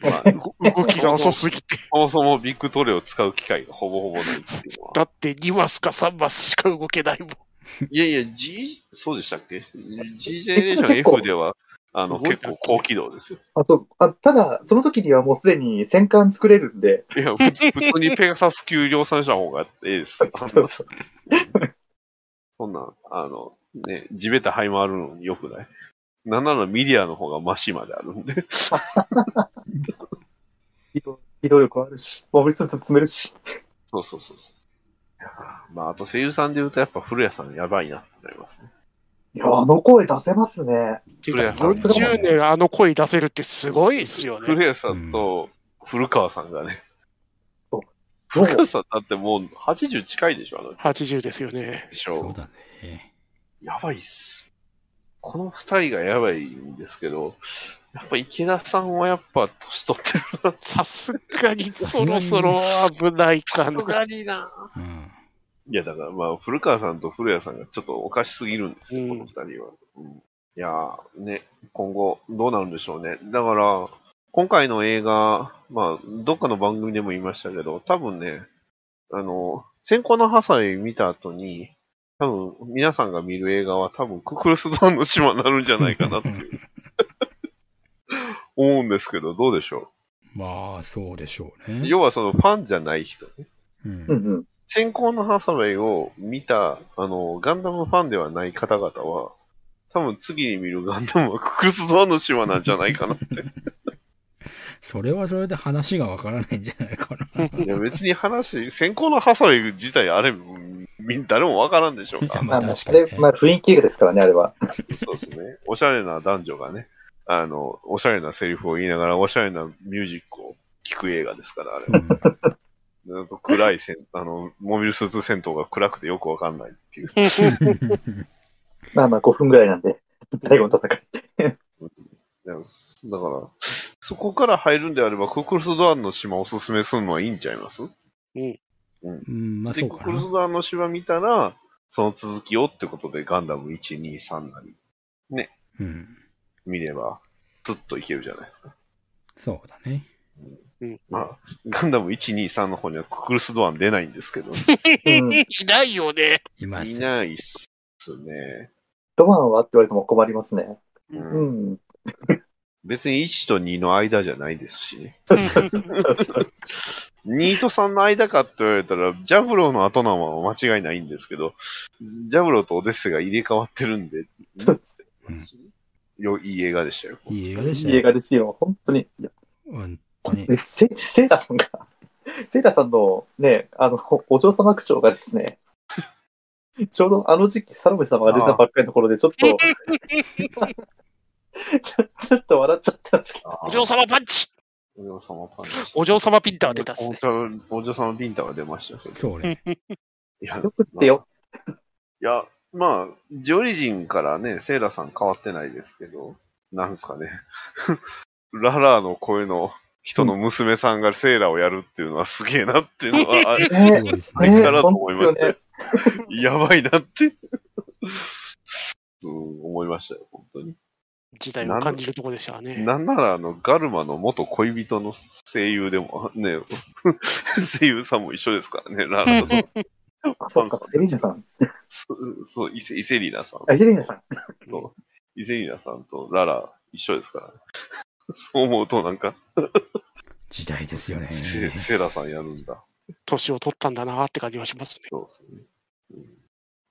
まあ動動きが遅すぎて。そもそもビッグトレを使う機会がほぼほぼないっていうのは。だって2マスか3マスしか動けないもん。いやいや、G、そうでしたっけ ?G ジェネレーション F では、あの、動い結たっけ構高機動ですよ。あと、あただ、その時にはもうすでに戦艦作れるんで。いや、普通普通にペガサス級量産した方がええですよ。あんそなうそうそんなん、あの、ね、地べた這い回るのに良くないなんならミディアの方がマシまであるんで。移動移動力あるし、守りつつ詰めるし。そうそうそうそう。いやまあ、あと声優さんで言うとやっぱ古谷さんやばいなってなりますね。いや、あの声出せますね。てそれかはさすがだ40年あの声出せるってすごいですよ古ね。谷さんと古川さんがね。そう古川さんだってもう80近いでしょ、あの80ですよね。でしそうょ。だね。やばいっす。この二人がやばいんですけど、やっぱ池田さんはやっぱ年取ってるさすがにそろそろ危ないかな。にな。うん。いや、だからまあ、古川さんと古谷さんがちょっとおかしすぎるんですよ、うんこの二人は。うんいやー、ね、今後どうなるんでしょうね。だから、今回の映画、まあ、どっかの番組でも言いましたけど、多分ね、あの、先行の破砕見た後に、多分、皆さんが見る映画は多分、ククルスドアンの島になるんじゃないかなって いう思うんですけど、どうでしょまあ、そうでしょううね。要はそのファンじゃない人ううんん。うん。先行のハサウェイを見た、あの、ガンダムファンではない方々は、多分次に見るガンダムはククルスドアの島なんじゃないかな って。それはそれで話がわからないんじゃないかな。いや、別に話、先行のハサウェイ自体あれ、うんみ誰もわからんでしょういやか。まあの確かにねあれ、まあ、雰囲気ですからね、あれは。そうですね。おしゃれな男女がね、あの、おしゃれなセリフを言いながら、おしゃれなミュージックを聴く映画ですから、あれは。うんなんか暗い戦、あの、モビルスーツ戦闘が暗くてよくわかんないっていう。まあまあ、5分ぐらいなんで。最後の戦い。いやすだから、そこから入るんであれば、ククルスドアンの島おすすめするのはいいんちゃいますうん、まあで、そうクかクなル。スドアンの島見たら、その続きをってことで、ガンダム1、2、3なりうん。見れば、ずっといけるじゃないですか。そうだね。まあ、ガンダム1、2、3の方にはククルスドアン出ないんですけど、うん いないよね。い まいす。ないっすね。ドマンはって言われても困りますね。う、うんん。別に1と2の間じゃないですしね。そうそうそうそう2と3の間かって言われたら、ジャブローの後なのは間違いないんですけど、ジャブローとオデッセが入れ替わってるんで、そうよいい映画でしたよ。いい映画でし たいい映よ。画ですよ。本当に。いや本当に。セセイラさんが、 セイラさんのね、あの、お嬢様口調がですね、ちょうどあの時期、サロメ様が出たばっかりのところで、ちょっ と、ちょちょっと笑っちゃったんですけど、お嬢様パンチお嬢様パンチ。お嬢様ピンター出たっすね。お嬢様ビンタは出ましたけど。そうね。いやよくってよ。いや、まあ、ジオリジンからね、セイラさん変わってないですけど、なんですかね。 ララーの声の人の娘さんがセイラをやるっていうのはすげえなっていうのは、 あれねすごいですあれかね。らと思いま本当したですよよ。 やばいなって、うん、思いましたよ、本当に。時代を感じるとこでした ね。なんなら、あの、ガルマの元恋人の声優でも、ね、 声優さんも一緒ですからね、ララーさん。あ、そっか、セリーナさん。そうそう、イセイセリーナさん。あ、セリーナさん。そう。イゼリナさんとララ一緒ですからね。 そう思うとなんか、時代ですよね。セセラさんやるんだ。年を取ったんだなって感じがしますね。そうですね。うん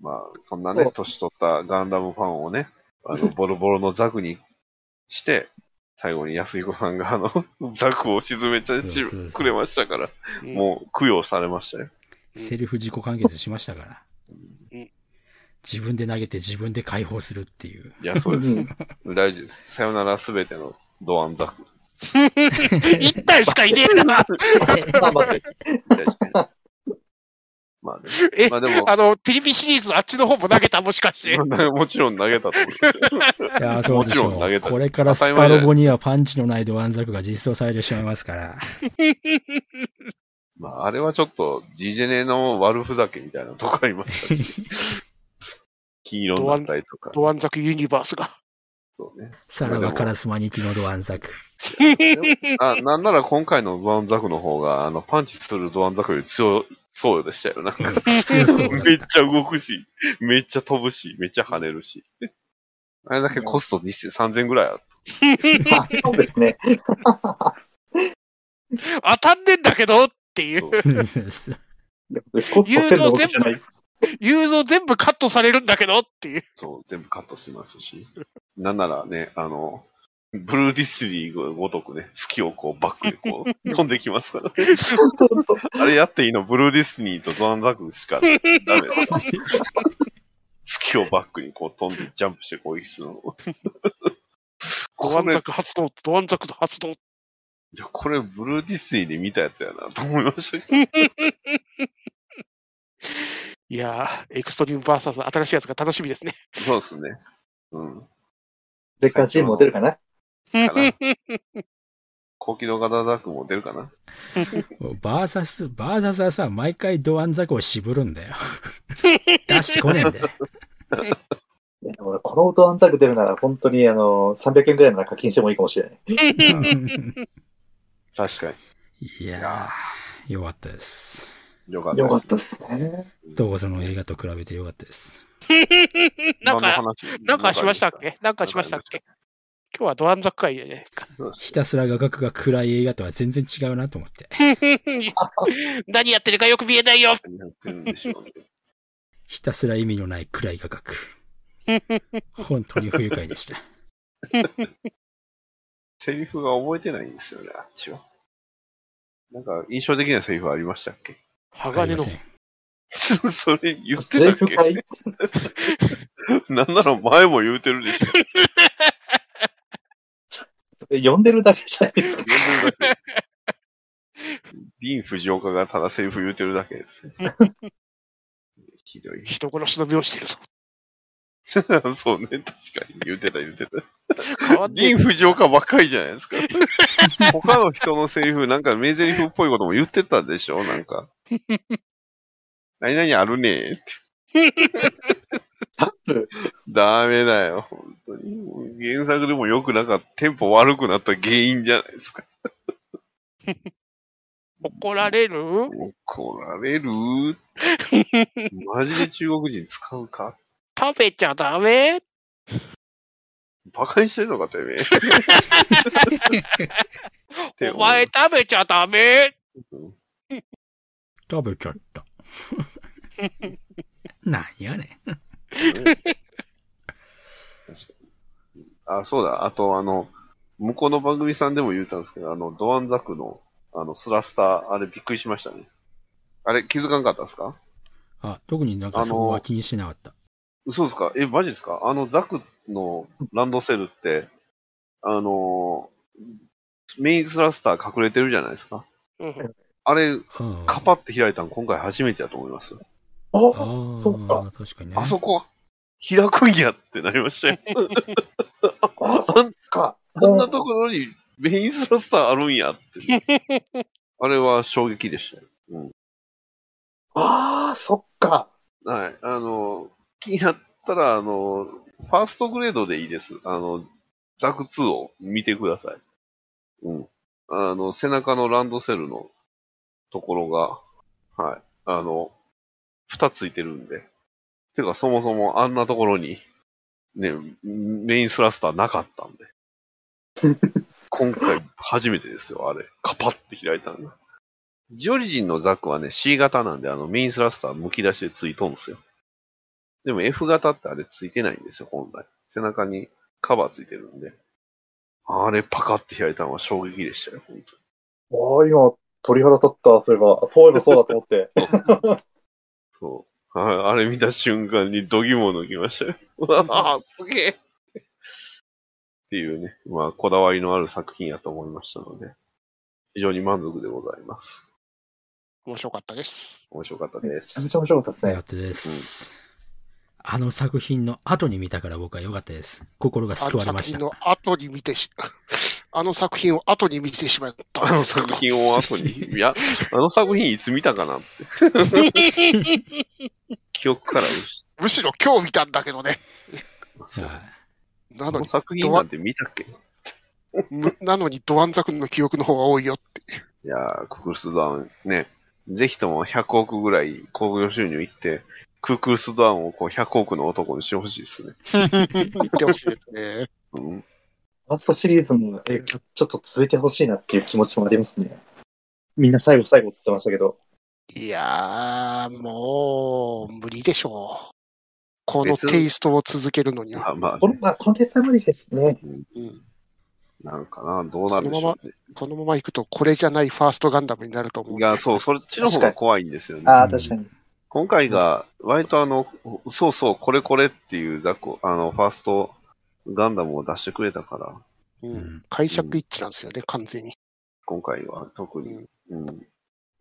まあ、そんなねそ、う年取ったガンダムファンをね、あ の、ボロボロのザクにして、最後に安彦さんがあの、ザクを沈めてそうそうくれましたから、うんもう供養されました よ。セルフ自己完結しましたからうん。自分で投げて自分で解放するっていう。いや、そうですう。大事です。さよならすべてのドアンザク。一体しかいねえ な。まあまあ、大事 ですまあね。え、まあでもあの、テレビシリーズあっちの方も投げたもしかして。 もちろん投げたと思いますよ。いやー、そうでしもちろん投ょげう。たこれからスパロボにはパンチのないドワンザクが実装されてしまいます から。まあ、あれはちょっと、ジジェネの悪ふざけみたいなとこありました し、黄色になったりとか、ドアンザクユニバースが。そうね。さらばカラスマニキのドワンザク。あ、なんなら今回のドアンザクの方が、あの、パンチするドアンザクより強そうでしたよ。なんか、強そうだっためっちゃ動くし、めっちゃ飛ぶし、めっちゃ跳ねるし。あれだけコスト2000 3000ぐらいあっまあ、そうですね。 当たんねんだけどっていう。た。そうそうそうコスト1000の動きじゃない。ユーゾ全部カットされるんだけどっていう。そう、全部カットしますし。 なんならね、あの、ブルーディスリーごとくね、月をこうバックでこ う飛んできますから。本当本当あれやっていいのブルーディスニーとドアンザクしかダ メです。月をバックにこう飛んでジャンプしてこういう質の。 ドアこンれ、いザク発動、ドアンザクと発動。やこれブルーディスニーで見たやつやなと思いましたけいやー、エクストリームバーサス新しいやつが楽しみですね。ど。そうですね。うん。レッカーチームも出るかな高機動型ザクも出るかなバーサス、バーサスはさ、毎回ドワンザクを渋るん だよ。出してこねえんだよ。いやでも俺このドアンザク出るなら、本当に、あの、300円ぐらいなら課金してもいいかもしれない。 確かに。いやー、よかったです。よかったよでかっす。たですね。どうぞの映画と比べてよかったです。 な何んか、の話なんかしましたっけなんかしましたっけ今日はドアンザク会じゃないですか。そうですひたすら画角が暗い映画とは全然違うなと思って。何やってるかよく見えないよ。何やってるんでしょうね。 ひたすら意味のない暗い画角。本当に不愉快でした。セリフが覚えてないんですよね、あっちは。なんか、印象的なセリフありましたっけ あり鋼まのせ、ん。それ言ってセたリっフけ会なんなら前も言うてるでしょ。呼んでるだけじゃないですか。言うてる だけディーン・フジオカがただセリフ言うてるだけです。ひどい。 人殺しの妙してるぞ。そうね、確かに。言うてた言うてた。変わんねディーン・フジオカばっかりじゃない ですか。他の人のセリフ、なんか名台詞っぽいことも言ってたでしょ、 なんか。何々あるねーって。タップダメだよ、本当に。原作でも良くなかった、テンポ悪くなった原因じゃないですか。怒られる怒られるマジで中国人使うか食べちゃダメバカにしてんのか、て めえ。ってお前食べちゃダメうん食べちゃった。 なんやねん。あ、そうだ。あと、あの、向こうの番組さんでも言うたんですけど、あの、ドアンザクの、あの、スラスター、あれびっくりしましたね。あれ気づかんかったですかあ、特になんかそこは気にしてなかった。嘘ですかえ、マジですかあの、ザクのランドセルって、あの、メインスラスター隠れてるじゃないですか。うんあれ、うんカパって開いたの今回初めてだと思います。あああ、そっか。確かにね。あそこ、開くんやってなりましたよ。あ、そっか。あんな ところにメインスラスターあるんやって。 あれは衝撃でしたよ。ああ、そっか。はい。あの、気になったら、あの、ファーストグレードでいいです。あの、ザク2を見てください。うん。あの、背中のランドセルのところが、はい。あの、蓋ついてるんで。てか、そもそもあんなところに、ね、メインスラスターなかったんで。今回初めてですよ、あれ。カパッて開いたのが。ジオリジンのザクはね、C 型なんで、あの、メインスラスター剥き出しでついとんですよ。でも F 型ってあれついてないんですよ、本来。背中にカバーついてるんで。あれパカって開いたのは衝撃でしたよ、本ああ、今、鳥肌立った。そういえば、そういえばそうだと思って。当に。そう。ああれ見た瞬間に度肝を抜きましたよ。うわあ、すげえっていうね、まあ、こだわりのある作品やと思いましたので、非常に満足でございます。面白かったです。面白かっためでちゃすめ。ちゃ面白かったですよかねっ。たです。あの作品の後に見たから僕は良かったです。心があ救のわれま作した品。の後に見てし、 あの作品を後に見てしまったあんのですけど作品を後に、いや、あの作品いつ見たかなって。記憶から失むしろ今日見たんだけどね。いますよ。はいなあののに、作品なんて見たっけい むなのにドアンザ君の記憶の方が多いよって。やー、ククルスドアンね、ぜひとも100億ぐらい興行収入いって、ククルスドアンをこう100億の男にしてほしいですね。言ってほしいですね。うん。ファーストシリーズも映画ちょっと続いてほしいなっていう気持ちもありますね。みんな最後最後って言ってましたけど。いやー、もう、無理でしょう。このテイストを続けるのには。まあまあこね、の、まあ、この手差無理ですね。うんなんかな、どうなるでしょうね。このまま行くと、これじゃないファーストガンダムになると思う。いや、そう、そっちの方が怖いんですよね。ああ、確かに。今回が、割とあの、そうそう、これこれっていう雑魚、あの、ファーストガンダムを出してくれたから、う、うんん解釈一致なんですよね、完全に。今回は特に。うん。こ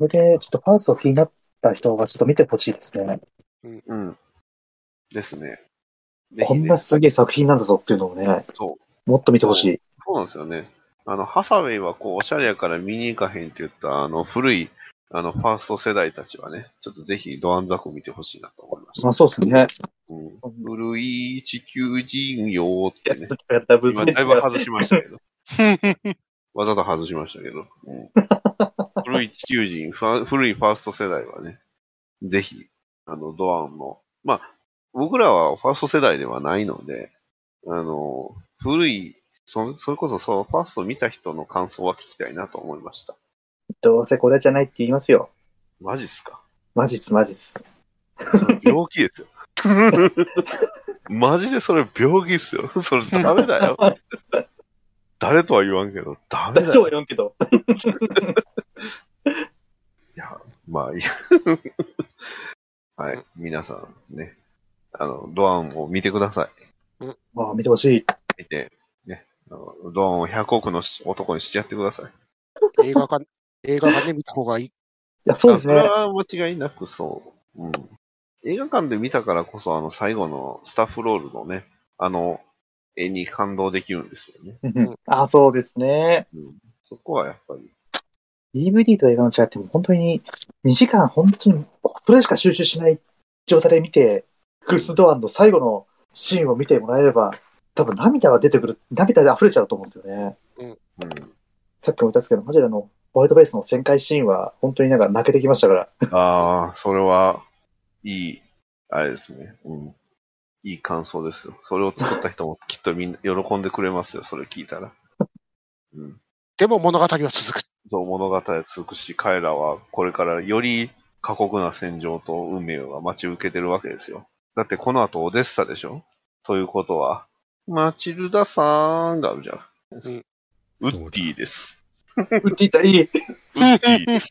れで、ちょっとファースト気になった人がちょっと見てほしいですね。うん。ですね。ぜこひんねなすげえ作品なんだぞっていうのをね、そもっと見てほしい。そうなんですよね。あの、ハサウェイはこう、おしゃれやから見に行かへんって言った、あの、古い、あの、ファースト世代たちはね、ちょっとぜひドアンザク見てほしいなと思いました。まあそうですね。うんうん、古い地球人よーってね。やったぶ今、だいぶ外しましたけど。わざと外しましたけど。うん古い地球人、ファ古いファースト世代はね、ぜひ、あの、ドアンも。まあ、僕らはファースト世代ではないので、あの、古い、そそれこそそのファースト見た人の感想は聞きたいなと思いました。どうせこれじゃないって言いますよ。マジっすかマジっす、マジっす。病気ですよ。 マジでそれ病気っすよ。それダメだよ。誰とは言わんけど、ダメ大だよ丈夫読んけど。まあ、いいや。 はい。皆さんね、あの、ドアンを見てくださまあ見てほしい。い。見て、ね、あのドアンを100億のし男にしてやってください。映 画館、映画館で見た方がいい。いや、そうですあねそれ。は間違いなくそう。うん。映画館で見たからこそ、あの、最後のスタッフロールのね、あの、絵に感動できるんですよね。うんあ、そうですね。そこはやっぱり。 DVD と映画の違いってもう本当に2時間本当にそれしか集中しない状態で見て、クルスドアンの最後のシーンを見てもらえれば、多分涙が出てくる、涙で溢れちゃうと思うんですよね。さっきも言ったんですけど、マジであの、ホワイトベースの旋回シーンは、本当になんか泣けてきましたから。ああ、それは、いい、あれですね。うん。いい感想ですよ。それを作った人もきっとみんな喜んでくれますよ、それ聞いたら。うん。でも物語は続く。そう物語は続くし、彼らはこれからより過酷な戦場と運命が待ち受けてるわけですよ。だってこの後オデッサでしょということは、マチルダさーんがあるじゃん。んウッディです。ウッディ対いい。ウッディです。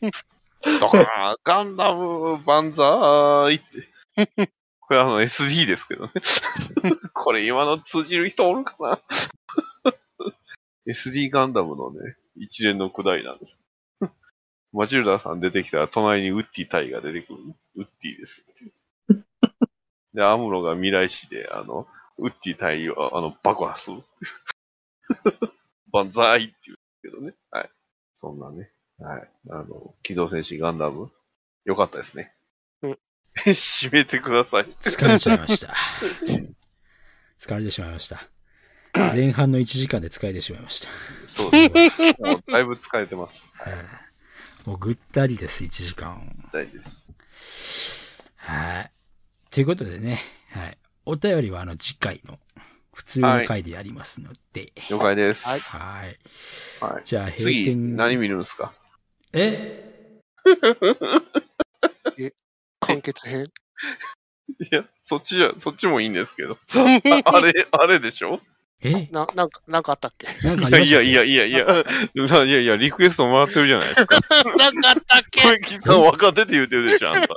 ドカーンガンダム万歳って。これあの SD ですけどね。これ今の通じる人おるかな ?SD ガンダムのね、一連のくだりなんです。マチルダさん出てきたら隣にウッディタイが出てくる。ウッディですって。で、アムロが未来史で、あの、ウッディタイをあの爆破する。 万歳って言うけどね。はい。そんなね。はい。あの、機動戦士ガンダム、よかったですね。うん 締めてください。疲れちゃいました。疲れてしまいました。前半の1時間で疲れてしまいました。そうです ね。もうだいぶ疲れてます。もうぐったりです、1時間。大事です。はい。ということでね、はい。お便りはあの次回の普通の回でやりますので、了解です。はいはい。はい。じゃあ閉次、店。何見るんですかえ完結編。いや、そっちじゃ、そっちもいいんですけど。ああれ、あれでしょえな、なんか、なんかあったっけなんかあいやりまいしたやっけいやいやいや、いやいや、リクエストもらってるじゃないですか。 なんかあったっけ小池さん若手って言うてるでしょ、あんた。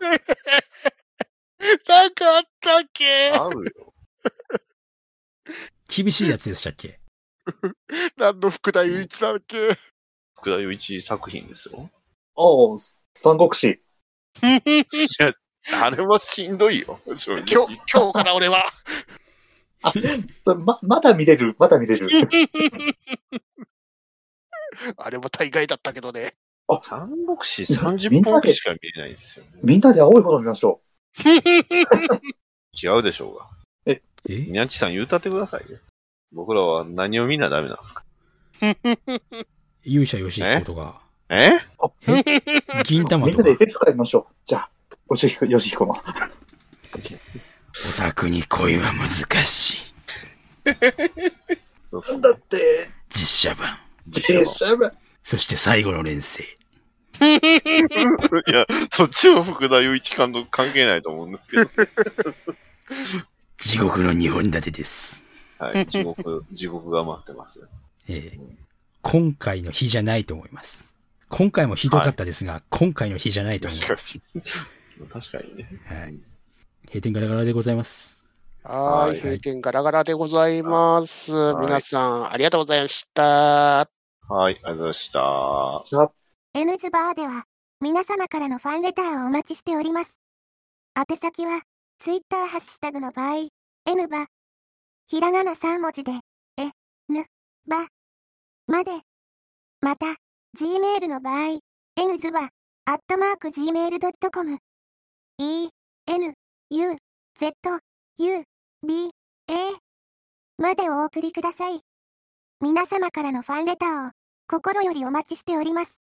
なんかあったっけあるよ。厳しいやつでしたっけ何の福田雄一だっ け福田雄一作品ですよ。おう、三国志。いや、あれはしんどいよ、正直今日、 今日から俺は。それま、まだ見れる、まだ見れる。あれも大概だったけど ね。三国志30本しか見れないんですよ、ね。 みんなで青い炎見ましょ違うでしょうが。え宮地さん言うたってくださいよ。僕らは何を見なダメなんですか勇者ヨシヒコとか、え銀う。玉 みんとなで、かエペフ会見ましょう。じゃあ、おしひこ、よしひこの。オタクに恋は難しい。そうっすねだって、実写版。自社部。そして最後の連成。いや、そっちは福田雄一監督関係ないと思うんですけど。地獄の日本立てです。はい、地獄、地獄が待ってますよ。ええ今回の日じゃないと思います。今回もひどかったですが、今回の日じゃないと思います。確かにね。はい。閉店ガラガラでございます。は、はいい閉店ガラガラでございます。い皆さん、ありがとうございました。はい、ありがとうございました。じゃあ、 N ズバーでは、皆様からのファンレターをお待ちしております。宛先は、ツイッターハッシュタグの場合、N バ、ひらがな3文字で、え、ぬ、ば、まで。また、Gmail の場合、N ズバ、アットマーク Gmail.com、E、N、U、Z、U、B、A までお送りください。皆様からのファンレターを心よりお待ちしております。